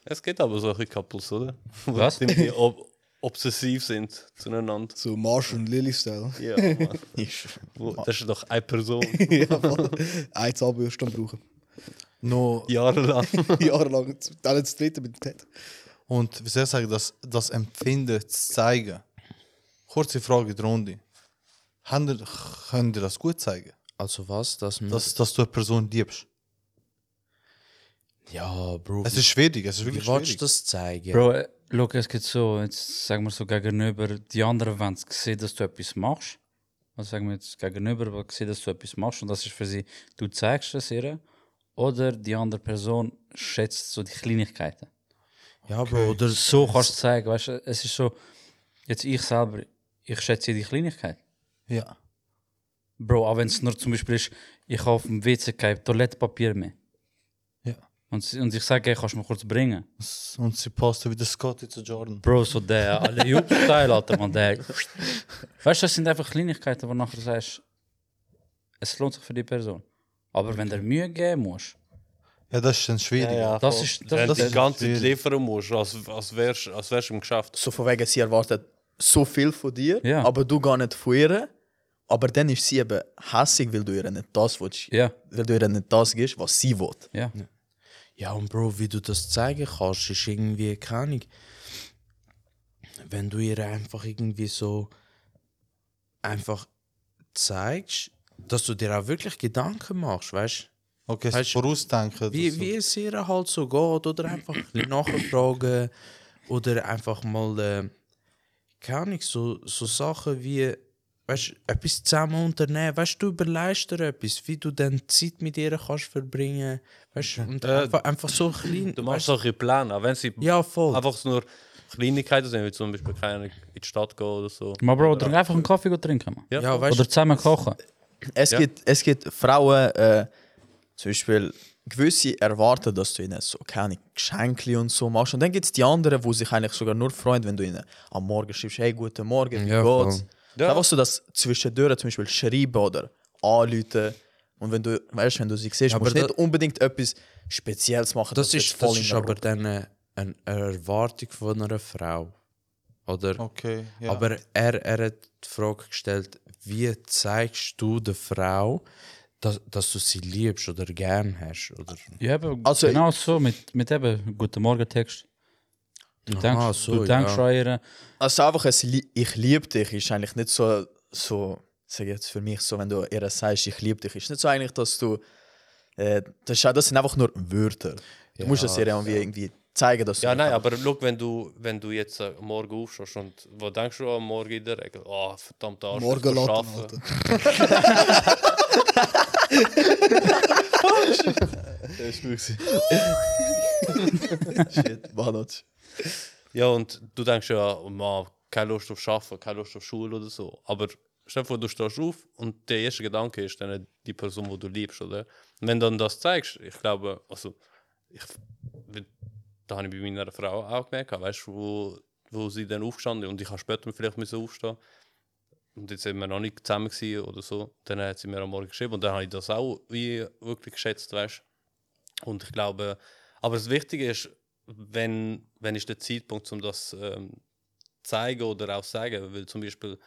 [SPEAKER 2] Es gibt aber solche Couples, oder? Wo
[SPEAKER 5] Was?
[SPEAKER 2] Die ob obsessiv sind zueinander.
[SPEAKER 4] So Marsh und Lily-Style.
[SPEAKER 2] Ja, Mann.
[SPEAKER 6] Ist-
[SPEAKER 2] Wo- das ist doch eine Person,
[SPEAKER 4] ja, voll. Ein Zahnbürste am brauchen.
[SPEAKER 3] No,
[SPEAKER 2] jahrelang.
[SPEAKER 4] Jahrelang. Dann jetzt das dritte mit dem Ted.
[SPEAKER 3] Und wie soll ich sagen, das, das Empfinden zu zeigen. Kurze Frage in die Runde. Haben ihr- Könnt ihr das gut zeigen?
[SPEAKER 1] Also was, dass man...
[SPEAKER 3] Dass, dass du eine Person liebst?
[SPEAKER 1] ja, Bro,
[SPEAKER 3] Es ist schwierig, es ist
[SPEAKER 1] wie
[SPEAKER 3] wirklich
[SPEAKER 1] willst du
[SPEAKER 3] schwierig.
[SPEAKER 1] das zeigen?
[SPEAKER 5] Bro, äh, schau, es geht so, jetzt sagen wir so gegenüber, die anderen wollen sehen, dass du etwas machst. Also sagen wir jetzt gegenüber, die sehen, dass du etwas machst und das ist für sie, du zeigst es ihr. Oder die andere Person schätzt so die Kleinigkeiten.
[SPEAKER 1] Ja, Bro, oder...
[SPEAKER 5] So kannst du es zeigen, weißt du, es ist so, jetzt ich selber, ich schätze die Kleinigkeit.
[SPEAKER 3] Ja.
[SPEAKER 5] Bro, auch wenn es nur zum Beispiel ist, ich habe auf dem WC kein Toilettenpapier mehr.
[SPEAKER 3] Ja.
[SPEAKER 5] Und, sie- und ich sage, hey, kannst du mir kurz bringen?
[SPEAKER 3] Und sie passt wie der Scotty zu Jordan.
[SPEAKER 5] Bro, so der, alle Jugendteile, Alter, man, der. Weißt du, das sind einfach Kleinigkeiten, wo du nachher sagst, es lohnt sich für die Person. Aber wenn du dir Mühe geben musst,
[SPEAKER 3] Ja, das ist dann schwierig.
[SPEAKER 5] das ist,
[SPEAKER 2] Wenn
[SPEAKER 5] das,
[SPEAKER 2] du
[SPEAKER 5] das,
[SPEAKER 2] die
[SPEAKER 5] das,
[SPEAKER 2] ganze Zeit
[SPEAKER 3] schwierig.
[SPEAKER 2] liefern musst, als, als wärst du als wärst du im Geschäft.
[SPEAKER 6] so von wegen, sie erwartet so viel von dir,
[SPEAKER 5] Ja.
[SPEAKER 6] aber du gar nicht von ihr. Aber dann ist sie eben hässig, weil du ihr nicht das willst,
[SPEAKER 5] ja,
[SPEAKER 6] weil du ihr nicht das gibst, was sie will.
[SPEAKER 5] ja.
[SPEAKER 1] Ja, und Bro, wie du das zeigen kannst, ist irgendwie, keine Ahnung, wenn du ihr einfach irgendwie so einfach zeigst, dass du dir auch wirklich Gedanken machst, weißt
[SPEAKER 3] Okay, es
[SPEAKER 1] Weißt-
[SPEAKER 3] vorausdenken.
[SPEAKER 1] wie,
[SPEAKER 3] dass-
[SPEAKER 1] wie es ihr halt so geht oder einfach ein bisschen nachfragen oder einfach mal, äh, keine Ahnung, so, so Sachen wie, weißt etwas zusammen unternehmen, weißt du, überleist dir etwas, wie du dann Zeit mit ihr kannst verbringen, weißt und einfach, einfach so klein.
[SPEAKER 2] Du machst solche Pläne, auch wenn sie
[SPEAKER 1] Ja, voll.
[SPEAKER 2] einfach nur Kleinigkeiten sind, wie zum Beispiel keine Ahnung, in die Stadt gehen oder so.
[SPEAKER 5] Mal, Bro, trink einfach einen Kaffee und trinken, man.
[SPEAKER 1] ja, weißt
[SPEAKER 5] Oder zusammen kochen.
[SPEAKER 6] Es,
[SPEAKER 2] Ja.
[SPEAKER 6] gibt, es gibt Frauen, äh, zum Beispiel, gewisse erwarten, dass du ihnen so keine Geschenke und so machst. Und dann gibt es die anderen, die sich eigentlich sogar nur freuen, wenn du ihnen am Morgen schreibst, hey, guten Morgen, wie
[SPEAKER 1] Ja,
[SPEAKER 6] geht's?
[SPEAKER 1] voll.
[SPEAKER 2] Ja.
[SPEAKER 6] Dann willst du das zwischendurch zum Beispiel schreiben oder anrufen. Und wenn du, weißt, wenn du sie siehst,
[SPEAKER 1] Aber
[SPEAKER 6] musst du nicht
[SPEAKER 1] da-
[SPEAKER 6] unbedingt etwas Spezielles machen.
[SPEAKER 1] Das
[SPEAKER 6] dass
[SPEAKER 1] ist,
[SPEAKER 6] du jetzt
[SPEAKER 1] das ist
[SPEAKER 6] in der
[SPEAKER 1] aber dann äh, eine, eine Erwartung von einer Frau. Oder?
[SPEAKER 3] Okay, ja.
[SPEAKER 1] Aber er, er hat die Frage gestellt, wie zeigst du der Frau, dass, dass du sie liebst oder gern hast? Oder?
[SPEAKER 5] Ja, eben,
[SPEAKER 6] Also-
[SPEAKER 5] genau so, mit, mit eben Guten Morgen-Text. Du
[SPEAKER 1] Aha,
[SPEAKER 5] denkst,
[SPEAKER 1] so,
[SPEAKER 5] du denkst
[SPEAKER 1] ja.
[SPEAKER 5] an ihre,
[SPEAKER 6] Also einfach ein Lie- Ich liebe dich ist eigentlich nicht so, so sag ich jetzt für mich so, wenn du ihr sagst, ich liebe dich, ist nicht so eigentlich, dass du. Äh, das, ist, auch- das sind einfach nur Wörter. Du musst es ihr irgendwie, irgendwie zeigen, dass du.
[SPEAKER 2] Ja, nein, aber schau, wenn du, wenn du jetzt äh, morgen aufstehst und wo denkst du am Morgen in der Regel? Oh, verdammt, Arsch,
[SPEAKER 4] Morgen
[SPEAKER 2] ich muss
[SPEAKER 4] laden,
[SPEAKER 2] arbeiten.
[SPEAKER 4] Alter.
[SPEAKER 6] Shit, Mann, das-
[SPEAKER 2] Ja, und du denkst ja, oh Mann, keine Lust auf Arbeiten, keine Lust auf Schule oder so. Aber stell dir vor, du stehst auf und der erste Gedanke ist dann die Person, die du liebst, oder? Und wenn du dann das zeigst, ich glaube, also, ich, da habe ich bei meiner Frau auch gemerkt, weißt du, wo, wo sie dann aufgestanden ist und ich habe später vielleicht müssen aufstehen und jetzt sind wir noch nicht zusammen gewesen oder so, dann hat sie mir am Morgen geschrieben und dann habe ich das auch wie wirklich geschätzt, weißt Und ich glaube, aber das Wichtige ist, wenn, wenn ist der Zeitpunkt, um das ähm, zeigen oder auch sagen, weil zum Beispiel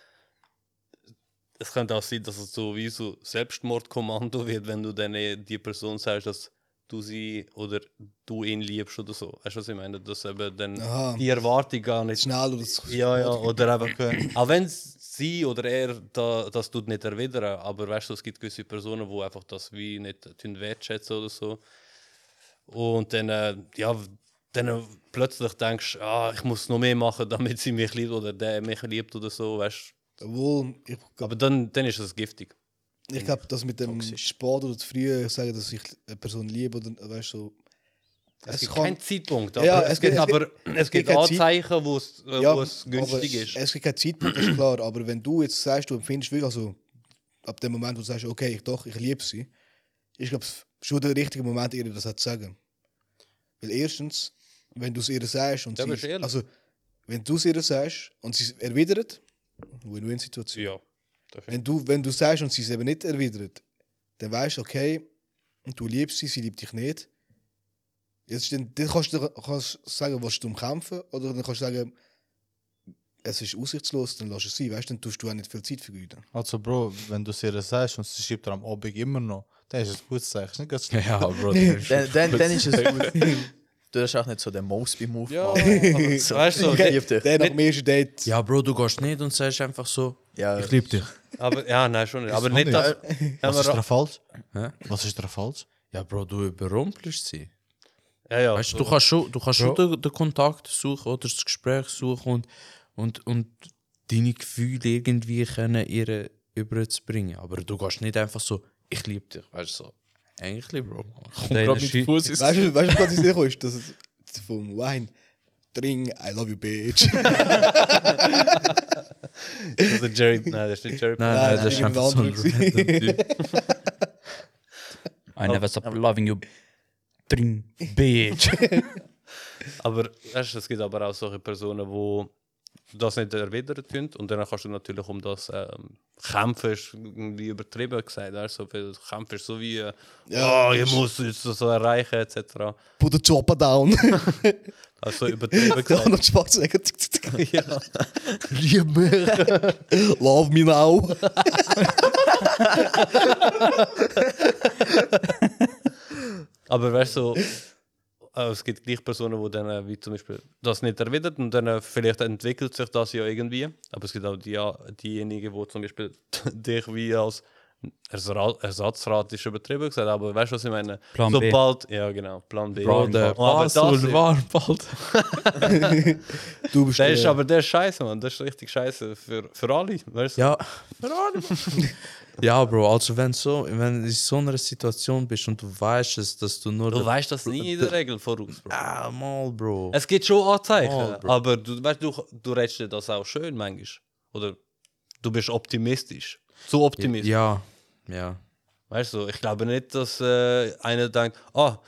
[SPEAKER 2] es könnte auch sein, dass es so wie so Selbstmordkommando wird, wenn du dann eh die Person sagst, dass du sie oder du ihn liebst oder so. Weißt du, was ich meine? Dass eben dann
[SPEAKER 4] Aha.
[SPEAKER 2] die Erwartung gar nicht
[SPEAKER 4] Schnell oder so.
[SPEAKER 2] ja, ja, oder eben, auch wenn sie oder er da, das tut nicht erwidern, aber weißt du, es gibt gewisse Personen, die einfach das wie nicht äh, tun wertschätzen oder so. Und dann, äh, ja, dann äh, plötzlich denkst du, ah, ich muss noch mehr machen, damit sie mich liebt oder der mich liebt oder so, weißt
[SPEAKER 4] Obwohl, ich
[SPEAKER 2] du. Aber dann, dann ist es giftig.
[SPEAKER 4] Ich glaube, das mit dem Sport oder zu früh sagen, dass ich eine Person liebe oder weißt du. so,
[SPEAKER 2] Es,
[SPEAKER 4] es
[SPEAKER 2] gibt
[SPEAKER 4] kann-
[SPEAKER 2] keinen Zeitpunkt, aber
[SPEAKER 4] Ja,
[SPEAKER 2] es,
[SPEAKER 4] es
[SPEAKER 2] gibt,
[SPEAKER 4] gibt-
[SPEAKER 2] aber es gibt
[SPEAKER 4] keinen Zeit-
[SPEAKER 2] Anzeichen, wo es, äh, wo es günstig
[SPEAKER 4] aber
[SPEAKER 2] ist.
[SPEAKER 4] Es gibt keinen Zeitpunkt, das ist klar. Aber wenn du jetzt sagst, du empfindest wirklich, also ab dem Moment, wo du sagst, okay, ich doch, ich liebe sie, ich glaube, es ist schon der richtige Moment, ihr das zu sagen. Weil erstens, wenn du es ihr sagst und
[SPEAKER 2] Ja,
[SPEAKER 4] sie.
[SPEAKER 2] bist ehrlich.
[SPEAKER 4] Also, wenn du es ihr sagst und sie es erwidert, Win-Win-Situation.
[SPEAKER 2] Ja.
[SPEAKER 4] Wenn du, wenn du sagst und sie es eben nicht erwidert, dann weißt du, okay, du liebst sie, sie liebt dich nicht. Jetzt ist dann, dann kannst du kannst du sagen, was du umkämpfen oder dann kannst du sagen, es ist aussichtslos, dann lass es sein, weißt du, dann tust du auch nicht viel Zeit vergeuden.
[SPEAKER 3] Also, Bro, wenn du es ihr sagst und sie schreibt dir am Abend immer noch, dann ist es ein gutes Zeichen. Nicht ganz schlecht.
[SPEAKER 1] Ja, Bro.
[SPEAKER 6] Dann, dann, dann ist es gut. Du hast auch nicht so den Mosby-Move
[SPEAKER 2] Ja,
[SPEAKER 6] gemacht.
[SPEAKER 2] aber,
[SPEAKER 6] So,
[SPEAKER 2] weißt du,
[SPEAKER 6] ich lieb dich.
[SPEAKER 4] Der nach dem ersten Date,
[SPEAKER 1] Ja, Bro, du gehst nicht und sagst einfach so,
[SPEAKER 6] Ja,
[SPEAKER 1] ich liebe dich.
[SPEAKER 2] aber, ja, nein, schon nicht. Aber
[SPEAKER 3] auch
[SPEAKER 2] nicht,
[SPEAKER 3] nicht.
[SPEAKER 2] dass,
[SPEAKER 3] Was ist
[SPEAKER 2] aber-
[SPEAKER 3] da falsch?
[SPEAKER 1] Hä?
[SPEAKER 3] Was ist da falsch?
[SPEAKER 1] Ja, Bro, du überrumpelst sie.
[SPEAKER 2] ja, ja,
[SPEAKER 1] Weißt du,
[SPEAKER 2] so.
[SPEAKER 1] du kannst schon, du kannst schon den, den Kontakt suchen oder das Gespräch suchen und, und, und deine Gefühle irgendwie können ihr überzubringen. Aber du gehst nicht einfach so, ich liebe dich, weißt du so. Eigentlich, Bro. Komm
[SPEAKER 5] Deine
[SPEAKER 1] grad mit dem
[SPEAKER 5] Schi-
[SPEAKER 1] Fuß ins-
[SPEAKER 4] weißt du, weißt du, was ich sicher ist? Das ist vom Wine. Drink, I love you, bitch.
[SPEAKER 2] Das ist der Jerry, nein, das ist nicht Jerry.
[SPEAKER 1] Nein,
[SPEAKER 4] Nein,
[SPEAKER 1] nein, das ist
[SPEAKER 4] nein,
[SPEAKER 1] einfach so ein
[SPEAKER 4] irgendein
[SPEAKER 1] random Typ.
[SPEAKER 4] anderer
[SPEAKER 5] I never stop loving you. Dring, bitch.
[SPEAKER 2] Aber weißt, du, es gibt aber auch solche Personen, wo das nicht erwidern tun und dann kannst du natürlich um das ähm, kämpfen, ist irgendwie übertrieben gesagt, weißt, du, so viel kämpfen ist so wie, äh,
[SPEAKER 4] Ja,
[SPEAKER 2] oh, ich muss jetzt das erreichen etc.
[SPEAKER 4] Put the chopper down.
[SPEAKER 2] Also übertrieben
[SPEAKER 4] Da
[SPEAKER 2] gesagt.
[SPEAKER 4] noch Spaß sagen.
[SPEAKER 2] ja.
[SPEAKER 4] Lieb mich. Love me now.
[SPEAKER 2] Aber weißt du, so, äh, es gibt gleich Personen, die dann äh, wie zum Beispiel das nicht erwidert und dann äh, vielleicht entwickelt sich das ja irgendwie. Aber es gibt auch die, diejenigen, die zum Beispiel dich wie als Ersra Ersatzrat ist übertrieben gesagt, aber weißt du, was ich meine?
[SPEAKER 5] Plan B.
[SPEAKER 2] Sobald, ja genau, Plan B.
[SPEAKER 1] Bro, der
[SPEAKER 2] Oh, aber das
[SPEAKER 1] Basel
[SPEAKER 2] ist-
[SPEAKER 1] war bald.
[SPEAKER 4] Du bist
[SPEAKER 2] Der ist
[SPEAKER 4] äh,
[SPEAKER 2] aber der ist scheiße, Mann. Der ist richtig scheiße für, für alle. Weißt du?
[SPEAKER 1] Ja. ja, Bro, also wenn, so, wenn du in so einer Situation bist und du weißt es, dass du nur...
[SPEAKER 2] Du
[SPEAKER 1] der-
[SPEAKER 2] weißt das nie in der Regel voraus, Bro.
[SPEAKER 1] Ah, mal, Bro.
[SPEAKER 2] Es gibt schon Anzeichen,
[SPEAKER 1] Oh, Bro.
[SPEAKER 2] aber du, weißt, du, du redest dir das auch schön manchmal. Oder du bist optimistisch. Zu optimistisch.
[SPEAKER 1] Ja, ja.
[SPEAKER 2] Weißt du, ich glaube nicht, dass äh, einer denkt, ah,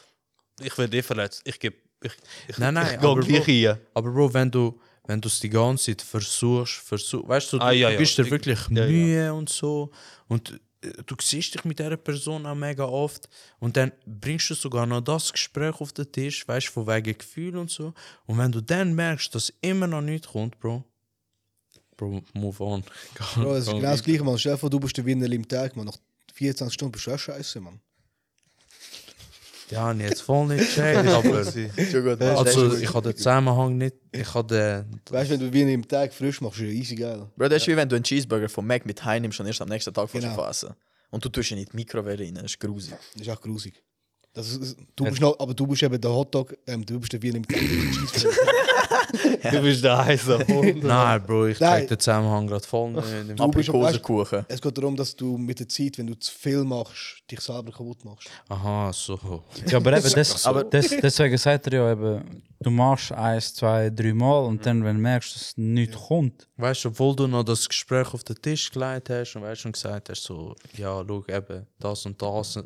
[SPEAKER 2] ich werde eh verletzt. Ich gebe. Ich, ich,
[SPEAKER 1] Nein, nein,
[SPEAKER 2] ich gehe
[SPEAKER 1] aber
[SPEAKER 2] gleich
[SPEAKER 1] Bro-
[SPEAKER 2] hier.
[SPEAKER 1] Aber Bro, wenn du wenn du es die ganze Zeit versuchst, versuchst, weißt du, du,
[SPEAKER 2] Ah, ja, ja.
[SPEAKER 1] du bist dir
[SPEAKER 2] Ich-
[SPEAKER 1] wirklich
[SPEAKER 2] ja, ja.
[SPEAKER 1] Mühe und so und äh, du siehst dich mit dieser Person auch mega oft und dann bringst du sogar noch das Gespräch auf den Tisch, weißt du, von wegen Gefühl und so und wenn du dann merkst, dass immer noch nichts kommt, Bro, Bro, move on. Hm,
[SPEAKER 4] Bro, es ist genau das gleiche, man. Stell dir vor, du bist der Winner im Tag, man. Nach 24 Stunden bist du auch scheiße, man.
[SPEAKER 1] Ja, ich jetzt voll nicht gecheckt, aber
[SPEAKER 6] schon gut.
[SPEAKER 1] also ich habe den Zusammenhang nicht, ich habe den...
[SPEAKER 4] Weißt du, wenn du Winner im Tag frisch machst, ist ja easy geil.
[SPEAKER 6] Bro, das ist wie wenn du einen Cheeseburger von Mac mit heimnimmst und erst am nächsten Tag genau.
[SPEAKER 4] Genau.
[SPEAKER 6] fassen. Und du tust ihn in die Mikrowelle rein, das ist grusig.
[SPEAKER 4] Das ist auch grusig. Das ist, du bist noch, aber du bist eben der Hotdog, ähm, du bist der Wiener mit
[SPEAKER 6] Du bist der heiße Hund.
[SPEAKER 1] Nein, Bro, ich
[SPEAKER 4] Nein.
[SPEAKER 1] check den Zusammenhang gerade voll nicht.
[SPEAKER 4] Du bist aber-
[SPEAKER 6] Aprikosenkuchen.
[SPEAKER 4] Es geht darum, dass du mit der Zeit, wenn du zu viel machst, dich selber kaputt machst.
[SPEAKER 1] Aha, so.
[SPEAKER 5] Ja, aber eben, das, aber das, deswegen sagt er ja eben, du machst eins, zwei, drei Mal und dann, wenn du merkst, dass nichts kommt,
[SPEAKER 1] Weißt du, obwohl du noch das Gespräch auf den Tisch gelegt hast und weißt du, und gesagt hast, so, ja, schau eben, das und das. äh,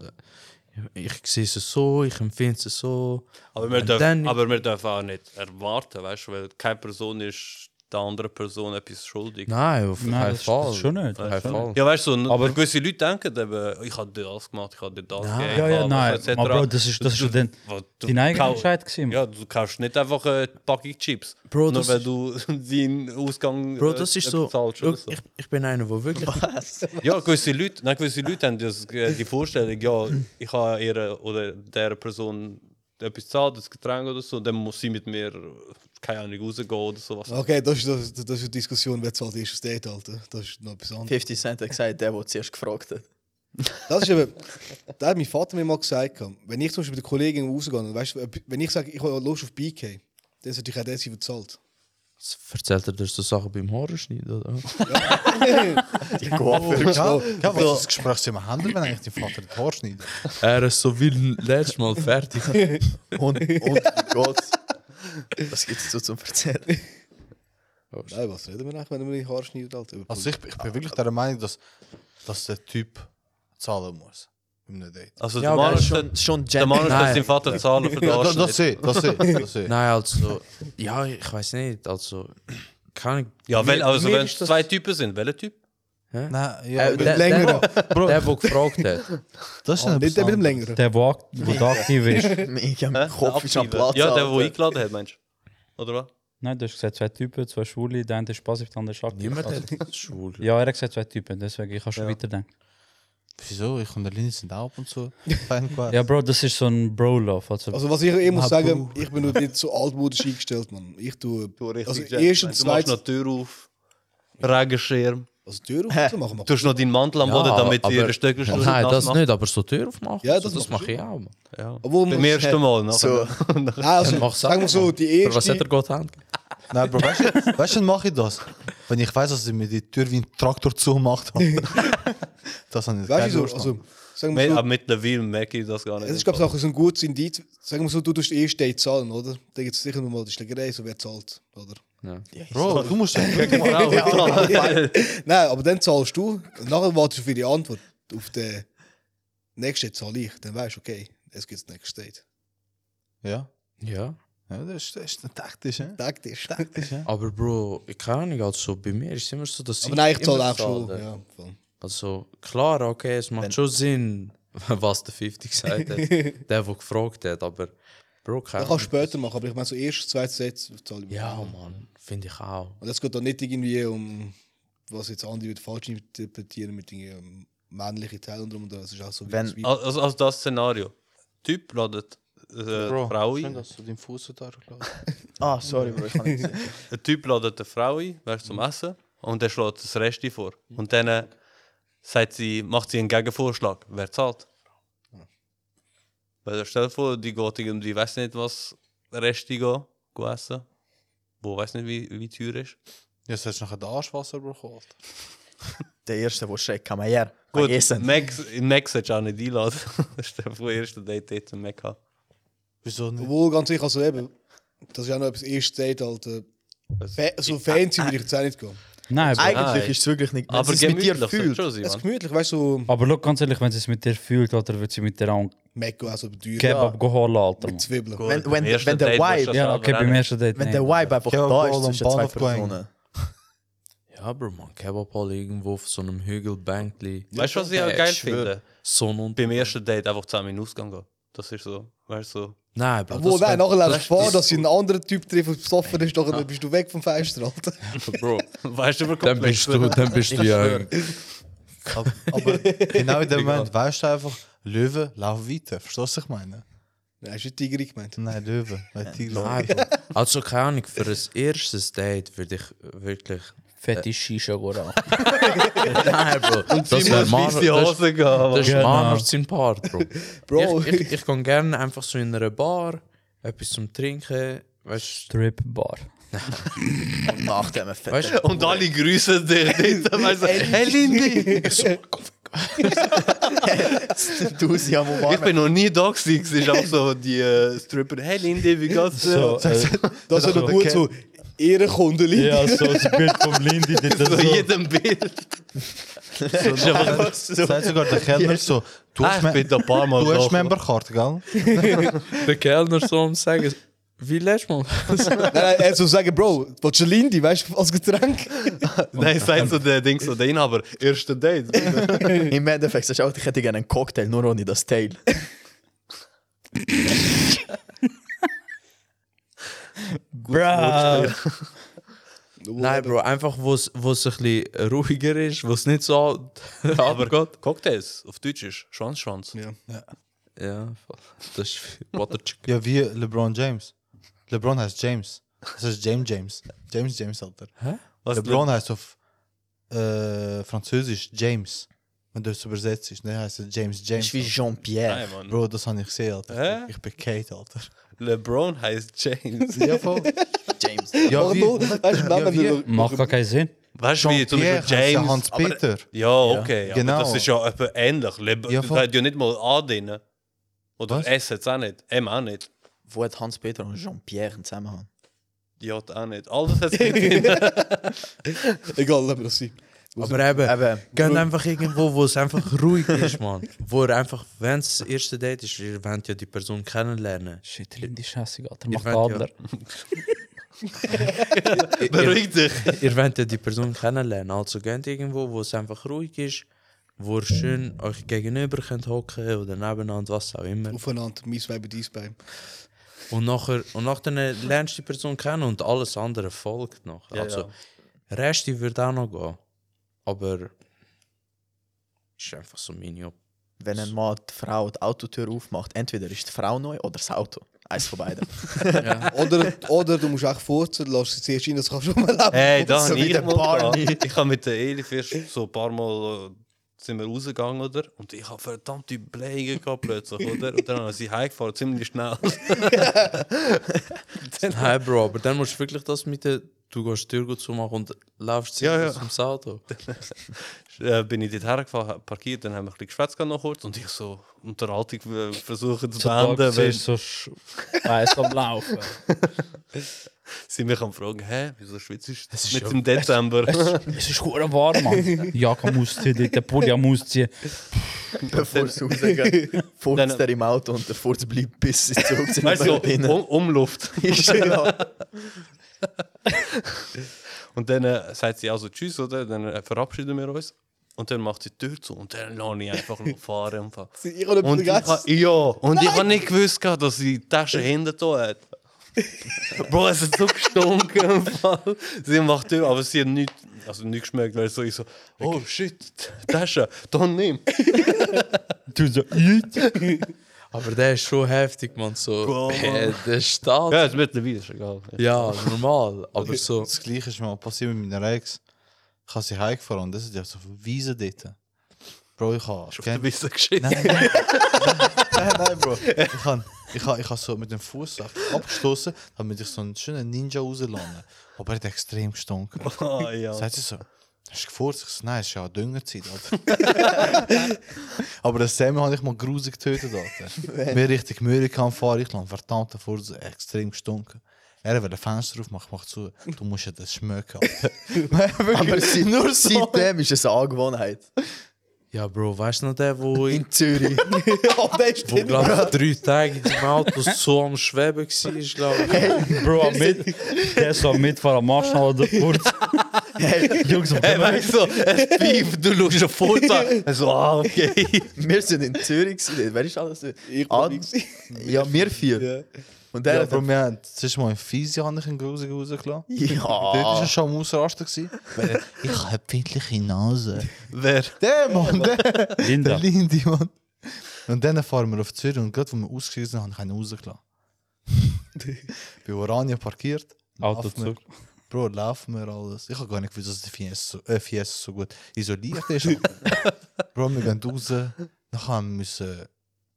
[SPEAKER 1] Ich sehe es so, ich empfinde es so.
[SPEAKER 2] Aber wir,
[SPEAKER 1] Und
[SPEAKER 2] dürfen,
[SPEAKER 1] dann-
[SPEAKER 2] aber wir dürfen auch nicht erwarten, weißt du, weil keine Person ist der anderen Person etwas schuldig.
[SPEAKER 1] Nein, auf
[SPEAKER 5] Nein,
[SPEAKER 1] keinen
[SPEAKER 5] das- das
[SPEAKER 1] Fall.
[SPEAKER 5] schon nicht,
[SPEAKER 1] Auf keinen
[SPEAKER 5] das schon
[SPEAKER 1] Fall.
[SPEAKER 2] Ja, weißt du, aber
[SPEAKER 5] Aber-
[SPEAKER 2] gewisse Leute denken eben, ich habe dir das gemacht, ich habe dir das gegeben.
[SPEAKER 5] Ja,
[SPEAKER 2] ich
[SPEAKER 5] ja,
[SPEAKER 2] habe
[SPEAKER 5] nein,
[SPEAKER 2] das, etc.
[SPEAKER 5] aber Bro, das ist- das ist
[SPEAKER 2] Du-
[SPEAKER 5] ja dann
[SPEAKER 2] was- du
[SPEAKER 5] dein eigener
[SPEAKER 2] kau-
[SPEAKER 5] Entscheid gewesen.
[SPEAKER 2] Ja, du kaufst nicht einfach eine Packung Chips,
[SPEAKER 1] Bro,
[SPEAKER 2] nur
[SPEAKER 1] das
[SPEAKER 2] weil
[SPEAKER 1] ist-
[SPEAKER 2] du deinen Ausgang
[SPEAKER 1] Bro, das ist so.
[SPEAKER 2] zahlst.
[SPEAKER 1] Schau,
[SPEAKER 2] oder so.
[SPEAKER 1] ich, ich bin einer, der wirklich.
[SPEAKER 2] Ja, gewisse Leute, nein, gewisse Leute haben das, äh, die Vorstellung, ja, ich habe ihrer oder der Person etwas zahlt, das Getränk oder so, dann muss sie mit mir, keine Ahnung, rausgehen oder sowas.
[SPEAKER 4] Okay, das ist, das, das ist eine Diskussion, wer zahlt erstes Date, Alter. Das ist noch etwas anderes.
[SPEAKER 6] 50 Cent hat gesagt, der, der zuerst gefragt hat.
[SPEAKER 4] Das ist eben, da hat mein Vater mir mal gesagt, gehabt, wenn ich zum Beispiel mit der Kollegin rausgehe, und weißt, du, wenn ich sage, ich habe Lust auf BK, dann ist natürlich auch der, der bezahlt.
[SPEAKER 1] Jetzt Erzählt er dir so Sachen beim Horrorschneid, oder?
[SPEAKER 6] Die Coiffeur.
[SPEAKER 3] Ja, ja, was ist das Gesprächsthema handeln, wenn eigentlich dein Vater das Haar schneidet?
[SPEAKER 1] er ist so wie letztes Mal fertig.
[SPEAKER 6] Und, und Gott. Was gibt es so zum Erzählen?
[SPEAKER 4] Nein, was reden wir eigentlich, wenn man die Haare schneidet, Alter? Über
[SPEAKER 3] Also ich, ich bin wirklich der Meinung, dass, dass der Typ zahlen muss. Im Date.
[SPEAKER 2] Also
[SPEAKER 1] Ja,
[SPEAKER 2] der
[SPEAKER 1] aber
[SPEAKER 2] Mann ist
[SPEAKER 6] Schon, schon
[SPEAKER 2] der Mann ist
[SPEAKER 1] Nein.
[SPEAKER 2] dass sein Vater zahlen für
[SPEAKER 3] Ja,
[SPEAKER 2] das.
[SPEAKER 3] das, das sehe ich, das sehe ich, das sehe ich.
[SPEAKER 1] Nein, also. Ja, ich weiß nicht. Also. Kann ich.
[SPEAKER 2] Ja, weil, also
[SPEAKER 1] mir
[SPEAKER 2] wenn es
[SPEAKER 1] ist das-
[SPEAKER 2] zwei Typen sind, welcher Typ?
[SPEAKER 3] Nein, ja,
[SPEAKER 1] äh, Der, der,
[SPEAKER 4] längeren.
[SPEAKER 1] Bro, der, der gefragt hat.
[SPEAKER 3] das ist
[SPEAKER 4] Ah,
[SPEAKER 3] ein
[SPEAKER 4] nicht der mit dem längeren.
[SPEAKER 5] der, der ak- wo du aktiv ist.
[SPEAKER 6] mega
[SPEAKER 2] Hä?
[SPEAKER 6] mein Kopf ist am
[SPEAKER 2] Aktive.
[SPEAKER 6] Platz.
[SPEAKER 2] Ja, der, der
[SPEAKER 6] Alter.
[SPEAKER 2] eingeladen hat, meinst du? Oder was?
[SPEAKER 5] Nein, du hast gesagt, zwei Typen, zwei Schwule, der eine ist passiv, der andere ist aktiv.
[SPEAKER 1] Niemand hat. Schwul.
[SPEAKER 5] Ja, er hat gesagt, zwei Typen, dus deswegen ich kann schon weiterdenken.
[SPEAKER 3] Wieso? Ich und der Linie sind auch ab und zu.
[SPEAKER 5] Ja, Bro, das ist so ein Bro-Love. Also,
[SPEAKER 4] Also was ich eh muss
[SPEAKER 3] Ah,
[SPEAKER 4] sagen, ich bin noch nicht so altmodisch eingestellt, Mann. Ich tue also
[SPEAKER 2] Gentleman.
[SPEAKER 4] erst und
[SPEAKER 2] du machst noch
[SPEAKER 4] zweites,
[SPEAKER 2] die Tür auf, Regenschirm,
[SPEAKER 4] also Tür auf zu machen.
[SPEAKER 2] du hast noch deinen Mantel am Boden, damit
[SPEAKER 1] aber-
[SPEAKER 2] ihr ein Stöckchen
[SPEAKER 1] Nein, das
[SPEAKER 2] macht.
[SPEAKER 1] nicht, aber so Tür aufmachen. Ja,
[SPEAKER 4] Ja, das
[SPEAKER 1] das, so, das
[SPEAKER 4] machst
[SPEAKER 1] mache ich auch. Mann.
[SPEAKER 2] Ja.
[SPEAKER 4] Obwohl man
[SPEAKER 2] Beim ersten Mal.
[SPEAKER 6] So,
[SPEAKER 2] nachher.
[SPEAKER 4] Nein, also,
[SPEAKER 1] Mach
[SPEAKER 4] sagen wir so, die
[SPEAKER 1] Für was hat
[SPEAKER 4] erste,
[SPEAKER 1] er Gott Hand?
[SPEAKER 3] Nein, Bro, weißt du, weißt du, mache ich das? Wenn ich weiß, dass sie mir die Tür wie ein Traktor zugemacht haben. das habe ich
[SPEAKER 4] weißt
[SPEAKER 3] keine
[SPEAKER 4] du
[SPEAKER 3] Lust,
[SPEAKER 4] so,
[SPEAKER 3] Mann.
[SPEAKER 4] also sagen
[SPEAKER 2] Me-
[SPEAKER 4] wir
[SPEAKER 2] Aber
[SPEAKER 4] so,
[SPEAKER 2] mittlerweile merke ich das gar nicht.
[SPEAKER 4] es ist glaube ich auch so ein gutes Indiz. Sagen wir so, du tust eh Date zahlen, oder? Da gibt es sicher nochmal die Schlägerei, so wer zahlt, oder?
[SPEAKER 3] Bro, du musst
[SPEAKER 4] Nein, aber dann zahlst du und nachher wartest du für die Antwort. Auf den nächsten zahle ich, dann weißt du, okay, es gibt das nächste Date.
[SPEAKER 3] Ja.
[SPEAKER 1] Ja.
[SPEAKER 3] ja, das ist, das ist eine taktisch, hä?
[SPEAKER 4] Taktisch.
[SPEAKER 1] Aber Bro, ich kann nicht, also bei mir ist es immer so, dass
[SPEAKER 4] Aber nein, ich
[SPEAKER 1] immer
[SPEAKER 4] zahle auch schon.
[SPEAKER 1] zahle.
[SPEAKER 4] Ja, voll.
[SPEAKER 1] Also klar, okay, es macht schon Sinn, was der 50 gesagt hat, der, der gefragt hat, aber Bro,
[SPEAKER 4] Das
[SPEAKER 1] keine
[SPEAKER 4] kannst du später machen, aber ich meine, so erstes, zweites Set zahle ich.
[SPEAKER 1] Ja, Mann, finde ich auch.
[SPEAKER 4] Und es geht da nicht irgendwie um, was jetzt andere wieder falsch interpretieren mit den männlichen Teilen drum und da. Es ist auch so wie
[SPEAKER 6] Wenn-
[SPEAKER 4] das Weib-
[SPEAKER 2] Also, also, also das Szenario. Typ ladet äh,
[SPEAKER 3] Bro,
[SPEAKER 2] Frau
[SPEAKER 3] schön,
[SPEAKER 2] ein.
[SPEAKER 3] dass du deinen Fuß da gelassen
[SPEAKER 6] ah, sorry, Bro, ich kann nicht sehen.
[SPEAKER 2] Ein Typ ladet eine Frau ein, weißt,
[SPEAKER 1] Mhm.
[SPEAKER 2] zum Essen. Und der schlägt das Reste vor. Und dann äh, sagt sie, macht sie einen Gegenvorschlag. Wer zahlt? Weil stell dir vor, die geht irgendwie, weiß nicht was, Reste gehen, gehen essen. Wo weiß nicht, wie, wie teuer ist.
[SPEAKER 3] Ja, jetzt hast du nachher den Arschwasser bekommen.
[SPEAKER 6] Der erste, der schreckt, kann man her.
[SPEAKER 2] Gut,
[SPEAKER 6] Gut, essen.
[SPEAKER 2] Max, in Max hättest du auch nicht einladen. stell dir vor, erste Date hätte einen Mac gehabt.
[SPEAKER 3] Wieso nicht?
[SPEAKER 4] Obwohl, ganz sicher, also eben, das ist ja noch etwas erstes Date, Alter. Fa so fancy würde ich jetzt auch nicht gehen.
[SPEAKER 5] nein, Bro.
[SPEAKER 6] Eigentlich
[SPEAKER 2] Nein.
[SPEAKER 6] ist es wirklich nicht.
[SPEAKER 2] Aber
[SPEAKER 6] Aber es mit dir
[SPEAKER 2] gemütlich,
[SPEAKER 6] fühlt.
[SPEAKER 2] sollte schon sein,
[SPEAKER 4] Es ist
[SPEAKER 2] Mann.
[SPEAKER 4] gemütlich, weißt du, so
[SPEAKER 5] aber schau, ganz ehrlich, wenn sie es mit dir fühlt, Alter, wird sie mit dir auch einen
[SPEAKER 4] Mekko, also teuer.
[SPEAKER 5] Kebab geholt, Alter.
[SPEAKER 4] Mit
[SPEAKER 5] Mann.
[SPEAKER 4] Zwiebeln.
[SPEAKER 6] Wenn,
[SPEAKER 2] Beim
[SPEAKER 6] wenn,
[SPEAKER 2] ersten
[SPEAKER 6] wenn der
[SPEAKER 2] Date willst du
[SPEAKER 6] Vibe,
[SPEAKER 2] das
[SPEAKER 5] Ja,
[SPEAKER 2] selber
[SPEAKER 5] okay, beim
[SPEAKER 2] rennen.
[SPEAKER 5] ersten Date.
[SPEAKER 6] wenn
[SPEAKER 5] nein.
[SPEAKER 6] der Vibe einfach
[SPEAKER 3] Ja,
[SPEAKER 6] da
[SPEAKER 3] Ball
[SPEAKER 6] ist
[SPEAKER 3] am
[SPEAKER 6] zwischen zwei
[SPEAKER 3] Bahnhof gehen.
[SPEAKER 6] Personen.
[SPEAKER 1] Ja, Bro, man, Kebab alle irgendwo auf so einem Hügel, Bänkli.
[SPEAKER 2] Weißt du, was ich auch
[SPEAKER 1] Ja,
[SPEAKER 2] geil
[SPEAKER 1] ich schwör.
[SPEAKER 2] finde?
[SPEAKER 1] Sonne und...
[SPEAKER 2] Beim ersten Date einfach zusammen in den Ausgang gehen. Das ist so, weißt du, so.
[SPEAKER 1] Nein, Bro,
[SPEAKER 4] Obwohl, nein,
[SPEAKER 1] wär-
[SPEAKER 4] nachher lässt
[SPEAKER 1] das-
[SPEAKER 4] du vor,
[SPEAKER 1] das-
[SPEAKER 4] dass sie einen anderen Typ trifft, der besoffen ist, nachher bist du weg vom Fenster, Alter.
[SPEAKER 1] Bro,
[SPEAKER 2] Weißt du, über
[SPEAKER 1] dann bist du, dann bist du ja...
[SPEAKER 3] Aber, aber genau in dem Moment weißt du einfach, Löwe, lauf weiter. Verstehst du, was ich meine?
[SPEAKER 4] Nein, hast du Tigri gemeint?
[SPEAKER 3] Nein, Löwe. Weil Tiger.
[SPEAKER 1] Also, Nein, Bro. Also keine Ahnung, für ein erstes Date würde ich wirklich
[SPEAKER 5] fette Shisha oder
[SPEAKER 6] Nein, Bro.
[SPEAKER 1] Das wäre Manor,
[SPEAKER 2] Hose gehabt.
[SPEAKER 1] das ist
[SPEAKER 5] Genau.
[SPEAKER 1] Manor sein Part, Bro.
[SPEAKER 4] Bro,
[SPEAKER 1] Ich, ich, ich kann gerne einfach so in einer Bar etwas zum Trinken. Weißt
[SPEAKER 5] Strip Bar.
[SPEAKER 6] Nach dem Fett.
[SPEAKER 1] Weißt du?
[SPEAKER 2] Und alle grüßen dich. dort, weißt du, hey Lindy,
[SPEAKER 6] du sie am
[SPEAKER 2] ich bin noch nie da gewesen. Es ist auch so die äh, Stripper. Hey Lindy, wie geht's dir?
[SPEAKER 5] So, äh,
[SPEAKER 4] das ist aber gut so. Ehrenkundenlinie.
[SPEAKER 5] ja, so das Bild vom Lindy. Das
[SPEAKER 2] so
[SPEAKER 5] so.
[SPEAKER 2] jedem Bild.
[SPEAKER 3] Sagt sogar der Kellner so, du
[SPEAKER 2] Ah,
[SPEAKER 3] hast,
[SPEAKER 2] ich
[SPEAKER 3] Me
[SPEAKER 2] bin da ein paar Mal
[SPEAKER 3] du hast
[SPEAKER 2] da.
[SPEAKER 3] Memberkarte, gell?
[SPEAKER 1] du, der Kellner so am sagen, wie lässt man?
[SPEAKER 4] Nein, nein, er soll sagen, Bro, willst du eine Lindy, weißt du, als Getränk?
[SPEAKER 2] Nein, sagt so der Ding, so der Inhaber. Erste Date.
[SPEAKER 6] Im Endeffekt sagst du auch, ich hätte gerne einen Cocktail, nur ohne das Tail.
[SPEAKER 1] Ah.
[SPEAKER 5] Bro.
[SPEAKER 1] Nein, Bro, einfach, wo es ein bisschen ruhiger ist, wo es nicht so
[SPEAKER 2] Aber Gott. Cocktails auf Deutsch ist Schwanzschwanz.
[SPEAKER 4] Ja.
[SPEAKER 1] Ja, voll. das ist Water Chicken.
[SPEAKER 3] Ja, wie LeBron James. LeBron heißt James. Das heißt James James. James James, Alter.
[SPEAKER 2] Was
[SPEAKER 3] LeBron heißt auf äh, Französisch James. dus Wenn du es übersetzt, ist, ne, heißt es James
[SPEAKER 6] Das
[SPEAKER 3] James.
[SPEAKER 6] ist wie
[SPEAKER 3] Alter.
[SPEAKER 6] Jean-Pierre.
[SPEAKER 2] Nein, Mann.
[SPEAKER 3] Bro, das habe ich gesehen, Alter.
[SPEAKER 2] Hä?
[SPEAKER 3] Ich bin Kate, Alter.
[SPEAKER 2] LeBron heißt James.
[SPEAKER 3] Ja, voll.
[SPEAKER 6] James.
[SPEAKER 3] Ja,
[SPEAKER 4] Oder
[SPEAKER 3] wie?
[SPEAKER 4] nur, weißt du, Namen
[SPEAKER 3] wie?
[SPEAKER 4] nur-
[SPEAKER 5] Macht gar keinen Sinn.
[SPEAKER 2] Weißt du, wie zum
[SPEAKER 3] Jean-Pierre
[SPEAKER 2] Beispiel
[SPEAKER 3] heißt ja
[SPEAKER 2] James.
[SPEAKER 3] Hans-Peter.
[SPEAKER 2] Ja, okay. Ja,
[SPEAKER 3] genau.
[SPEAKER 2] genau. Das ist ja etwa ähnlich. Leb
[SPEAKER 3] Ja,
[SPEAKER 2] ja,
[SPEAKER 3] voll.
[SPEAKER 2] das hat ja nicht mal A drin. Oder
[SPEAKER 3] Was?
[SPEAKER 2] S hat es auch nicht. M auch nicht.
[SPEAKER 6] Wo hat Hans-Peter und Jean-Pierre einen Zusammenhang?
[SPEAKER 2] J auch nicht. Alles hat es nicht drin.
[SPEAKER 4] Egal, lassen wir das sein.
[SPEAKER 1] Aber eben,
[SPEAKER 6] Eben.
[SPEAKER 1] gehen einfach irgendwo, wo es einfach ruhig ist, man. Wo er einfach, wenn es das erste Date ist, ihr wollt ja die Person kennenlernen.
[SPEAKER 5] Shit, Lindy, scheißegal. Der
[SPEAKER 1] Ich
[SPEAKER 5] macht
[SPEAKER 1] weiß,
[SPEAKER 5] Adler.
[SPEAKER 2] Beruhig dich.
[SPEAKER 1] Ihr wollt ja die Person kennenlernen. Also geht irgendwo, wo es einfach ruhig ist, wo ihr schön euch gegenüber könnt hocken oder nebeneinander, was auch immer.
[SPEAKER 4] Aufeinander, mein Bein, dein Bein.
[SPEAKER 1] Und nachher, und nachher lernst du die Person kennen und alles andere folgt noch.
[SPEAKER 2] Ja,
[SPEAKER 1] also,
[SPEAKER 2] ja.
[SPEAKER 1] Reste wird auch noch gehen. Aber ist einfach so meine Op
[SPEAKER 6] Wenn ein Mann die Frau die Autotür aufmacht, entweder ist die Frau neu oder das Auto. Eins von beiden.
[SPEAKER 4] Oder, oder du musst echt furzen, lass sie zuerst rein, das kannst du schon mal leben.
[SPEAKER 2] Hey, da
[SPEAKER 6] So
[SPEAKER 2] habe
[SPEAKER 6] wie
[SPEAKER 2] ich
[SPEAKER 6] der
[SPEAKER 2] mal
[SPEAKER 6] Barney.
[SPEAKER 2] gehabt. Ich habe mit der Eli Fisch so ein paar Mal äh, sind wir rausgegangen, oder? Und ich habe verdammte Blähungen gehabt plötzlich, oder? Und dann habe ich sie heimgefahren, ziemlich schnell.
[SPEAKER 1] Nein, Bro, aber dann musst du wirklich das mit der. Du gehst die Tür gut zumachen und laufst sie
[SPEAKER 2] Ja, ja.
[SPEAKER 1] aus dem Auto.
[SPEAKER 2] äh, bin ich dort hergefahren, hab parkiert, dann haben wir ein bisschen geschwätzt gehabt noch kurz und ich so Unterhaltung äh, versuchen zu beenden, weil
[SPEAKER 5] so Eis am Laufen.
[SPEAKER 2] sie mich am fragen, hä, wieso schwitzt du mit dem Dezember?
[SPEAKER 5] Es ist hure warm, Mann. Jacke muss ziehen, der Pulli muss ziehen.
[SPEAKER 6] Bevor es rausgeht,
[SPEAKER 2] Dann-
[SPEAKER 6] furzt er im Auto und der Furz bleibt bis sie zurück sind.
[SPEAKER 2] Weißt du,
[SPEAKER 6] drinnen.
[SPEAKER 2] um, Umluft.
[SPEAKER 6] Ist ja.
[SPEAKER 2] Und dann äh, sagt sie also Tschüss, oder? Dann äh, verabschieden wir uns. Und dann macht sie die Tür zu und dann lasse ich einfach noch fahren. im Fall.
[SPEAKER 4] Ich habe
[SPEAKER 2] Und
[SPEAKER 4] nicht
[SPEAKER 2] ich ha,
[SPEAKER 4] vergessen.
[SPEAKER 2] ja, und ich habe nicht gewusst, gehabt, dass sie die Tasche hinten da hat. Bro, es hat so gestunken. im Fall. sie macht die Tür, aber sie hat nichts also nicht geschmeckt, weil so ich so, oh shit, Tasche, dann nimm.
[SPEAKER 5] Du so, Jit.
[SPEAKER 1] Aber der ist schon heftig, man. So,
[SPEAKER 2] Bro.
[SPEAKER 1] äh, der Staat.
[SPEAKER 2] Ja,
[SPEAKER 1] Ja.
[SPEAKER 2] ist mittlerweile ist egal.
[SPEAKER 1] normal. Aber so.
[SPEAKER 3] Das gleiche ist mir mal passiert mit meiner Ex. Ich habe sie heimgefahren und das ist ja so auf Wiese dort. Bro, ich habe...
[SPEAKER 2] Auf der Wiese geschissen.
[SPEAKER 3] Nein, nein, nein, nein, Bro. Ich habe ich hab, ich hab so mit dem Fuß abgestoßen, damit ich so einen schönen Ninja rauslande. Aber er hat extrem gestunken.
[SPEAKER 2] Ah, ja.
[SPEAKER 3] Sagt sie so, hast du gefurzt? Ich so, nein, es ist ja eine Düngerzeit, Alter. Aber das Samuel habe ich mal grusig getötet, Alter. Mir richtig Mühe kann fahren, ich lande verdammt der Furz extrem gestunken. Er will ein Fenster aufmachen, macht zu. Du musst ja das schmecken, Alter.
[SPEAKER 6] Aber sie, nur seitdem ist es eine Angewohnheit.
[SPEAKER 1] Ja, Bro, nou weißt du noch der, wo in.
[SPEAKER 6] In Zürich.
[SPEAKER 4] Oh, der ist
[SPEAKER 1] Wo, glaub ich, drei Tage in dem Auto so am Schweben war, glaube ich.
[SPEAKER 5] Bro, am mit, der so am Mitfahren am Marsch oder Furz. Jungs,
[SPEAKER 2] Hey, weißt du, es pieft, du schaust auf Forza. So, ah, okay.
[SPEAKER 6] wir sind in Zürich. gewesen. Wer ist alles? dort?
[SPEAKER 4] Ich
[SPEAKER 6] Ah,
[SPEAKER 4] bin nicht.
[SPEAKER 6] Ja, wir vier. Und der
[SPEAKER 3] Ja,
[SPEAKER 6] hat
[SPEAKER 3] Bro, wir haben zuerst mal in Fisi habe ich einen grusigen rausgelassen. Dort war
[SPEAKER 6] Ja.
[SPEAKER 3] er schon am Ausrasten. gewesen, Ah. weil er, Ich habe pindliche Nase.
[SPEAKER 2] Wer?
[SPEAKER 3] Der Mann, der, der
[SPEAKER 5] Linda.
[SPEAKER 3] Lindy, Mann. Und dann fahren wir auf Zürich und gerade, wo wir ausgestiegen sind, habe ich einen rausgelassen. Bei Oranje parkiert.
[SPEAKER 5] Autozug.
[SPEAKER 3] Bro, laufen wir alles. Ich habe gar nicht gewusst, dass die Fiesta so, äh, Fiesta so gut isoliert ist. Bro, wir gehen raus. Nachher müssen wir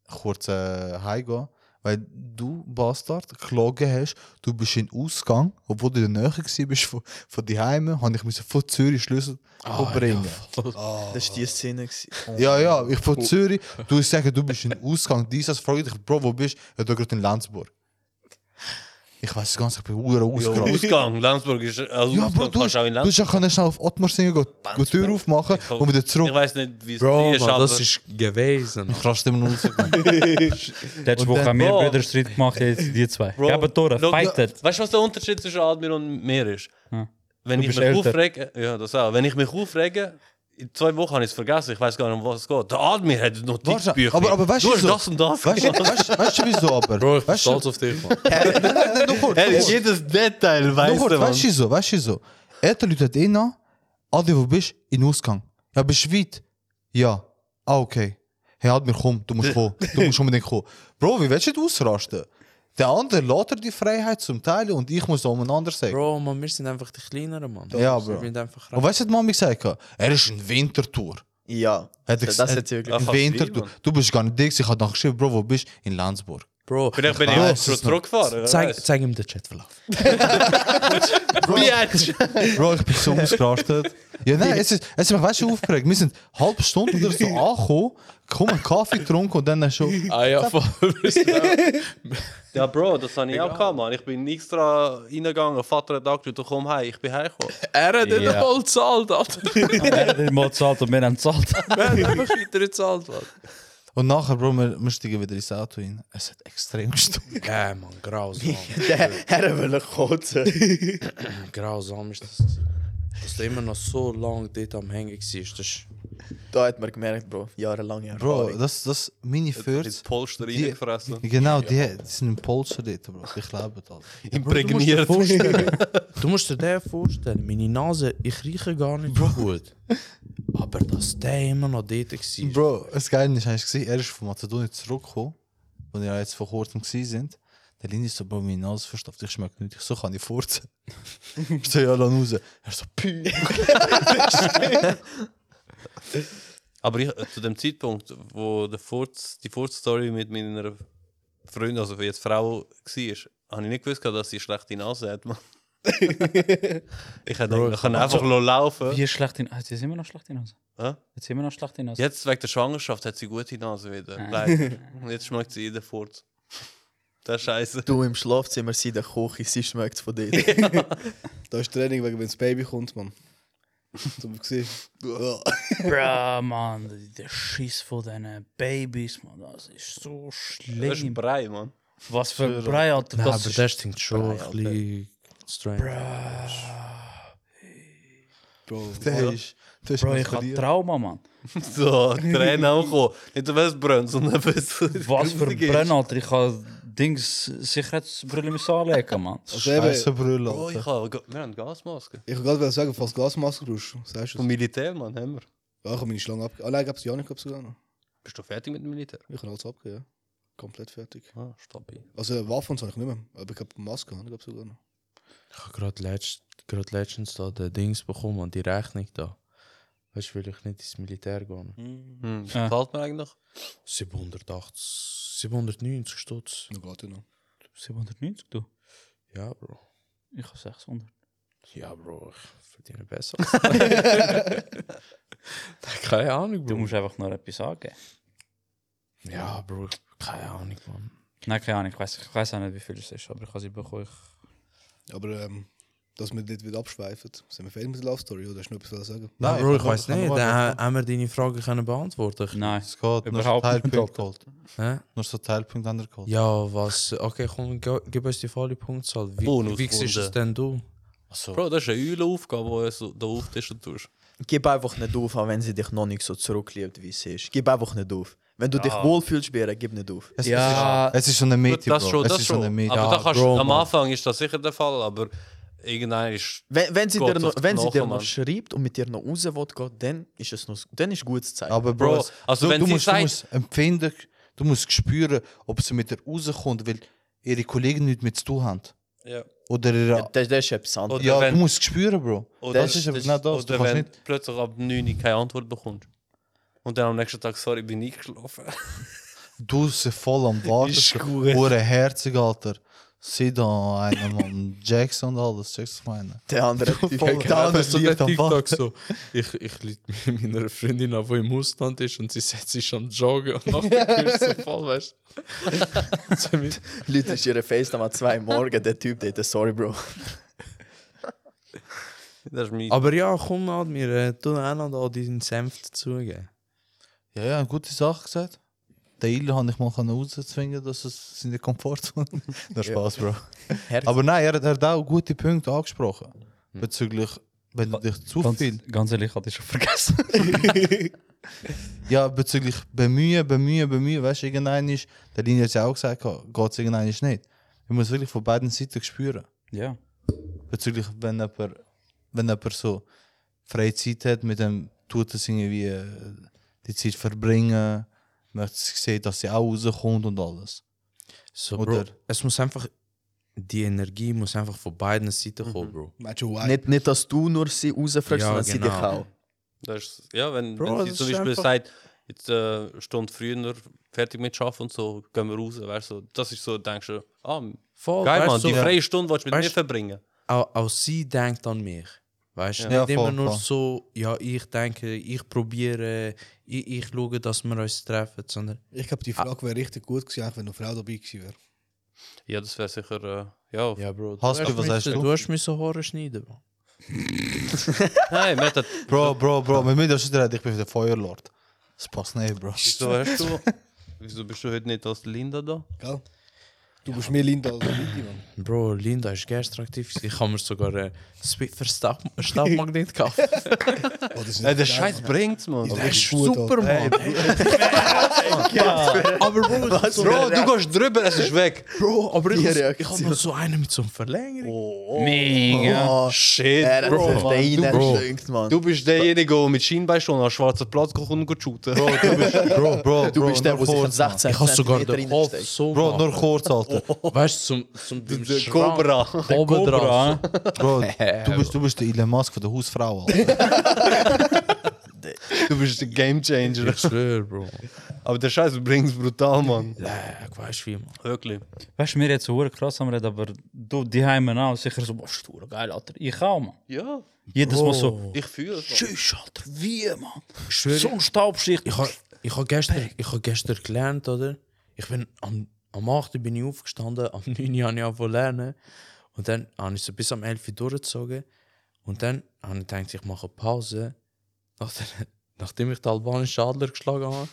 [SPEAKER 3] kurz äh, heimgehen. Weil du, Bastard, gelogen hast, du bist in den Ausgang, obwohl du in der Nähe warst von, von die Heime, habe ich müssen von Zürich Schlüssel bringen. Ah.
[SPEAKER 6] Das war die Szene. gewesen. Oh.
[SPEAKER 3] Ja, ja, ich von Zürich. Du sagst, du bist in Ausgang. Dieses frage dich, Bro, wo bist du? Ja, da gerade in Lenzburg. Ich weiß es ganz, ich bin ura ausgerastet.
[SPEAKER 2] Ausgang, Landsburg ist. Also
[SPEAKER 3] Ja, dus- Bro,
[SPEAKER 2] Ausgang
[SPEAKER 3] du
[SPEAKER 2] kannst
[SPEAKER 3] hast,
[SPEAKER 2] du auch in
[SPEAKER 3] du hast
[SPEAKER 2] Landsburg.
[SPEAKER 3] ja können schnell auf Ottmar singen, gehen, die Tür aufmachen
[SPEAKER 2] Ich-
[SPEAKER 3] und wieder
[SPEAKER 2] Ich
[SPEAKER 3] zurück.
[SPEAKER 2] weiß nicht, wie es
[SPEAKER 1] Bro,
[SPEAKER 2] dir
[SPEAKER 1] man,
[SPEAKER 2] aber-
[SPEAKER 1] das ist gewesen.
[SPEAKER 3] Ich raste immer nur raus.
[SPEAKER 5] Letzte Woche haben wir Brüderstreit gemacht, jetzt die zwei.
[SPEAKER 2] Bro,
[SPEAKER 5] Geben Tore,
[SPEAKER 2] schau,
[SPEAKER 5] fightet.
[SPEAKER 2] Weißt du, was der Unterschied zwischen Admir und mir ist?
[SPEAKER 5] Hm.
[SPEAKER 2] Wenn
[SPEAKER 5] Du
[SPEAKER 2] ich
[SPEAKER 5] bist
[SPEAKER 2] mich
[SPEAKER 5] älter.
[SPEAKER 2] aufrege, ja, das auch. Wenn ich mich aufrege, in zwei Wochen habe ich es vergessen, ich weiß gar nicht, um was es geht. Der Admir hat Notizbücher.
[SPEAKER 3] Warte, aber- aber weißt
[SPEAKER 2] du
[SPEAKER 3] du
[SPEAKER 2] hast
[SPEAKER 3] so-
[SPEAKER 2] das und das.
[SPEAKER 3] Weißt
[SPEAKER 2] gemacht.
[SPEAKER 3] du, weißt, weißt du wieso aber?
[SPEAKER 1] Bro, ich bin
[SPEAKER 3] weißt du,
[SPEAKER 1] stolz auf dich, man.
[SPEAKER 3] nein, nur kurz,
[SPEAKER 2] Er
[SPEAKER 3] nur
[SPEAKER 2] ist
[SPEAKER 3] kurz.
[SPEAKER 2] jedes Detail,
[SPEAKER 3] Nur
[SPEAKER 2] weißt
[SPEAKER 3] kurz,
[SPEAKER 2] du, Mann.
[SPEAKER 3] weißt du wieso, weißt du wieso? Älter Leute hat eh noch, Adi, wo bist du? In den Ausgang. Ja, bist du weit? Ja. Ah, okay. Hey, Admir, komm, du musst kommen. Du musst unbedingt kommen. Bro, wie willst du ausrasten? Der andere lädt dir die Freiheit zum Teil und ich muss da umeinander sagen.
[SPEAKER 1] Bro, man, wir sind einfach die Kleineren, man.
[SPEAKER 3] Ja, Bro.
[SPEAKER 1] Wir sind einfach
[SPEAKER 3] Und weißt du, was die Mami gesagt hat? Er ist ein Wintertour.
[SPEAKER 6] Ja.
[SPEAKER 3] Hat er
[SPEAKER 6] Das
[SPEAKER 3] gesagt-
[SPEAKER 6] hat sie wirklich.
[SPEAKER 2] Ach,
[SPEAKER 3] Ein
[SPEAKER 2] was
[SPEAKER 3] Wintertour.
[SPEAKER 2] will man?
[SPEAKER 3] Du bist gar nicht dick. Ich habe dann geschrieben, Bro, wo bist du? In Landsburg.
[SPEAKER 1] Bro,
[SPEAKER 2] Vielleicht bin ich
[SPEAKER 3] weiß
[SPEAKER 2] auch
[SPEAKER 3] es noch.
[SPEAKER 2] zurückgefahren. wer
[SPEAKER 1] zeig,
[SPEAKER 2] weiß.
[SPEAKER 1] zeig ihm den Chatverlauf.
[SPEAKER 2] Biatch.
[SPEAKER 3] Bro, ich bin so ausgerastet. Ja, nein, es ist, es ist mich weißt du, aufgeregt. Wir sind eine halbe Stunde oder so angekommen, komm, einen Kaffee getrunken und dann schon.
[SPEAKER 1] Ah ja, voll.
[SPEAKER 2] Ja, Bro, das habe ich auch gehabt, Mann. Ich bin extra reingegangen, Vater hat angerufen, du komm heim, ich bin heimgekommen.
[SPEAKER 1] er hat
[SPEAKER 5] Ja.
[SPEAKER 1] den voll zahlt, Alter.
[SPEAKER 5] Er hat mal gezahlt und wir haben gezahlt.
[SPEAKER 1] Er hat einfach wieder zahlt, Mann.
[SPEAKER 3] Und nachher, Oh, nou, Bro, wir, wir steigen wieder ins Auto rein. Es hat extrem gestunken.
[SPEAKER 1] Ja, man, grausam.
[SPEAKER 6] Der Herr will kotzen.
[SPEAKER 1] grausam ist das. gewesen. Dass du immer noch so lange dort am Hängen warst. Das ist
[SPEAKER 6] Da hat man gemerkt, Bro. Jahrelange Erfahrung.
[SPEAKER 3] Bro, das, das meine
[SPEAKER 2] Das
[SPEAKER 3] Fürst.
[SPEAKER 2] Polster
[SPEAKER 3] Die-
[SPEAKER 2] reingefressen.
[SPEAKER 3] Genau, nou, die, die sind im Polster dort, Bro. Ich glaube das.
[SPEAKER 2] Imprägniert.
[SPEAKER 1] Du musst dir den vorstellen, meine Nase, ich rieche gar nicht so gut. Aber dass der immer noch dort war.
[SPEAKER 3] Bro, das Geile ist, hast du gesehen, er ist von Mazedonien zurückgekommen, wo wir ja jetzt vor kurzem gewesen sind. Der Lini ist so, Bro, meine Nase verstopft, ich schmecke nicht. Ich so, kann ich furzen? ich so, ja, dann raus. Er so, pü.
[SPEAKER 5] Also
[SPEAKER 2] Aber ich, äh, zu dem Zeitpunkt, wo der Furz, die Furz-Story mit meiner Freundin, also jetzt Frau, war, habe ich nicht gewusst, dass sie eine schlechte Nase hat. Mann. ich hätte gedacht, ich kann einfach laufen.
[SPEAKER 5] also, Wie schlecht in Hose? Jetzt immer noch schlecht in Hose.
[SPEAKER 2] lassen. Hä?
[SPEAKER 5] Jetzt immer noch schlecht in Hose.
[SPEAKER 2] Jetzt wegen der Schwangerschaft hat sie gute Nase wieder. Leider. Und jetzt schmeckt sie jeden Furz. Das ist scheiße.
[SPEAKER 6] Du im Schlafzimmer, sie in der Küche, sie schmeckt von dir.
[SPEAKER 4] Da ist Training, wegen wenn das Baby kommt, Mann. So wie gesehen.
[SPEAKER 5] Bro, Mann, der Schiss von diesen Babys, Mann, das ist so
[SPEAKER 2] Das ist ein
[SPEAKER 5] schlimm.
[SPEAKER 2] Brei, Mann.
[SPEAKER 5] Was für ein Brei, Alter.
[SPEAKER 1] Nein,
[SPEAKER 5] Das
[SPEAKER 1] aber
[SPEAKER 5] ist
[SPEAKER 1] das klingt schon ein bisschen strange.
[SPEAKER 4] Bro.
[SPEAKER 3] Der ist, der ist
[SPEAKER 5] Bro, ich habe Trauma, Mann.
[SPEAKER 2] So, Tränen auch kommen. Nicht weil es brennt, sondern weil es.
[SPEAKER 5] Was für ein
[SPEAKER 2] gruselig ist.
[SPEAKER 5] Brenn, Alter. Ich habe Dings, Sicherheitsbrille müssen anlegen, Mann.
[SPEAKER 4] Also
[SPEAKER 3] Scheiße,
[SPEAKER 4] eben,
[SPEAKER 3] Brüller.
[SPEAKER 2] Oh, ich habe. Wir haben Gasmaske.
[SPEAKER 4] ich wollte gerade sagen, falls du Gasmaske brauchst, sagst du
[SPEAKER 2] Vom
[SPEAKER 4] es.
[SPEAKER 2] Militär, Mann, haben wir.
[SPEAKER 4] Ja, ich habe meine Schlange abgegeben. Ah nein, gab es ja nicht, gab es sogar noch.
[SPEAKER 2] Bist du fertig mit dem Militär?
[SPEAKER 4] Ich habe alles abgegeben, ja. Komplett fertig.
[SPEAKER 2] Ah, stopp.
[SPEAKER 4] Also Waffen und so habe ich nicht mehr. Aber ich habe Maske, habe ich glaube sogar noch.
[SPEAKER 1] Ich habe gerade letzt, gerade letztens da den Dings bekommen und die Rechnung da. Weißt du, will ich nicht ins Militär gehen?
[SPEAKER 2] Hm,
[SPEAKER 5] Ah.
[SPEAKER 2] gefällt mir eigentlich.
[SPEAKER 1] 780, 790 Stutz.
[SPEAKER 4] Noch geht ja noch.
[SPEAKER 5] 790, du?
[SPEAKER 1] Ja, Bro.
[SPEAKER 5] Ich habe 600.
[SPEAKER 1] Ja, Bro, ich verdiene besser. keine Ahnung,
[SPEAKER 5] Du
[SPEAKER 1] Bro.
[SPEAKER 5] musst einfach noch etwas angeben.
[SPEAKER 1] Ja, Bro, ich- keine Ahnung, Mann.
[SPEAKER 5] Nein, keine Ahnung, ich weiß, ich weiß auch nicht, wie viel es ist, aber ich habe sie bekommen. Ich-
[SPEAKER 4] Aber ähm, dass wir nicht wieder abschweifen, sind wir fertig mit der Love Story, oder hast du noch etwas zu sagen?
[SPEAKER 1] Nein, Bro, ich weiß
[SPEAKER 3] kann-
[SPEAKER 1] nicht.
[SPEAKER 3] kann
[SPEAKER 1] Dann
[SPEAKER 3] warten.
[SPEAKER 1] haben wir deine Frage können beantworten.
[SPEAKER 5] Nein.
[SPEAKER 3] Es geht, nur so
[SPEAKER 5] Überhaupt nicht,
[SPEAKER 3] Teilpunkt geholt.
[SPEAKER 1] Hä?
[SPEAKER 3] Nur so Teilpunkt an der geholt.
[SPEAKER 1] Ja, was? eh, Okay, komm, ge- gib uns die volle Punktzahl. Wie,
[SPEAKER 2] Bonusrunde.
[SPEAKER 1] wie siehst du es denn du?
[SPEAKER 3] Also,
[SPEAKER 2] Bro, das ist eine Eulenaufgabe, die du so da auftischen tust.
[SPEAKER 6] Gib einfach nicht auf, auch wenn sie dich noch nicht so zurückliebt, wie sie ist. Gib einfach nicht auf. Wenn du dich wohlfühlst, Bären, gib nicht auf.
[SPEAKER 3] es,
[SPEAKER 5] Ja.
[SPEAKER 3] es ist, es ist so eine Miete,
[SPEAKER 2] das
[SPEAKER 3] Bro.
[SPEAKER 2] schon,
[SPEAKER 3] Es
[SPEAKER 2] das
[SPEAKER 3] ist so eine
[SPEAKER 2] schon.
[SPEAKER 3] Miete.
[SPEAKER 2] Aber da kannst,
[SPEAKER 1] Bro,
[SPEAKER 2] am
[SPEAKER 1] Mann.
[SPEAKER 2] Anfang ist das sicher der Fall, aber irgendwann ist.
[SPEAKER 6] Wenn, wenn sie
[SPEAKER 2] Gott,
[SPEAKER 6] dir noch,
[SPEAKER 2] auf die
[SPEAKER 6] wenn sie dir
[SPEAKER 2] Knochen,
[SPEAKER 6] noch
[SPEAKER 2] Mann.
[SPEAKER 6] schreibt und mit dir noch raus will, gehen, dann ist es noch, dann ist gutes Zeichen.
[SPEAKER 3] Aber Bro,
[SPEAKER 2] Bro,
[SPEAKER 3] es-
[SPEAKER 2] also
[SPEAKER 3] du,
[SPEAKER 2] wenn
[SPEAKER 3] du,
[SPEAKER 2] sie
[SPEAKER 3] musst,
[SPEAKER 2] sagt-
[SPEAKER 3] du musst empfinden, du musst spüren, ob sie mit dir rauskommt, weil ihre Kollegen nichts mit zu tun haben.
[SPEAKER 2] Ja.
[SPEAKER 3] Oder ihre...
[SPEAKER 6] Ja, das, das ist etwas anderes.
[SPEAKER 2] Oder
[SPEAKER 3] ja,
[SPEAKER 2] wenn-
[SPEAKER 3] du musst es spüren, Bro. nou,
[SPEAKER 2] Oder,
[SPEAKER 3] das ist aber genau das. Du
[SPEAKER 2] Oder
[SPEAKER 3] kannst
[SPEAKER 2] wenn
[SPEAKER 3] nicht...
[SPEAKER 2] du plötzlich ab 9 Uhr keine Antwort bekommst. Und dann am nächsten Tag, sorry, bin ich geschlafen.
[SPEAKER 3] Du bist voll am
[SPEAKER 4] Ist
[SPEAKER 3] Warten.
[SPEAKER 4] gut.
[SPEAKER 3] Ohne Herzig, Alter. Sieh da einen Mann. Jackson und alles. Checkst du meine?
[SPEAKER 6] Der andere Typ.
[SPEAKER 3] Voll
[SPEAKER 6] Der
[SPEAKER 3] geil.
[SPEAKER 6] andere-
[SPEAKER 3] das
[SPEAKER 1] so
[SPEAKER 3] liegt
[SPEAKER 1] der
[SPEAKER 3] am
[SPEAKER 1] TikTok so. Ich, ich lüte mit meiner Freundin an, die im Ausland ist und sie setzt sich am Joggen und nachher ist so voll, weißt du. So mit-
[SPEAKER 6] Leute, ist ihre Face am 2 morgen. Der Typ, der sorry, Bro.
[SPEAKER 2] Das ist mein
[SPEAKER 1] Aber ja, komm mal, wir äh, tun auch noch da deinen Senf dazugeben.
[SPEAKER 3] Ja, ja, eine gute Sache gesagt. Den Ilder habe ich mal rauszwingen, dass es seine Komfortzone Na Spaß, Bro.
[SPEAKER 6] Herz-
[SPEAKER 3] Aber nein, er, hat- er hat auch gute Punkte angesprochen. Bezüglich, wenn du dich zu
[SPEAKER 5] Ganz,
[SPEAKER 3] viel.
[SPEAKER 5] ganz ehrlich, hatte ich schon vergessen.
[SPEAKER 3] Ja, bezüglich bemühen, bemühen, bemühen. Weißt du, irgendein ist, der Linie hat es ja auch gesagt, geht es irgendein nicht. Ich muss wirklich von beiden Seiten spüren.
[SPEAKER 5] ja.
[SPEAKER 3] Bezüglich, wenn jemand, wenn jemand so freie Zeit hat, mit dem tut es irgendwie äh, die Zeit verbringen, möchte sehen, dass sie auch rauskommt und alles.
[SPEAKER 1] So,
[SPEAKER 3] Oder-
[SPEAKER 1] Bro, es muss einfach, die Energie muss einfach von beiden Seiten kommen, Bro.
[SPEAKER 4] Meinst du, why?
[SPEAKER 6] Nicht, nicht, dass du nur sie rausfragst,
[SPEAKER 1] Ja,
[SPEAKER 6] sondern sie dich
[SPEAKER 1] genau.
[SPEAKER 6] auch.
[SPEAKER 2] Das ist, ja, wenn,
[SPEAKER 1] Bro,
[SPEAKER 2] wenn sie
[SPEAKER 1] das
[SPEAKER 2] zum
[SPEAKER 1] ist
[SPEAKER 2] Beispiel
[SPEAKER 1] einfach-
[SPEAKER 2] sagt, jetzt äh, eine Stunde früher fertig mit Schaffen und so, gehen wir raus, weißt du, das ist so, denkst du, ah,
[SPEAKER 1] Voll,
[SPEAKER 2] geil,
[SPEAKER 1] Oh, weißt
[SPEAKER 2] Mann,
[SPEAKER 1] du,
[SPEAKER 2] die
[SPEAKER 1] so-
[SPEAKER 2] freie Stunde willst du mit
[SPEAKER 1] Weißt-
[SPEAKER 2] mir verbringen.
[SPEAKER 1] auch, auch sie denkt an mich. Weißt du,
[SPEAKER 3] Ja,
[SPEAKER 1] nicht immer
[SPEAKER 3] voll,
[SPEAKER 1] nur
[SPEAKER 3] voll.
[SPEAKER 1] so, ja, ich denke, ich probiere, ich, ich schaue, dass wir uns treffen, sondern
[SPEAKER 4] Ich glaube, die Frage wäre richtig gut gewesen, eigentlich, wenn eine Frau dabei gewesen wäre.
[SPEAKER 2] Ja, das wäre sicher, äh, ja.
[SPEAKER 1] Bro,
[SPEAKER 3] Hast du, was hast
[SPEAKER 1] du?
[SPEAKER 3] du?
[SPEAKER 1] Du hast mich so Haare schneiden, Bro.
[SPEAKER 2] Nein, wir hätten,
[SPEAKER 3] Bro, Bro, Bro, wir müssen das nicht reden, ich bin der Feuerlord. Das passt nicht, Bro.
[SPEAKER 2] wieso hast du, wieso bist du heute nicht als Linda da?
[SPEAKER 4] Gell? Du bist mehr Linda als Lindy, Mann.
[SPEAKER 1] Bro, Linda ist gestern aktiv. gewesen. Ich habe mir sogar eh, einen Swift Stabmagnet gekauft.
[SPEAKER 4] Oh, das ist
[SPEAKER 2] Ey, Äh, der
[SPEAKER 4] geil,
[SPEAKER 2] Scheiß
[SPEAKER 4] Mann.
[SPEAKER 2] bringt's, Mann.
[SPEAKER 4] Ist
[SPEAKER 1] Der ist
[SPEAKER 4] echt gut,
[SPEAKER 1] super,
[SPEAKER 4] Alter.
[SPEAKER 1] Mann. Aber Bro, so,
[SPEAKER 2] Bro, du gehst drüber, es ist weg.
[SPEAKER 1] Bro, aber ich,
[SPEAKER 6] Die
[SPEAKER 1] hab- ich
[SPEAKER 6] Reaktion.
[SPEAKER 1] habe noch so einen mit so einer Verlängerung.
[SPEAKER 5] Mega.
[SPEAKER 6] Oh,
[SPEAKER 2] Shit,
[SPEAKER 6] er hat
[SPEAKER 2] Bro.
[SPEAKER 6] sich da
[SPEAKER 1] Bro.
[SPEAKER 6] reingeschlinkt, Mann.
[SPEAKER 2] Du bist derjenige, der mit Schienbein schon an den schwarzen Platz gekommen und geht shooten. Bro,
[SPEAKER 3] Du bist, Bro, Bro,
[SPEAKER 6] Du
[SPEAKER 3] Bro,
[SPEAKER 6] bist der, der
[SPEAKER 3] nur
[SPEAKER 6] sich an
[SPEAKER 3] kurz, Mann.
[SPEAKER 6] 16
[SPEAKER 1] Ich habe sogar den
[SPEAKER 6] Zentimeter
[SPEAKER 1] Kopf
[SPEAKER 6] reinsteckt.
[SPEAKER 1] so
[SPEAKER 3] Bro, nur
[SPEAKER 1] gemacht.
[SPEAKER 3] kurz, Alter.
[SPEAKER 1] Weißt du, zum, zum dem
[SPEAKER 2] der
[SPEAKER 1] Schrank
[SPEAKER 2] Cobra.
[SPEAKER 1] Oben dran.
[SPEAKER 3] Bro, du bist, du bist der Elon Musk von der Hausfrau, Alter.
[SPEAKER 2] Du bist der Gamechanger.
[SPEAKER 1] Ich schwöre, Bro.
[SPEAKER 2] Aber der Scheiß bringt's brutal, Mann.
[SPEAKER 1] Ja, ich weiß wie, Mann.
[SPEAKER 2] Wirklich.
[SPEAKER 5] Weißt du, wir jetzt so krass am Reden, aber du, die heimen auch sicher so, boah, ist das geil, Alter. Ich auch, Mann.
[SPEAKER 2] Ja,
[SPEAKER 5] Jedes Mal
[SPEAKER 1] Oh.
[SPEAKER 5] so,
[SPEAKER 2] ich fühle es.
[SPEAKER 5] tschüss, Alter, wie, Mann?
[SPEAKER 1] Ich schwöre,
[SPEAKER 5] So Staubschicht.
[SPEAKER 1] Ich habe ich ha gestern, ich ha gestern gelernt, oder? Ich bin am, am 8. bin ich aufgestanden, am 9. habe ich angefangen zu lernen. Und dann habe ich so bis am 11. Uhr durchgezogen. Und dann habe ich gedacht, ich mache Pause. Nach der, nachdem ich den albanischen Adler geschlagen habe,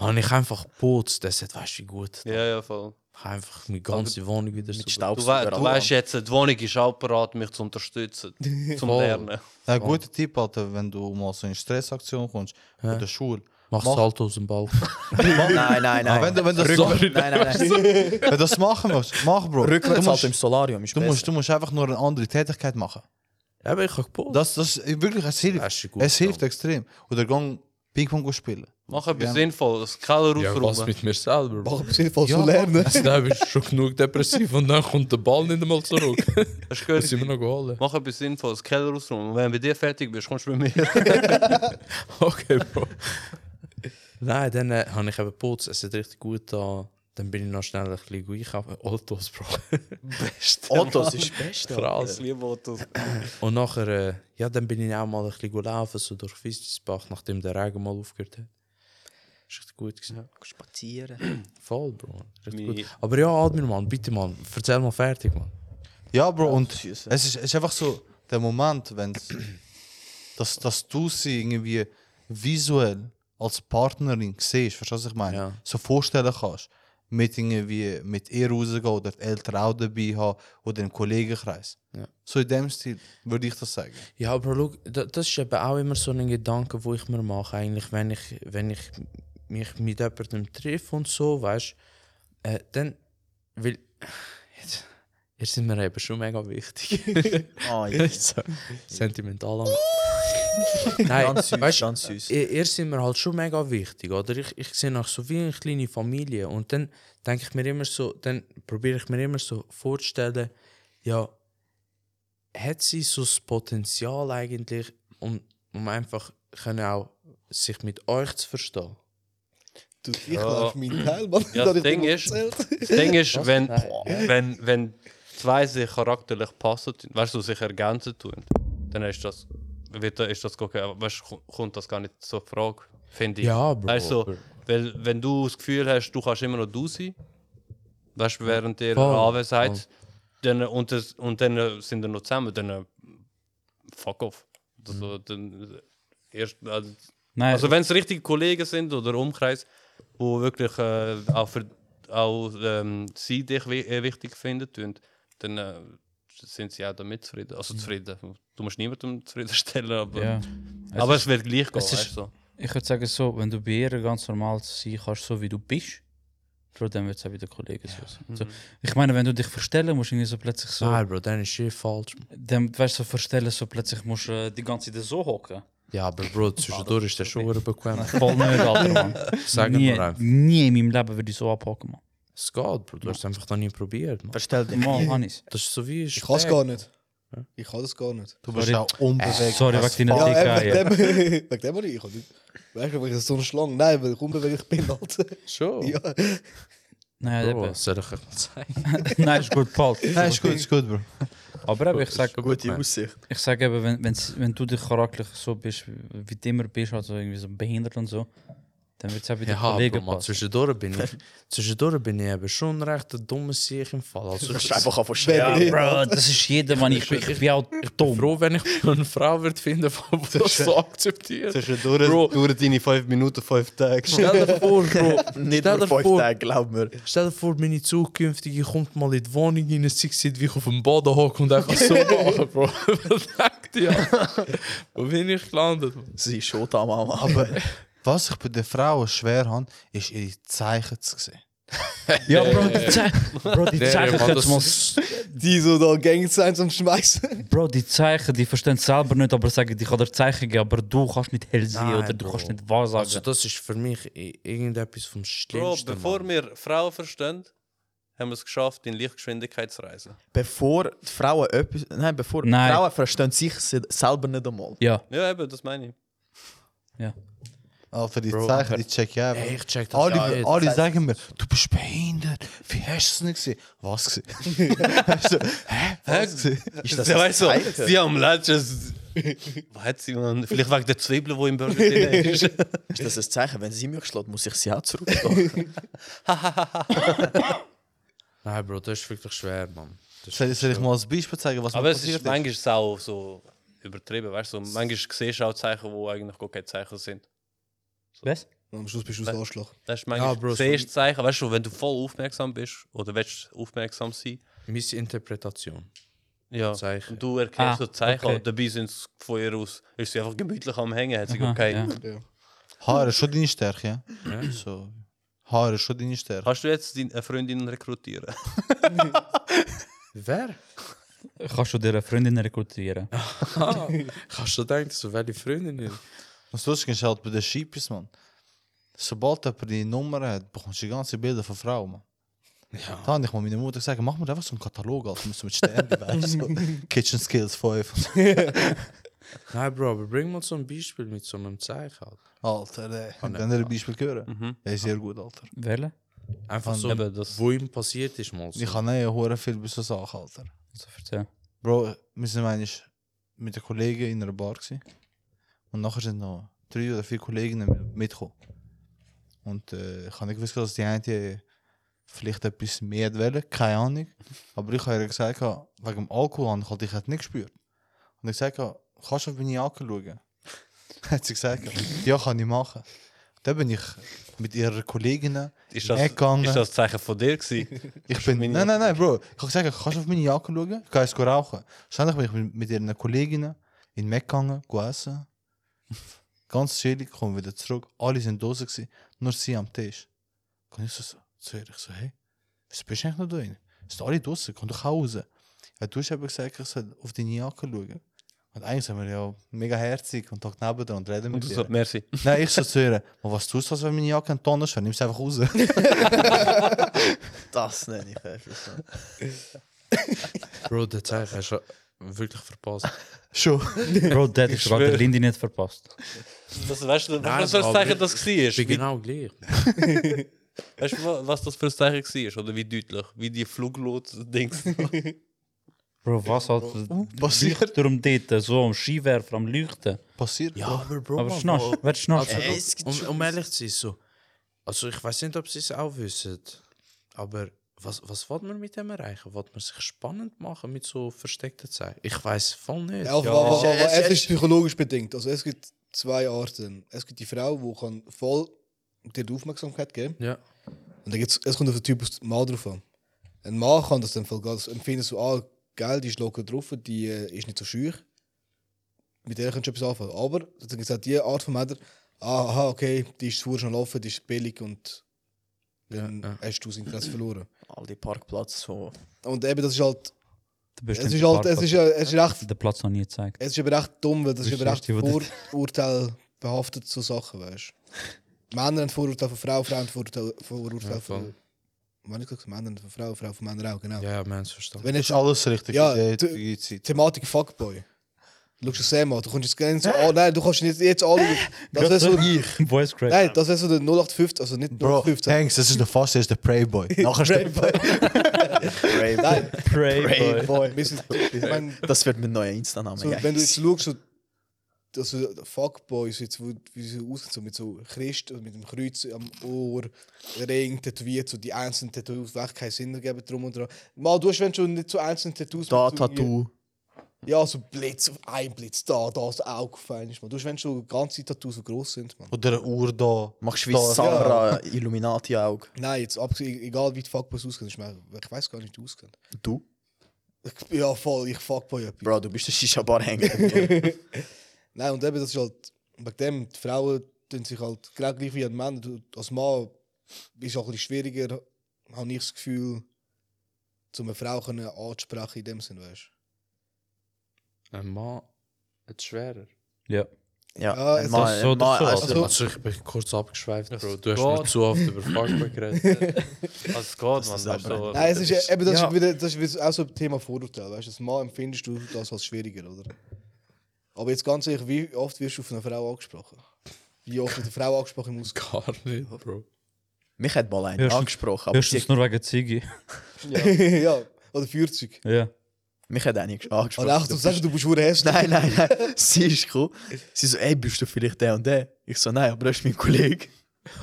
[SPEAKER 1] habe ich einfach geputzt. Das hat, weißt du, wie gut.
[SPEAKER 2] Ja, ja, voll.
[SPEAKER 1] Ich habe einfach meine ganze Wohnung wieder
[SPEAKER 6] Mit
[SPEAKER 1] so.
[SPEAKER 2] Du,
[SPEAKER 6] Staubsauger.
[SPEAKER 2] we du
[SPEAKER 6] Alter.
[SPEAKER 2] weißt jetzt, die Wohnung ist auch bereit, mich zu unterstützen. zum
[SPEAKER 1] Voll.
[SPEAKER 2] Lernen.
[SPEAKER 3] Ein guter Tipp, Alter, wenn du mal so in Stressaktion kommst, von der Schule.
[SPEAKER 1] Mach
[SPEAKER 3] Mach-
[SPEAKER 1] Salto aus dem Balkon.
[SPEAKER 6] Nein, nein, nein.
[SPEAKER 3] Wenn du, wenn du, das,
[SPEAKER 6] Ah, Sorry, nein, nein, nein.
[SPEAKER 3] wenn du das machen möchtest, mach, Bro. Du
[SPEAKER 6] Rückwärts halt im
[SPEAKER 3] musst,
[SPEAKER 6] Solarium ist
[SPEAKER 3] du,
[SPEAKER 6] besser.
[SPEAKER 3] musst, du musst einfach nur eine andere Tätigkeit machen.
[SPEAKER 1] Eben, ich habe geputzt.
[SPEAKER 3] Das, das ist wirklich, es hilft.
[SPEAKER 1] Das ist gut,
[SPEAKER 3] Es hilft
[SPEAKER 1] Mann.
[SPEAKER 3] extrem. Oder gang Ping-Pong spielen.
[SPEAKER 2] Mach etwas
[SPEAKER 3] Ja.
[SPEAKER 2] Sinnvolles. Keller
[SPEAKER 1] Ja, was
[SPEAKER 2] aufräumen.
[SPEAKER 1] mit mir selber? Mann.
[SPEAKER 4] Mach ein bisschen voll
[SPEAKER 3] Ja,
[SPEAKER 4] so lernen.
[SPEAKER 1] Also, da bin ich schon genug depressiv und dann kommt der Ball nicht einmal zurück.
[SPEAKER 2] Hast du
[SPEAKER 1] Das sind wir noch
[SPEAKER 2] gehört?
[SPEAKER 1] geholt.
[SPEAKER 2] Mach etwas Sinnvolles. Keller aufräumen. Und wenn du bei dir fertig bist, kommst du mit mir.
[SPEAKER 1] Okay, Bro. Nein, dann äh, habe ich eben geputzt. Es hat richtig gut an. Dann bin ich noch schnell ein bisschen einkaufen. Autos, Bro.
[SPEAKER 6] Autos ist das Beste.
[SPEAKER 1] Krass.
[SPEAKER 2] liebe Autos.
[SPEAKER 1] Und nachher, äh, ja, dann bin ich auch mal ein bisschen gelaufen, so durch Fischbach, nachdem der Regen mal aufgehört hat. Ist richtig gut gewesen.
[SPEAKER 6] Spazieren.
[SPEAKER 1] Voll, Bro. Richtig
[SPEAKER 2] Mi-
[SPEAKER 1] gut. Aber ja, Admir, Mann, bitte, Mann, erzähl mal fertig, Mann.
[SPEAKER 3] Ja, Bro, und es
[SPEAKER 6] Süße.
[SPEAKER 3] ist, es ist einfach so der Moment, wenn dass, dass du sie irgendwie visuell als Partnerin siehst, verstehst du, was ich meine?
[SPEAKER 1] Ja.
[SPEAKER 3] So vorstellen kannst. Mit irgendwie mit ihr rausgehen oder die Eltern auch dabei haben oder im Kollegenkreis.
[SPEAKER 1] Ja.
[SPEAKER 3] So in dem Stil würde ich das sagen.
[SPEAKER 1] Ja, aber schau, da- das ist eben auch immer so ein Gedanke, wo ich mir mache, eigentlich, wenn ich, wenn ich mich mit jemandem treffe und so, weißt äh, dann, weil, jetzt, jetzt sind mir eben schon mega wichtig.
[SPEAKER 6] Ah, ja.
[SPEAKER 1] so, sentimental. aber- Nein,
[SPEAKER 6] Ganz süß,
[SPEAKER 1] weißt
[SPEAKER 6] ganz süß.
[SPEAKER 1] ihr, ihr sind mir halt schon mega wichtig, oder? Ich, ich sehe nach so wie eine kleine Familie und dann denke ich mir immer so, dann probiere ich mir immer so vorzustellen, ja, hat sie so das Potenzial eigentlich, um, um einfach können auch sich mit euch zu verstehen?
[SPEAKER 4] Du, ich lauf meinen Teil, Mann.
[SPEAKER 2] Ja,
[SPEAKER 4] hab
[SPEAKER 2] das
[SPEAKER 4] ich dir
[SPEAKER 2] Ding
[SPEAKER 4] noch
[SPEAKER 2] ist-
[SPEAKER 4] erzählt.
[SPEAKER 2] Das Ding ist, wenn,
[SPEAKER 1] Nein,
[SPEAKER 2] wenn, wenn zwei sich charakterlich passen, weißt du, sich ergänzen tun, dann ist das, wird, ist das gar kein, weißt, du, kommt das gar nicht zur Frage, finde ich.
[SPEAKER 1] Ja, Bro.
[SPEAKER 2] Weißt du, weil, wenn du das Gefühl hast, du kannst immer noch du sein, weißt du, während der
[SPEAKER 1] Voll,
[SPEAKER 2] Anwesenheit, dann, und, das, und dann äh, sind wir noch zusammen, dann äh, fuck off. Also, dann, äh, erst, also,
[SPEAKER 5] Nein,
[SPEAKER 2] also wenn es richtige Kollegen sind oder Umkreis, wo wirklich äh, auch, für, auch ähm, sie dich wi äh, wichtig finden, tun, dann äh, sind sie auch damit zufrieden. Also zufrieden. Du musst niemandem zufriedenstellen, aber,
[SPEAKER 5] ja.
[SPEAKER 2] aber es, wird gleich gehen.
[SPEAKER 5] es ist-
[SPEAKER 2] weißt du.
[SPEAKER 5] Ich würde sagen so, wenn du bei ihr ganz normal sein kannst, so wie du bist, Bro, dann wird es auch wieder Kollegen so sein. So, ich meine, wenn du dich verstellen musst, irgendwie so plötzlich so,
[SPEAKER 1] Nein, Bro, dann ist shit falsch.
[SPEAKER 5] dann weißt du, so verstellen, so plötzlich musst du äh, die ganze Zeit so hocken.
[SPEAKER 1] Ja, aber Bro, zwischendurch ist der schon wieder bequem.
[SPEAKER 5] Voll nicht, Alter, Mann.
[SPEAKER 1] Sag
[SPEAKER 5] nie,
[SPEAKER 1] nur einfach.
[SPEAKER 5] nie in meinem Leben würde ich so abhocken, Mann.
[SPEAKER 1] Es geht, Bro, du hast es einfach noch nie probiert. Man.
[SPEAKER 6] Verstell dich.
[SPEAKER 5] Mann, Hannes.
[SPEAKER 1] Das ist so wie
[SPEAKER 4] Ich kann es
[SPEAKER 1] Speck.
[SPEAKER 4] gar nicht. Ich kann das gar nicht.
[SPEAKER 3] Du bist
[SPEAKER 5] Sorry.
[SPEAKER 3] auch unbewegt.
[SPEAKER 5] Sorry, wegen deiner
[SPEAKER 4] Ja, eh,
[SPEAKER 5] Dicke.
[SPEAKER 4] eben, wegen dem, wegen dem habe ich. ich hab nicht- Weißt du, weil ich so eine Schlange. Nein, weil ich unbeweglich bin, Alter.
[SPEAKER 1] Schon.
[SPEAKER 4] Ja.
[SPEAKER 5] Nein,
[SPEAKER 1] Bro,
[SPEAKER 5] eben.
[SPEAKER 1] das soll ich euch mal zeigen.
[SPEAKER 5] Nein, ist gut, Paul.
[SPEAKER 3] Nein, ist gut, ist gut, Bro.
[SPEAKER 5] Aber eben, ich sage,
[SPEAKER 6] Gute Aussicht.
[SPEAKER 5] Ich sage eben, wenn, wenn's- wenn du dich charakterlich so bist, wie du immer bist, also irgendwie so behindert und so, dann wird es auch wieder
[SPEAKER 1] Ja, Bro,
[SPEAKER 5] Kollegen
[SPEAKER 1] man,
[SPEAKER 5] passen.
[SPEAKER 1] zwischendurch bin ich, zwischendurch bin ich eben schon recht ein dummer Sieg im Fall. Also,
[SPEAKER 6] Du
[SPEAKER 1] ich
[SPEAKER 6] bist einfach auf
[SPEAKER 4] Ja,
[SPEAKER 6] Stellen.
[SPEAKER 5] Bro, das ist jeder, man. Ich, bin- ich bin auch
[SPEAKER 1] bin
[SPEAKER 5] dumm.
[SPEAKER 1] froh, wenn ich eine Frau würde finden, die das so akzeptiert.
[SPEAKER 6] Zwischendurch
[SPEAKER 1] Bro.
[SPEAKER 6] dauert deine 5 Minuten, 5 Tage.
[SPEAKER 1] Stell dir vor, Bro,
[SPEAKER 6] Nicht
[SPEAKER 1] Stell
[SPEAKER 6] nur
[SPEAKER 1] dir
[SPEAKER 6] 5
[SPEAKER 1] vor-
[SPEAKER 6] Tage, glaub mir.
[SPEAKER 1] Stell dir vor, meine zukünftige kommt mal in die Wohnung rein, sie sieht, wie ich auf dem Boden hocke und einfach so mache, Bro. Verdeckt, ja. Wo bin ich gelandet?
[SPEAKER 6] Sie ist schon da, Mama.
[SPEAKER 3] Aber was ich bei den Frauen schwer habe, ist ihre Zeichen zu sehen.
[SPEAKER 5] Ja, Bro, die Zeit. Bro, die Zeichen
[SPEAKER 1] Mann,
[SPEAKER 5] können mal.
[SPEAKER 1] das-
[SPEAKER 4] Die so da Gang sein zum Schmeißen.
[SPEAKER 5] Bro, die Zeichen, die verstehen selber nicht, aber sagen, ich kann dir Zeichen geben, aber du kannst nicht hell sein
[SPEAKER 1] Nein,
[SPEAKER 5] oder du
[SPEAKER 1] Bro.
[SPEAKER 5] kannst nicht wahr sagen.
[SPEAKER 1] Also, das ist für mich i- irgendetwas vom
[SPEAKER 2] Bro,
[SPEAKER 1] Schlimmsten.
[SPEAKER 2] bevor
[SPEAKER 1] Mann.
[SPEAKER 2] wir Frauen verstehen, haben wir es geschafft, in Lichtgeschwindigkeit zu reisen.
[SPEAKER 6] Bevor die Frauen etwas. Nein, bevor
[SPEAKER 5] Nein.
[SPEAKER 6] die Frauen verstehen sich se- selber nicht einmal.
[SPEAKER 5] ja,
[SPEAKER 2] Ja, eben, das meine ich.
[SPEAKER 3] Alter, Ah, die
[SPEAKER 1] Bro,
[SPEAKER 3] Zeichen, die check ich auch.
[SPEAKER 1] Ey, ich check das
[SPEAKER 3] alle,
[SPEAKER 1] nicht.
[SPEAKER 3] alle sagen mir, du bist behindert. Wie hast du es nicht gesehen? Was gesehen? so, Hä? Was gesehen?
[SPEAKER 6] Ist das
[SPEAKER 2] Ja,
[SPEAKER 6] ein
[SPEAKER 2] weißt du,
[SPEAKER 6] Zeichen?
[SPEAKER 2] sie haben letztens. Was hat sie, Mann? Vielleicht wegen der Zwiebeln, die im Burger drin ist.
[SPEAKER 6] Ist das ein Zeichen? Wenn sie mich schlägt, muss ich sie auch zurückschlagen.
[SPEAKER 1] Nein, Bro, das ist wirklich schwer, Mann. Das ist
[SPEAKER 3] Soll, soll ich mal als Beispiel zeigen, was
[SPEAKER 2] Aber
[SPEAKER 3] mir
[SPEAKER 2] es ist
[SPEAKER 3] passiert ist?
[SPEAKER 2] manchmal auch so übertrieben, weißt du? Manchmal siehst du auch Zeichen, die eigentlich gar keine Zeichen sind.
[SPEAKER 5] was?
[SPEAKER 4] Und am Schluss bist du das Arschloch.
[SPEAKER 2] Das ist manchmal
[SPEAKER 1] Ja, Bro, so-
[SPEAKER 2] siehst du Zeichen, weißt du, wenn du voll aufmerksam bist oder willst aufmerksam sein,
[SPEAKER 1] Missinterpretation.
[SPEAKER 2] ja,
[SPEAKER 1] Zeichen.
[SPEAKER 2] und du erkennst
[SPEAKER 5] Ah,
[SPEAKER 2] so Zeichen,
[SPEAKER 5] okay.
[SPEAKER 2] und dabei sind sie von ihr aus, ist sie einfach gemütlich am Hängen, hat sie
[SPEAKER 5] Aha,
[SPEAKER 2] gar keinen.
[SPEAKER 5] ja.
[SPEAKER 3] Haare, schon deine Stärke, ja?
[SPEAKER 1] Ja.
[SPEAKER 3] So, Haare, schon deine Stärke.
[SPEAKER 2] Kannst du jetzt deine Freundin rekrutieren?
[SPEAKER 1] Wer?
[SPEAKER 5] Kannst du dir eine Freundin rekrutieren?
[SPEAKER 1] Kannst du denken, so welche Freundin ist?
[SPEAKER 3] Was lustig ist halt bei den Sheepies, man. Sobald jemand die Nummer hat, bekommst du die ganzen Bilder von Frauen, man. Ja. Da habe ich mal meiner Mutter gesagt, mach mir einfach so einen Katalog, als musst du mit Sternen weißt. Kitchen Skills 5.
[SPEAKER 1] Nein, Bro, aber bring mal so ein Beispiel mit so einem Zeichen. Alter.
[SPEAKER 3] Alter, ey. Wenn ihr ein Beispiel hören? Ja, ist sehr gut, Alter.
[SPEAKER 5] Welche?
[SPEAKER 1] Einfach so,
[SPEAKER 2] Eben, das-
[SPEAKER 1] wo ihm passiert ist, mal so.
[SPEAKER 3] Ich habe nicht hohe viel bis so Sachen, Alter.
[SPEAKER 5] Also, erzähl.
[SPEAKER 3] Bro, wir sind eigentlich mit den Kollegen in einer Bar gewesen. Und nachher sind noch drei oder eh, vier Kollegen mitgekommen. Und äh, ich habe nicht gewusst, dass die eine vielleicht etwas mehr wollte, keine Ahnung. Aber ich habe ihr gesagt, ah, wegen dem Alkohol habe ich halt, ich hätte nicht gespürt. Und ich gesagt, ah, kannst du auf meine Jacke schauen? hat sie gesagt, ja, kann ich machen. Dann bin ich mit ihrer Kollegin
[SPEAKER 2] Ist das, ist
[SPEAKER 3] Weggegangen.
[SPEAKER 2] das Zeichen von dir gewesen?
[SPEAKER 3] Ich bin,
[SPEAKER 2] meine
[SPEAKER 3] nein, nein, nein, Bro. Ich habe gesagt, kannst du auf meine Jacke schauen? Ich kann jetzt rauchen. Ständig bin ich mit, mit ihren Kolleginnen in Mac gegangen, go essen. Ganz chillig, kommen wieder zurück. Alle sind draußen gewesen, nur sie am Tisch. Und ich so, so zu ihr, ich so, hey, wieso bist du eigentlich noch da drin? Sind alle draußen, komm doch auch raus. Ja, du hast eben gesagt, ich soll auf deine Jacke schauen. Und eigentlich sind wir ja mega herzig und tag neben dir und reden
[SPEAKER 2] Und
[SPEAKER 3] mit
[SPEAKER 2] du
[SPEAKER 3] dir.
[SPEAKER 2] so, merci.
[SPEAKER 3] Nein, ich so zu ihr, «Ma, was tust du, als wenn meine Jacke ein Tonne ist? Dann nimmst du einfach raus.
[SPEAKER 6] das nenne ich einfach so.
[SPEAKER 1] Bro, das Zeichen hast du wirklich verpasst.
[SPEAKER 3] Schon.
[SPEAKER 5] Bro, dat ist sogar der
[SPEAKER 2] schwöre.
[SPEAKER 5] Lindy nicht verpasst.
[SPEAKER 2] Das, weißt du,
[SPEAKER 1] Nein,
[SPEAKER 2] was für ein
[SPEAKER 1] aber-
[SPEAKER 2] Zeichen das
[SPEAKER 1] Ich bin genau
[SPEAKER 2] war?
[SPEAKER 1] gleich.
[SPEAKER 2] Weißt du, wa- was das für ein Zeichen war? Oder wie deutlich? Wie die Fluglot-Dings.
[SPEAKER 5] Bro, was hat
[SPEAKER 3] passiert?
[SPEAKER 5] darum dort, so am Skiwerfer, am Leuchten?
[SPEAKER 3] Passiert. Ja, aber Bro.
[SPEAKER 5] Aber schnarchst, wer schnarchst?
[SPEAKER 1] Also,
[SPEAKER 6] Ey, es gibt
[SPEAKER 1] um,
[SPEAKER 6] schon-
[SPEAKER 1] um ehrlich zu sein, so. Also, ich weiß nicht, ob sie es auch wissen, aber was, was wollt man mit dem erreichen? Wollt man sich spannend machen mit so versteckten Zeichen? Ich weiß voll nicht.
[SPEAKER 4] Ja,
[SPEAKER 1] Ja,
[SPEAKER 4] ja. Aber,
[SPEAKER 6] Ja,
[SPEAKER 4] aber
[SPEAKER 6] es-
[SPEAKER 4] es
[SPEAKER 6] es-
[SPEAKER 4] ist psychologisch bedingt. Also es gibt zwei Arten. Es gibt die Frau, die kann voll dir die Aufmerksamkeit geben.
[SPEAKER 1] ja.
[SPEAKER 4] Und dann gibt's, es kommt auf den Typus Mann drauf an. Ein Mann kann das dann voll geil. Das empfindest du, ah, geil, die ist locker drauf, die äh, ist nicht so schüch. Mit der kannst du etwas anfangen. Aber dann gibt es auch die Art von Männern, ah, aha, okay, die ist zu schon laufen, die ist billig und dann
[SPEAKER 1] Ja, ja.
[SPEAKER 4] hast du das Interesse verloren.
[SPEAKER 6] All die Parkplätze so.
[SPEAKER 4] Und eben, das ist halt,
[SPEAKER 5] Du bist
[SPEAKER 4] es
[SPEAKER 5] im
[SPEAKER 4] ist halt, es
[SPEAKER 5] Parkplatz.
[SPEAKER 4] ist, äh, es ist recht
[SPEAKER 5] Der Platz noch nie gezeigt.
[SPEAKER 4] Es ist aber echt dumm, weil das ist
[SPEAKER 5] Bist
[SPEAKER 4] aber
[SPEAKER 5] du
[SPEAKER 4] echt
[SPEAKER 5] die, die
[SPEAKER 4] Vor Urteil behaftet zu Sachen, weißt du? Männer haben Vorurteil von Frauen, Frauen haben Vorurteil, Vorurteil
[SPEAKER 1] Ja, voll.
[SPEAKER 4] von. Was hab ich gesagt? Männer haben von Frauen, Frauen von Männern auch, genau.
[SPEAKER 1] Ja, ja, Mensch, verstanden.
[SPEAKER 4] Wenn
[SPEAKER 3] Ist
[SPEAKER 4] jetzt
[SPEAKER 3] alles richtig
[SPEAKER 4] Ja,
[SPEAKER 3] in der
[SPEAKER 4] du-
[SPEAKER 3] heutigen Zeit.
[SPEAKER 4] Thematik Fuckboy. Schaust du Sam an, du kommst jetzt gerne so, oh nein, du kannst nicht jetzt alle. Das wäre so,
[SPEAKER 5] Voice Crack.
[SPEAKER 4] nein, das wäre so der 0850, also nicht
[SPEAKER 3] Bro,
[SPEAKER 4] 0815.
[SPEAKER 3] thanks, das ist der fast, das ist der Playboy. Nachher ist der
[SPEAKER 4] Nein,
[SPEAKER 5] Pray, boy.
[SPEAKER 4] Playboy. Wir sind- Ich mein,
[SPEAKER 6] Das wird mein neuer Insta-Name.
[SPEAKER 4] so,
[SPEAKER 6] nou, ja.
[SPEAKER 4] wenn du jetzt schaust, so, also Fuckboys, jetzt, wo- wie sie aussehen, so mit so Christ und mit dem Kreuz am Ohr, Ring, tätowiert, so die einzelnen Tattoos, die echt keinen Sinn ergeben, drum und dran. Mal, du hast wenn schon nicht so einzelne Tattoos.
[SPEAKER 6] Da,
[SPEAKER 4] mit so irgendwie-
[SPEAKER 6] Tattoo.
[SPEAKER 4] Ja, so Blitz, ein Blitz da, da, das Auge gefallen ist, man. Du hast wenn schon ganze Tattoos, die gross sind, man.
[SPEAKER 3] Oder eine Uhr da.
[SPEAKER 6] Machst wie
[SPEAKER 3] Da.
[SPEAKER 6] Sarah Illuminati-Auge.
[SPEAKER 4] Nein, jetzt, abgesehen- egal wie die Fuckboys aussehen, ich, mein, ich weiß gar nicht, wie die aussehen.
[SPEAKER 6] Du?
[SPEAKER 4] Ich- Ja, voll, ich Fuckboy etwas.
[SPEAKER 6] Bro, du bist der Shisha-Bar hängen.
[SPEAKER 4] Nein, und eben, das ist halt, wegen dem, die Frauen tun sich halt genau gleich wie ein Mann. Du- Als Mann ist es auch ein bisschen schwieriger, habe ich das Gefühl, zu einer Frau können anzusprechen in dem Sinn, weißt
[SPEAKER 1] Ein Mann hat es schwerer.
[SPEAKER 5] Ja.
[SPEAKER 4] Ja,
[SPEAKER 6] Ah, ja,
[SPEAKER 4] es
[SPEAKER 6] mal,
[SPEAKER 5] ist so oder
[SPEAKER 6] mal,
[SPEAKER 5] so,
[SPEAKER 6] also,
[SPEAKER 1] Also, also, ich bin kurz abgeschweift, Bro. Du hast
[SPEAKER 2] geht.
[SPEAKER 1] nur zu oft über Fuckboy geredet.
[SPEAKER 2] Alles geht,
[SPEAKER 6] Das
[SPEAKER 2] man.
[SPEAKER 6] ist
[SPEAKER 2] weißt du,
[SPEAKER 6] aber-
[SPEAKER 2] so-
[SPEAKER 4] du? Nein, es ist ja- eben, das,
[SPEAKER 6] Ja.
[SPEAKER 4] Ist wieder, das ist wieder auch so ein Thema Vorurteil, weißt du? Als Mann empfindest du das als schwieriger, oder? Aber jetzt ganz ehrlich, wie oft wirst du von einer Frau angesprochen? Wie oft wird eine Frau angesprochen im Ausgang?
[SPEAKER 1] Gar nicht, Bro.
[SPEAKER 6] mich hat mal einer
[SPEAKER 5] Höchstens-
[SPEAKER 6] angesprochen, aber sie,
[SPEAKER 5] Höchstens nur wegen Ziege.
[SPEAKER 4] Ja. Oder 40.
[SPEAKER 5] Ja.
[SPEAKER 6] mich hat einer ges- angesprochen.
[SPEAKER 4] Oder auch, du
[SPEAKER 6] Du
[SPEAKER 4] sagst, du bist verdammt hässlich.
[SPEAKER 6] Nein, nein, nein. Sie ist gekommen. Sie so, ey, bist du vielleicht der und der? Ich so, nein, aber das ist mein Kollege.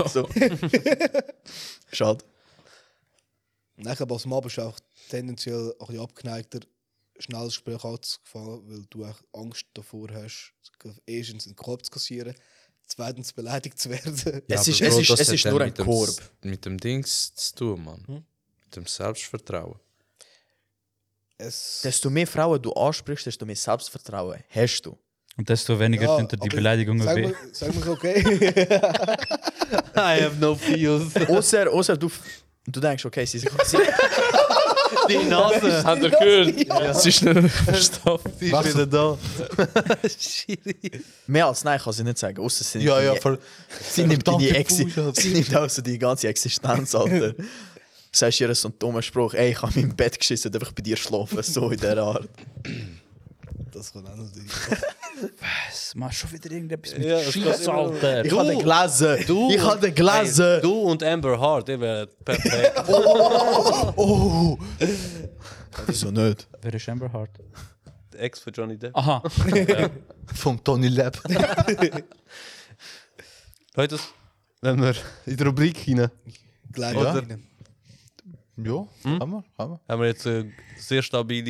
[SPEAKER 6] So. Schade.
[SPEAKER 4] Nein, aber als Mann bist du auch tendenziell ein bisschen abgeneigter, schnell das Gespräch anzufangen, weil du auch Angst davor hast, erstens einen Korb zu kassieren, zweitens beleidigt zu werden.
[SPEAKER 6] es
[SPEAKER 1] aber
[SPEAKER 6] ist,
[SPEAKER 1] Bro,
[SPEAKER 6] es ist,
[SPEAKER 1] das
[SPEAKER 6] es
[SPEAKER 1] hat
[SPEAKER 6] ist
[SPEAKER 1] dann
[SPEAKER 6] nur ein
[SPEAKER 1] mit dem-
[SPEAKER 6] Korb.
[SPEAKER 1] Mit dem Dings zu tun, Mann. Mit dem Selbstvertrauen.
[SPEAKER 4] Es,
[SPEAKER 6] Desto mehr Frauen du ansprichst, desto mehr Selbstvertrauen hast du.
[SPEAKER 5] Und desto weniger
[SPEAKER 4] Ja,
[SPEAKER 5] hinter die
[SPEAKER 4] aber
[SPEAKER 5] Beleidigungen
[SPEAKER 4] sag
[SPEAKER 5] weh.
[SPEAKER 4] mal, sag mal so, okay.
[SPEAKER 2] I have no feels.
[SPEAKER 6] Außer, außer du, du denkst, okay, sie, sie, sie,
[SPEAKER 2] Die Nase, hat er gehört.
[SPEAKER 1] Es ist nicht verstopft.
[SPEAKER 3] Was?
[SPEAKER 6] wieder da. Mehr als nein kann sie nicht sagen. Außer sie nimmt
[SPEAKER 3] Ja, ja,
[SPEAKER 6] deine-
[SPEAKER 3] voll.
[SPEAKER 6] sie nimmt deine
[SPEAKER 3] Verdammte
[SPEAKER 6] Exi
[SPEAKER 3] Pfusch, Alter.
[SPEAKER 6] sie nimmt also die ganze Existenz, Alter. Sagst ihr so einen dummen Spruch, ey, ich habe mein Bett geschissen, darf ich bei dir schlafen? So in der Art.
[SPEAKER 4] das kann auch natürlich.
[SPEAKER 5] Was? Mach schon wieder irgendetwas mit
[SPEAKER 2] Ja, es geht
[SPEAKER 5] Scheiss,
[SPEAKER 2] immer-
[SPEAKER 5] Alter.
[SPEAKER 6] Ich habe gelesen. ich habe gelesen.
[SPEAKER 2] Ey, Du und Amber eh, Hart, ihr werdet perfekt.
[SPEAKER 6] Wieso nicht?
[SPEAKER 5] Wer ist Amber Hart?
[SPEAKER 2] Die Ex von Johnny Depp.
[SPEAKER 5] Aha.
[SPEAKER 3] Vom Tony Lab.
[SPEAKER 2] Leute, wenn wir in die Rubrik hinein.
[SPEAKER 4] Gleich
[SPEAKER 3] Oder-
[SPEAKER 4] rein.
[SPEAKER 3] ja, haben wir, haben wir.
[SPEAKER 2] Haben wir jetzt eine sehr stabile,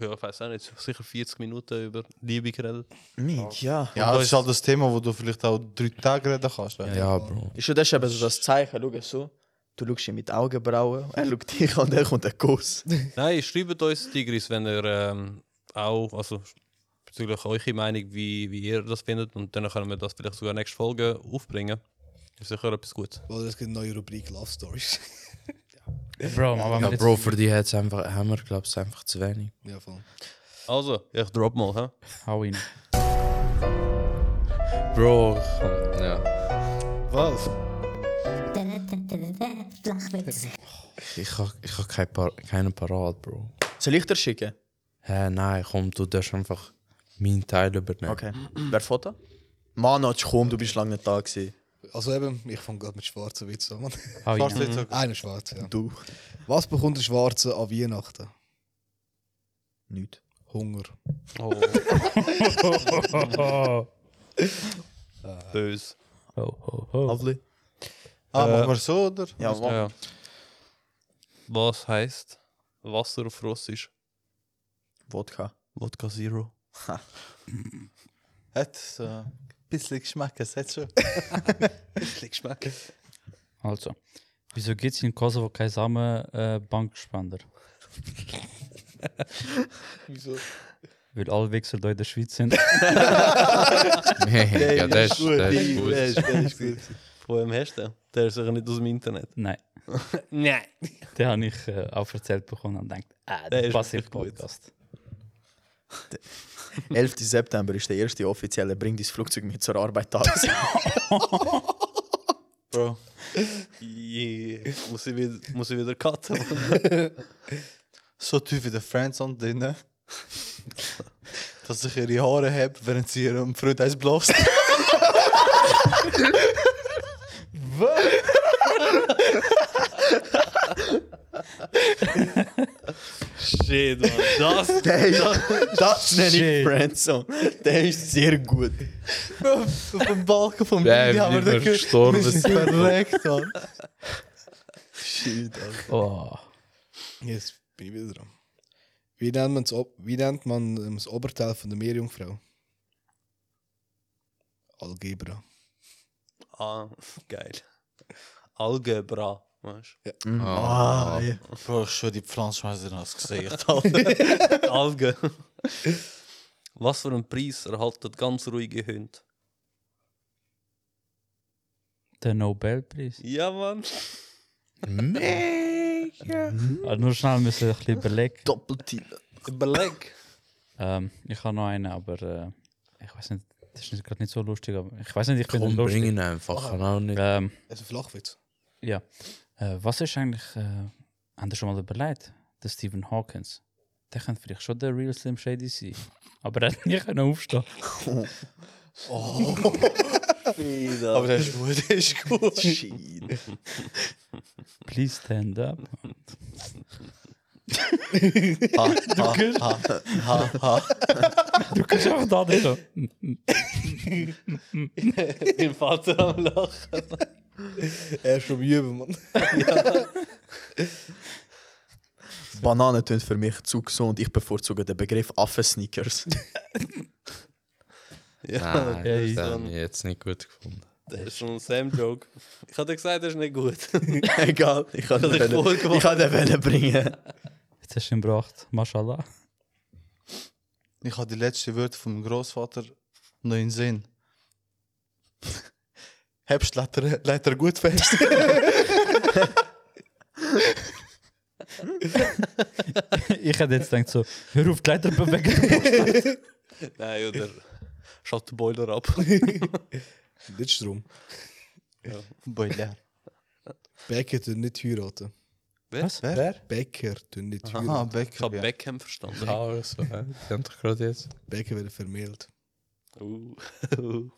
[SPEAKER 2] eh, ja, ich weiß auch nicht, sicher 40 Minuten über Liebe geredet.
[SPEAKER 6] Mich, ja.
[SPEAKER 3] Ja, das ist halt das Thema, wo du vielleicht auch drei Tage reden kannst. weißt du?
[SPEAKER 1] Ja, Bro.
[SPEAKER 6] Ist schon das ist eben so das Zeichen, schau so. Du schaust ihn mit Augenbrauen, er schaut dich an, dann kommt ein Kuss.
[SPEAKER 2] Nein, schreibt uns, Tigris, wenn ihr ähm, auch, also bezüglich eurer Meinung, wie, wie ihr das findet. Und dann können wir das vielleicht sogar nächste Folge aufbringen. Ist sicher etwas Gutes.
[SPEAKER 4] Oder es gibt eine neue Rubrik Love Stories.
[SPEAKER 5] Bro, aber
[SPEAKER 1] Ja,
[SPEAKER 5] wenn
[SPEAKER 1] Bro,
[SPEAKER 5] wir
[SPEAKER 1] für die hat es einfach, haben wir, glaube ich, einfach zu wenig.
[SPEAKER 4] ja, voll.
[SPEAKER 2] Also, ich drop mal, hä?
[SPEAKER 5] jetzt- Hau ihn.
[SPEAKER 1] Bro, komm, ja.
[SPEAKER 4] Was?
[SPEAKER 1] Ich habe ich hab kein Par keine Parat, Bro.
[SPEAKER 6] Soll ich dir schicken?
[SPEAKER 1] Hä, nein, komm, du darfst dus einfach meinen Teil übernehmen.
[SPEAKER 6] Okay. Wer Foto? Mann, Natsch, komm, du bist lange nicht da gewesen.
[SPEAKER 4] Also eben, ich fange gerade mit schwarzen Witzen an.
[SPEAKER 5] Hau
[SPEAKER 3] Fast
[SPEAKER 5] rein.
[SPEAKER 3] jetzt so-
[SPEAKER 4] Einer schwarze, ja.
[SPEAKER 6] Du?
[SPEAKER 4] Was bekommt der Schwarze an Weihnachten?
[SPEAKER 6] Nicht.
[SPEAKER 4] Hunger.
[SPEAKER 2] Böse.
[SPEAKER 5] Ho, ho, ho.
[SPEAKER 6] Lovely.
[SPEAKER 3] Ah,
[SPEAKER 2] Äh, Eh.
[SPEAKER 3] machen wir so, oder?
[SPEAKER 6] Ja, wa-
[SPEAKER 2] Ja. Was heißt Wasser auf Russisch?
[SPEAKER 6] Wodka.
[SPEAKER 2] Vodka Zero.
[SPEAKER 3] Hat so ein bisschen Geschmack, es hat schon.
[SPEAKER 2] Geschmack.
[SPEAKER 5] Also, wieso gibt es in Kosovo keine Samenbankspender? Äh, Bankspender?
[SPEAKER 4] Wieso?
[SPEAKER 5] Weil alle Wichser da in der Schweiz sind.
[SPEAKER 1] Nee, ja, das ist
[SPEAKER 6] gut,
[SPEAKER 1] das ist
[SPEAKER 6] die-
[SPEAKER 1] gut.
[SPEAKER 6] der ist- der ist gut.
[SPEAKER 2] Von wem hast du den? Der ist sicher nicht aus dem Internet.
[SPEAKER 5] Nein,
[SPEAKER 2] Nein.
[SPEAKER 5] den habe ich äh, auch erzählt bekommen und denkt, ah,
[SPEAKER 2] Der
[SPEAKER 5] der
[SPEAKER 2] ist
[SPEAKER 5] passiv
[SPEAKER 2] wirklich gut.
[SPEAKER 5] Podcast.
[SPEAKER 6] 11. September ist der erste offizielle Bring dein Flugzeug mit zur Arbeit Tag.
[SPEAKER 2] Bro. Yeah. Muss, ich wieder, muss ich wieder cutten?
[SPEAKER 3] So tief wie der Friends an drinnen. Dass ich ihre Haare habe, während sie ihrem Freund eins blast.
[SPEAKER 2] Shit, man. Das.
[SPEAKER 6] Der ist, das nenne ich
[SPEAKER 5] Shit.
[SPEAKER 6] Friendzone. Der ist sehr gut.
[SPEAKER 3] Auf dem Balken vom
[SPEAKER 1] Ja,
[SPEAKER 3] Bindi
[SPEAKER 1] wir
[SPEAKER 3] haben wir den
[SPEAKER 1] sind
[SPEAKER 3] gehört.
[SPEAKER 1] gestorben.
[SPEAKER 3] Wir sind verreckt, Mann.
[SPEAKER 6] Shit, Alter.
[SPEAKER 5] Oh.
[SPEAKER 4] Jetzt bin ich wieder dran. Wie nennt man das, Ob- wie nennt man ähm, das Oberteil von der Meerjungfrau? Algebra.
[SPEAKER 2] Ah, geil. Algebra. Weißt
[SPEAKER 6] Ah, ja.
[SPEAKER 3] Bro, ich schwöre, die Pflanzenmeister haben es gesehen.
[SPEAKER 2] du? Alge. Was für einen Preis erhalten ganz ruhige Hunde?
[SPEAKER 5] Der Nobelpreis.
[SPEAKER 2] Ja, Mann.
[SPEAKER 5] Also nur schnell müssen wir ein bisschen überlegen.
[SPEAKER 6] Doppeltitel.
[SPEAKER 2] Überleg.
[SPEAKER 5] Ähm, ich habe noch einen, aber äh, ich weiß nicht, das ist gerade nicht so lustig, aber ich weiß nicht, ich bin
[SPEAKER 1] Komm, bring
[SPEAKER 5] lustig.
[SPEAKER 1] ihn einfach. Kann auch nicht.
[SPEAKER 5] Ähm,
[SPEAKER 4] Das ist ein Also Flachwitz.
[SPEAKER 5] ja. Äh, was ist eigentlich, äh, habt ihr schon mal überlegt, der Stephen Hawkins? Der könnte vielleicht schon der Real Slim Shady sein. Aber er hat nie können aufstehen.
[SPEAKER 3] Aber der ist gut, der ist gut.
[SPEAKER 6] Shit.
[SPEAKER 5] Please stand up.
[SPEAKER 3] Ha, ha, ha, ha, ha.
[SPEAKER 5] Du kannst einfach da nicht so.
[SPEAKER 2] Im Vater am Lachen.
[SPEAKER 4] Er ist schon müde, Mann.
[SPEAKER 6] Bananen tönt für mich zu gesund. Ich bevorzuge den Begriff Affensneakers.
[SPEAKER 2] Ja,
[SPEAKER 1] Nein,
[SPEAKER 5] ey,
[SPEAKER 1] das habe
[SPEAKER 2] dann-
[SPEAKER 1] ich jetzt nicht gut gefunden.
[SPEAKER 2] das ist schon ein Sam-Joke. Ich hatte gesagt, das ist nicht gut.
[SPEAKER 6] Egal, ich kann
[SPEAKER 2] Das
[SPEAKER 6] den,
[SPEAKER 2] ist voll
[SPEAKER 6] wollen-
[SPEAKER 2] gemacht.
[SPEAKER 6] ich kann den wollen bringen.
[SPEAKER 5] Jetzt hast du ihn gebracht. Mashallah.
[SPEAKER 3] Ich habe die letzten Wörter vom Großvater noch in Sinn. Hebst leider, leider gut fest.
[SPEAKER 5] ich hätte jetzt gedacht so, hör auf, die Leiter bewegen.
[SPEAKER 2] Nein, oder schaut den Boiler ab.
[SPEAKER 4] Nicht Strom.
[SPEAKER 3] Boiler.
[SPEAKER 4] Bäcker tun nicht heiraten.
[SPEAKER 5] Was?
[SPEAKER 3] Wer?
[SPEAKER 4] Bäcker tun nicht
[SPEAKER 3] Aha,
[SPEAKER 4] heiraten.
[SPEAKER 2] Ich
[SPEAKER 3] Becker.
[SPEAKER 2] habe
[SPEAKER 3] Ja.
[SPEAKER 2] Beckham verstanden.
[SPEAKER 1] Ja, so, hä? Die haben doch gerade jetzt.
[SPEAKER 4] Bäcker werden vermählt.
[SPEAKER 2] Uh.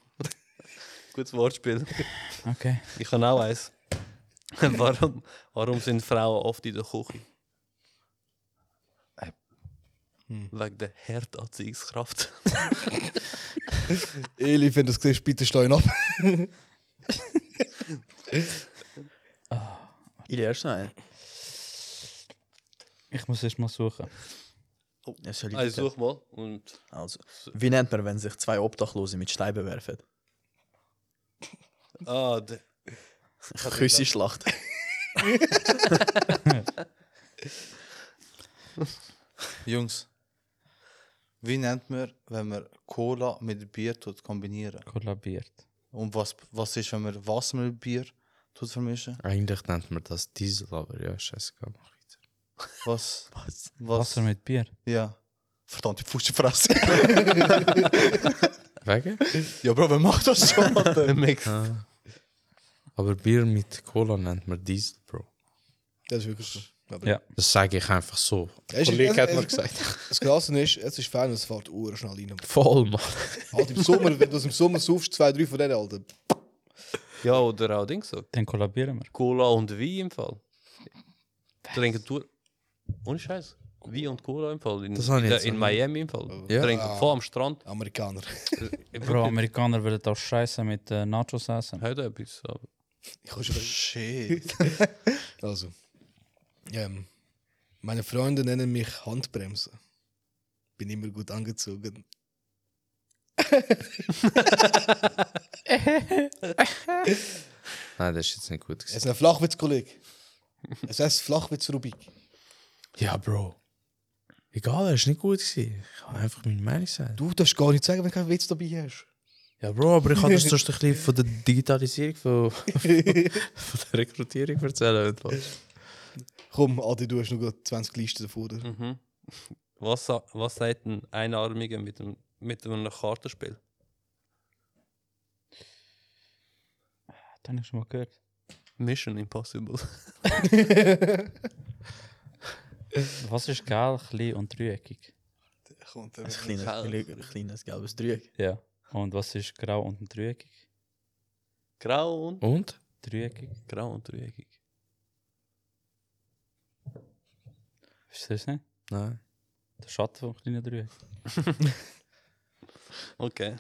[SPEAKER 2] Gutes Wortspiel.
[SPEAKER 5] Okay.
[SPEAKER 2] Ich kann auch eins. Warum, warum sind Frauen oft in der Küche? Wegen der Herdanziehungskraft.
[SPEAKER 4] Eli, wenn du das siehst, bitte steh ihn ab.
[SPEAKER 6] Ich lerne schnell.
[SPEAKER 5] Ich muss erst mal suchen.
[SPEAKER 3] Oh.
[SPEAKER 6] Ja, soll ich
[SPEAKER 2] Also
[SPEAKER 6] also.
[SPEAKER 2] such mal. Und
[SPEAKER 6] also, wie nennt man, wenn sich zwei Obdachlose mit Steinen werfen?
[SPEAKER 2] ah, der,
[SPEAKER 6] Küsse Schlacht.
[SPEAKER 3] Jungs, wie nennt man, wenn man Cola mit Bier tut, kombinieren?
[SPEAKER 5] Kollabiert.
[SPEAKER 3] Und was, was ist, wenn man Wasser mit Bier tut vermischen?
[SPEAKER 1] Eigentlich nennt man das Diesel, aber ja, scheißegal, mach weiter.
[SPEAKER 3] Was? Was?
[SPEAKER 5] Wasser mit Bier.
[SPEAKER 3] Ja. Verdammt, die Fußfresse.
[SPEAKER 1] Wegen?
[SPEAKER 3] ja, Bro, wer macht das schon?
[SPEAKER 2] der Mix.
[SPEAKER 1] Ah. Aber Bier mit Cola nennt man Diesel, Bro.
[SPEAKER 4] Das ist wirklich so. Aber
[SPEAKER 5] Ja.
[SPEAKER 1] Das sage ich einfach so.
[SPEAKER 4] Es ist-
[SPEAKER 1] Kollege
[SPEAKER 4] es-
[SPEAKER 1] hat mir
[SPEAKER 4] es-
[SPEAKER 1] gesagt.
[SPEAKER 4] Das Krasse ist, es ist Fan, es fährt Uhren schnell rein.
[SPEAKER 1] Voll, Mann.
[SPEAKER 4] Halt im Sommer, wenn du es im Sommer saufst, zwei, drei von denen, Alter.
[SPEAKER 2] Ja, oder auch Dings so.
[SPEAKER 5] Dann kollabieren wir.
[SPEAKER 2] Cola und Wein im Fall. Trinken Tour. Ohne Scheiß. Wein und Cola im Fall. In,
[SPEAKER 1] Das habe ich jetzt
[SPEAKER 2] in
[SPEAKER 1] noch nie.
[SPEAKER 2] Miami im Fall.
[SPEAKER 1] Ja.
[SPEAKER 2] Trinken voll am Strand.
[SPEAKER 4] Amerikaner.
[SPEAKER 5] Bro, Amerikaner würden auch scheiße mit äh, Nachos essen.
[SPEAKER 2] Heute etwas. aber-
[SPEAKER 4] Ich kann schon
[SPEAKER 3] Shit.
[SPEAKER 4] Also, ähm, meine Freunde nennen mich Handbremse. Bin immer gut angezogen.
[SPEAKER 1] Nein, das ist jetzt nicht gut
[SPEAKER 4] Es
[SPEAKER 1] gewesen.
[SPEAKER 4] ist ein Flachwitz-Kollege. Es heißt Flachwitz-Rubik.
[SPEAKER 1] Ja, Bro. Egal, das ist nicht gut gewesen. Ich kann einfach meine Meinung sagen.
[SPEAKER 4] Du darfst gar nicht sagen, wenn du keinen Witz dabei hast.
[SPEAKER 1] Ja, Bro, aber ich kann das sonst ein bisschen von der Digitalisierung, von, von der Rekrutierung erzählen.
[SPEAKER 4] Komm, Adi, du hast noch gerade 20 Listen davor.
[SPEAKER 2] Mhm. Was, sa- was sagt ein Einarmiger mit einem, mit einem Kartenspiel?
[SPEAKER 5] Das habe ich schon mal gehört.
[SPEAKER 2] Mission Impossible.
[SPEAKER 5] Was ist geil, klein und dreieckig?
[SPEAKER 6] Ein kleines, ein kleines gelbes Dreieck.
[SPEAKER 5] Ja. Und was ist grau und dreieckig?
[SPEAKER 2] Grau und
[SPEAKER 1] Und?
[SPEAKER 5] Dreieckig?
[SPEAKER 2] grau und dreieckig.
[SPEAKER 5] Ist das nicht?
[SPEAKER 1] Nein.
[SPEAKER 5] Der Schatten vom kleinen Dreieck.
[SPEAKER 2] Okay.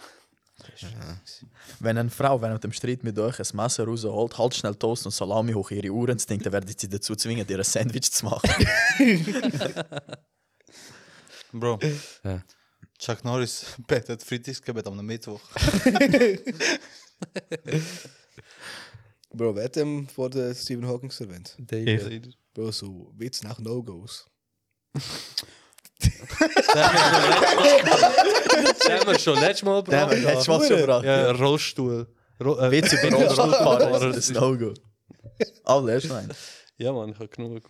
[SPEAKER 6] Wenn eine Frau während dem Streit mit euch ein Messer rausholt, halt schnell Toast und Salami hoch ihre Uhren zu denken, dann werdet ihr sie dazu zwingen, ihr ein Sandwich zu machen.
[SPEAKER 2] Bro.
[SPEAKER 3] Chuck Norris betet Freitagsgebet am Mittwoch.
[SPEAKER 4] Bro, wer hat dem vor der Stephen Hawking erwähnt?
[SPEAKER 5] Ich.
[SPEAKER 4] Bro, so Witz nach No-Gos.
[SPEAKER 2] Den haben wir schon letztes Mal
[SPEAKER 6] Damn,
[SPEAKER 2] gebracht.
[SPEAKER 6] hättest du mal schon gebracht.
[SPEAKER 2] Ja, Rollstuhl. Ro äh,
[SPEAKER 6] Witz über Rollstuhlfahrer ist das No-Go. Aber erst nein.
[SPEAKER 2] Ja, Mann, ich habe genug.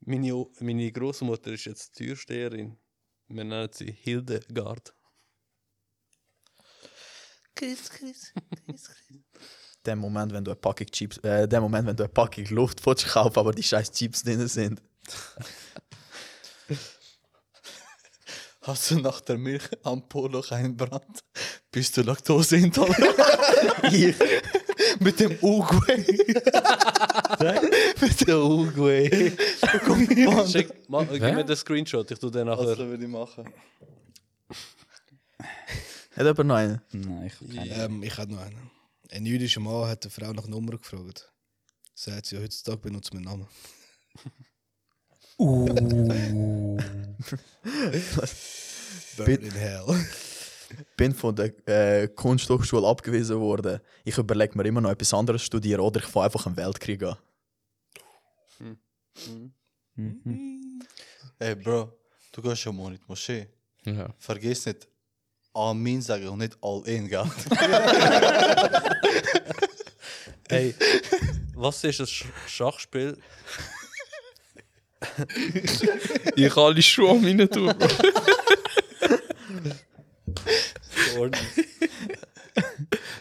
[SPEAKER 2] Meine, O- meine Großmutter ist jetzt Türsteherin. Wir nennen sie Hildegard.
[SPEAKER 6] Dem Moment, wenn du eine Packung Chips, äh, dem Moment, wenn du eine Packung Luft willst kaufen, aber die scheiß Chips drin sind.
[SPEAKER 3] Hast du nach der Milch am Polo keinen Brand? Bist du laktoseintolerant?
[SPEAKER 6] Ich,
[SPEAKER 3] Mit dem Uruguay. Mit dem Uruguay. Komm, Mann.
[SPEAKER 2] Schick, ma, gib
[SPEAKER 1] Wer?
[SPEAKER 2] mir den Screenshot, ich tue den nachher.
[SPEAKER 3] Was würde ich machen?
[SPEAKER 6] hat jemand noch einen?
[SPEAKER 5] Nein, ich habe keine.
[SPEAKER 4] Ähm, ich habe noch einen. Ein jüdischer Mann hat eine Frau nach Nummer gefragt. Sagt sie, ja, heutzutage benutzt man Namen. Burn in hell.
[SPEAKER 6] bin von der äh, Kunsthochschule abgewiesen worden. Ich überlege mir immer noch etwas anderes studieren oder ich fahre einfach einen Weltkrieg an.
[SPEAKER 5] Mhm.
[SPEAKER 3] Ey, Bro, du gehst schon morgen in die Moschee.
[SPEAKER 1] Ja.
[SPEAKER 3] Vergiss nicht, Amin sagen und nicht All-In, gell?
[SPEAKER 2] Hey, was ist ein Sch Schachspiel?
[SPEAKER 1] Ich kann alle Schuhe an meinen tun, Bro.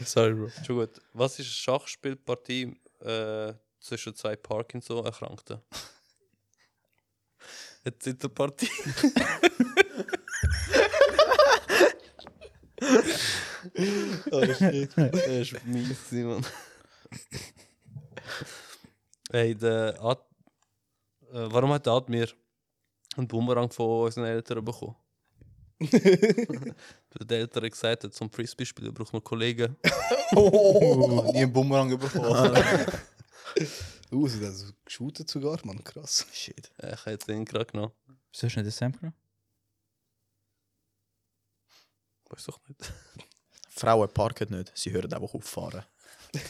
[SPEAKER 1] Sorry, Bro.
[SPEAKER 2] Schon gut. Was ist eine Schachspielpartie äh, zwischen zwei Parkinson-Erkrankten? Jetzt sind eine Partie. oh shit. Das ist mies, Simon. Hey, der Ad äh, warum hat der Admir einen Bumerang von unseren Eltern bekommen? Weil die Eltern gesagt haben, zum Frisbee-Spielen braucht man Kollegen.
[SPEAKER 3] Oh, nie einen Bumerang bekommen.
[SPEAKER 4] Uh, sie hat das geshootet sogar, Mann, krass.
[SPEAKER 6] Shit.
[SPEAKER 2] Ja, Ich hätte ihn gerade genommen.
[SPEAKER 5] Wieso hast du nicht den Sam genommen?
[SPEAKER 2] Weiß doch nicht.
[SPEAKER 6] Frauen parken nicht, sie hören einfach auf fahren.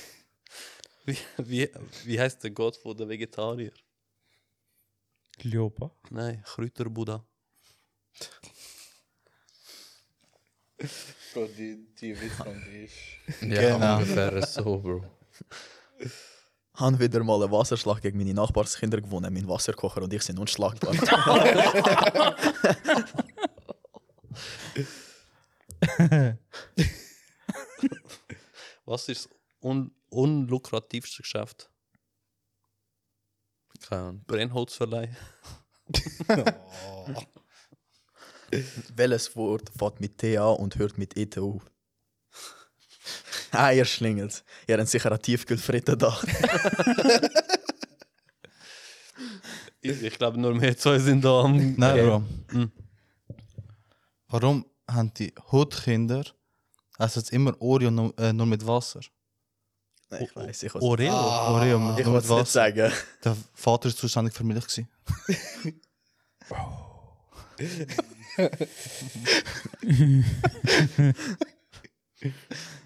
[SPEAKER 2] Wie, wie, wie heißt der Gott von der Vegetarier?
[SPEAKER 5] Gliopa.
[SPEAKER 2] Nein, Kräuterbuddha.
[SPEAKER 3] Bro, die, die Witz von dir ist.
[SPEAKER 1] Ja,
[SPEAKER 3] Genau.
[SPEAKER 1] ungefähr so, Bro.
[SPEAKER 6] Haben wieder mal einen Wasserschlag gegen meine Nachbarskinder gewonnen. Mein Wasserkocher und ich sind unschlagbar.
[SPEAKER 2] Was ist das un unlukrativste Geschäft?
[SPEAKER 1] Clown.
[SPEAKER 2] Brennholz verleihen.
[SPEAKER 6] Welches Wort fängt mit T an und hört mit ET auf? Eierschlingels. Ihr habt sicher an Tiefkühlfritte gedacht.
[SPEAKER 2] Ich, ich glaube, nur mehr zwei sind da am.
[SPEAKER 3] Nein, Bro. Warum haben die Hutkinder essen jetzt immer Oreo nur, äh, nur mit Wasser?
[SPEAKER 6] Nein, ich weiß, ich wollte
[SPEAKER 2] Oreo. Ah,
[SPEAKER 3] Oreo nur
[SPEAKER 6] ich
[SPEAKER 3] mit
[SPEAKER 6] es nicht
[SPEAKER 3] Wasser.
[SPEAKER 6] sagen.
[SPEAKER 3] Der Vater war zuständig für Milch. gewesen.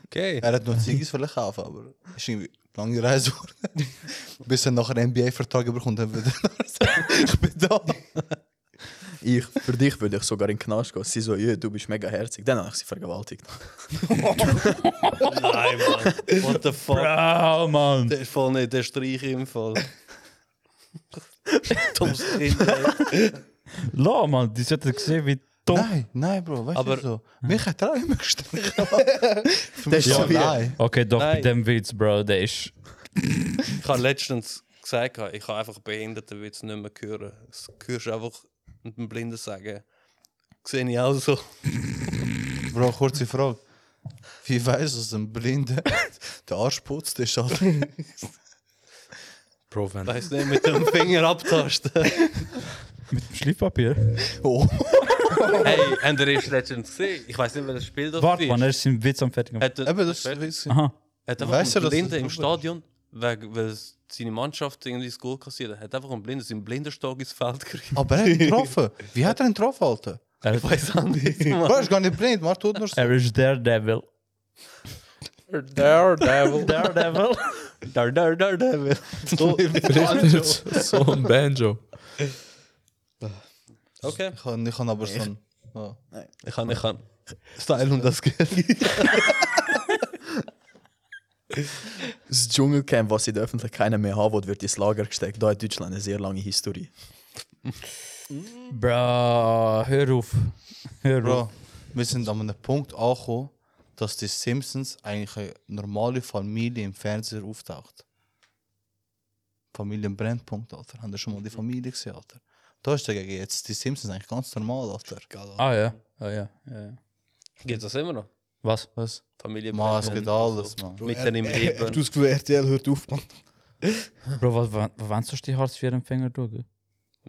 [SPEAKER 2] Okay.
[SPEAKER 3] Er hat noch Ziggis verkauft, aber ist irgendwie eine lange Reise geworden. Bis er nachher einen NBA-Vertrag bekommt, dann wieder. ich bin da.
[SPEAKER 6] Ich, für dich würde ich sogar in den Knast gehen. Sie so, "Jö, du bist mega herzig. Dann habe ich sie vergewaltigt.
[SPEAKER 2] Nein, Mann. What the fuck?
[SPEAKER 5] Ah, Mann!
[SPEAKER 2] Der ist voll nicht der Streich im Fall. Dummes Kind. ey.
[SPEAKER 5] La, Mann, die sollten gesehen, wie dumm.
[SPEAKER 3] Nein, nein, Bro, weißt
[SPEAKER 2] Aber-
[SPEAKER 3] du so? Mich hat er auch immer gestrichen.
[SPEAKER 6] Das ist
[SPEAKER 3] ja,
[SPEAKER 6] so wie-
[SPEAKER 3] nein.
[SPEAKER 5] Okay, doch,
[SPEAKER 2] Nein.
[SPEAKER 5] mit dem Witz, Bro, der ist.
[SPEAKER 2] Ich habe letztens gesagt, ich kann einfach Behindertenwitz nicht mehr hören. Das hörst du einfach mit dem Blinden sagen. Sehe ich auch so.
[SPEAKER 3] Bro, kurze Frage. Wie weiss dass ein Blinder den Arsch putzt? Ist halt
[SPEAKER 1] Bro, wenn,
[SPEAKER 2] Weiß nicht, mit dem Finger abtasten.
[SPEAKER 5] Mit dem Schleifpapier.
[SPEAKER 2] hey, und er ist letztens gesehen. Ich weiß nicht, welches Spiel das
[SPEAKER 5] Warte,
[SPEAKER 2] war.
[SPEAKER 5] Mann, er ist im Witz am fertig.
[SPEAKER 2] Hat er-
[SPEAKER 3] Eben, das ist
[SPEAKER 5] Aha.
[SPEAKER 2] Er hat einfach
[SPEAKER 3] Weiss er,
[SPEAKER 2] einen
[SPEAKER 3] dass das
[SPEAKER 2] Blinden im
[SPEAKER 3] drüber ist?
[SPEAKER 2] Stadion, wegen, weil es seine Mannschaft irgendwie das Goal kassiert hat, hat einfach einen Blinden seinen Blindenstock ins Feld gekriegt.
[SPEAKER 3] Aber er hat ihn getroffen. Wie hat er ihn getroffen, Alter?
[SPEAKER 5] Er,
[SPEAKER 2] Weiß auch nicht.
[SPEAKER 3] Bro, ist gar nicht blind, man tut nur so.
[SPEAKER 5] er ist Daredevil.
[SPEAKER 2] Daredevil.
[SPEAKER 5] Daredevil?
[SPEAKER 2] Daredevil.
[SPEAKER 1] so ein Banjo.
[SPEAKER 2] Okay.
[SPEAKER 3] Ich kann, ich kann aber so ein... Ja.
[SPEAKER 2] Ich kann, ich kann. Style und das Geld.
[SPEAKER 6] Das Dschungelcamp, was in der Öffentlichkeit keiner mehr haben will, wird ins Lager gesteckt. Da hat Deutschland eine sehr lange Historie.
[SPEAKER 5] Bro, hör auf. Hör auf.
[SPEAKER 3] Bro, wir sind an einem Punkt angekommen, dass die Simpsons eigentlich eine normale Familie im Fernseher auftaucht. Familienbrennpunkt, Alter. Haben wir schon mal die Familie gesehen, Alter? Da ist dagegen jetzt die Simpsons eigentlich ganz normal, Alter.
[SPEAKER 5] Ah ja. Ah ja. ja. ja.
[SPEAKER 2] Gibt das immer noch?
[SPEAKER 5] Was?
[SPEAKER 3] Was?
[SPEAKER 2] Familie.
[SPEAKER 3] Mann, es geht alles, Mann.
[SPEAKER 2] Mitten im
[SPEAKER 4] Hast du
[SPEAKER 2] Leben.
[SPEAKER 4] das Gefühl, RTL hört auf, Mann?
[SPEAKER 5] Bro, was, wann, wann sollst du die Hartz IV Empfänger tun?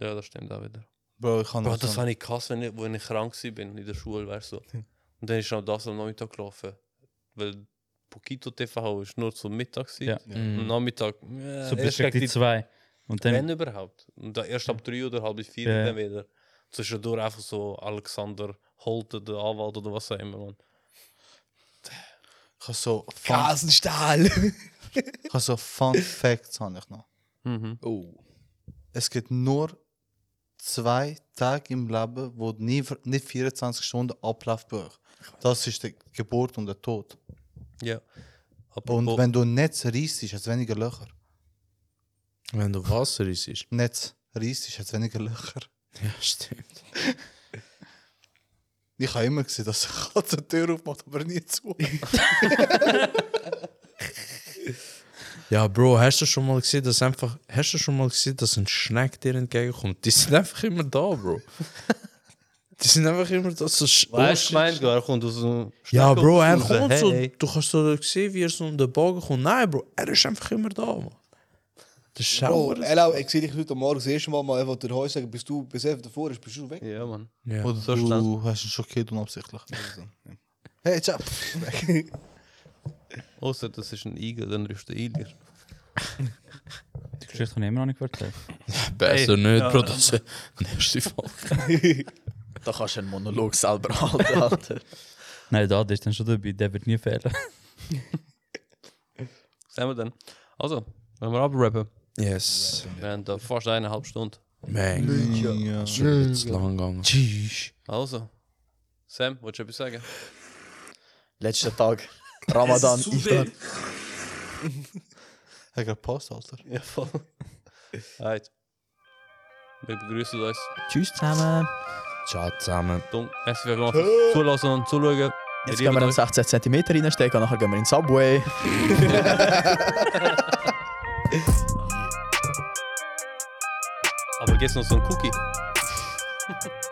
[SPEAKER 2] Ja, das stimmt auch wieder.
[SPEAKER 3] Bro, ich kann
[SPEAKER 2] Bro,
[SPEAKER 3] noch
[SPEAKER 2] das
[SPEAKER 3] so ein-
[SPEAKER 2] habe ich gehasst, wenn ich, wenn ich krank war bin in der Schule, weißt du. Und dann ist auch das am Nachmittag gelaufen. Weil Pokito TV ist nur zum Mittag.
[SPEAKER 5] Ja. Mhm.
[SPEAKER 2] Ja. Am Nachmittag. Ja,
[SPEAKER 5] So
[SPEAKER 2] erst
[SPEAKER 5] bist du
[SPEAKER 2] gegen
[SPEAKER 5] die zwei. Und dann.
[SPEAKER 2] Wenn überhaupt. Und da erst ab drei oder halb vier
[SPEAKER 5] Ja.
[SPEAKER 2] dann wieder. Zwischendurch einfach so Alexander Holte, der Anwalt oder was auch immer. Man.
[SPEAKER 3] ich habe so Fun,
[SPEAKER 4] Gasenstahl!
[SPEAKER 3] ich habe so Fun Facts habe ich noch.
[SPEAKER 5] Mhm.
[SPEAKER 4] Oh.
[SPEAKER 3] Es gibt nur zwei Tage im Leben, wo nie, nicht 24 Stunden abläuft bei euch. Das ist die Geburt und der Tod.
[SPEAKER 2] Ja. Aber
[SPEAKER 3] Und
[SPEAKER 2] wo-
[SPEAKER 3] wenn du Netz riesst, hast du weniger Löcher.
[SPEAKER 1] Wenn du Wasser isst.
[SPEAKER 3] Netz riesst, hast du weniger Löcher.
[SPEAKER 1] Ja, stimmt.
[SPEAKER 3] Ich habe immer gesehen, dass eine Katze die Tür aufmacht, aber nie zu.
[SPEAKER 1] Ja, Bro, hast du schon mal gesehen, dass einfach. Hast du schon mal gesehen, dass ein Schneck dir entgegenkommt? Die sind einfach immer da, Bro. Die sind einfach immer da. So sch-
[SPEAKER 2] Weißt du, mein, er kommt aus dem
[SPEAKER 1] Ja, Bro, er
[SPEAKER 2] Steckhaus raus.
[SPEAKER 1] kommt so.
[SPEAKER 2] Hey.
[SPEAKER 1] Du hast so gesehen, wie er so um den Bogen kommt. Nein, Bro, er ist einfach immer da, man. Das ist
[SPEAKER 4] Bro,
[SPEAKER 1] schauer.
[SPEAKER 4] hello, ich sehe dich heute Morgen das erste Mal mal einfach durch den Haus sagen, bist du bis elf davor, ist, bist du weg.
[SPEAKER 2] Ja, Mann.
[SPEAKER 1] Ja.
[SPEAKER 3] Oder
[SPEAKER 2] so schnell.
[SPEAKER 3] du hast ihn schockiert unabsichtlich. Hey, ciao.
[SPEAKER 2] Außer das ist ein Igel, dann ist der Igel.
[SPEAKER 5] Die Geschichte habe ich immer noch nicht erzählt.
[SPEAKER 1] Besser
[SPEAKER 2] Ey,
[SPEAKER 1] nicht,
[SPEAKER 2] ja.
[SPEAKER 1] Bro. Das ist die nächste Folge.
[SPEAKER 6] Da kannst du einen Monolog selber halten, Alter.
[SPEAKER 5] Nein, da, der ist dann schon dabei. Der wird nie fehlen.
[SPEAKER 2] Sehen wir dann. Also, wenn wir abrappen.
[SPEAKER 1] Yes.
[SPEAKER 2] Wir haben da fast eineinhalb Stunden.
[SPEAKER 1] Man,
[SPEAKER 3] Ja.
[SPEAKER 1] das ist schon jetzt lang gegangen.
[SPEAKER 2] Also, Sam, willst du etwas sagen?
[SPEAKER 6] Letzter Tag. Ramadan. Iftar.
[SPEAKER 3] Hat gerade gepasst, also? Alter.
[SPEAKER 2] Ja, voll. Alright. Wir begrüßen uns.
[SPEAKER 6] Tschüss zusammen.
[SPEAKER 1] Ciao zusammen.
[SPEAKER 2] Dumm. Merci vielmals fürs Zulassen und Zuschauen.
[SPEAKER 6] Jetzt
[SPEAKER 2] lieben
[SPEAKER 6] gehen wir noch
[SPEAKER 2] euch.
[SPEAKER 6] 16 cm reinstecken und nachher gehen wir in den Subway.
[SPEAKER 2] Aber jetzt noch so ein Cookie.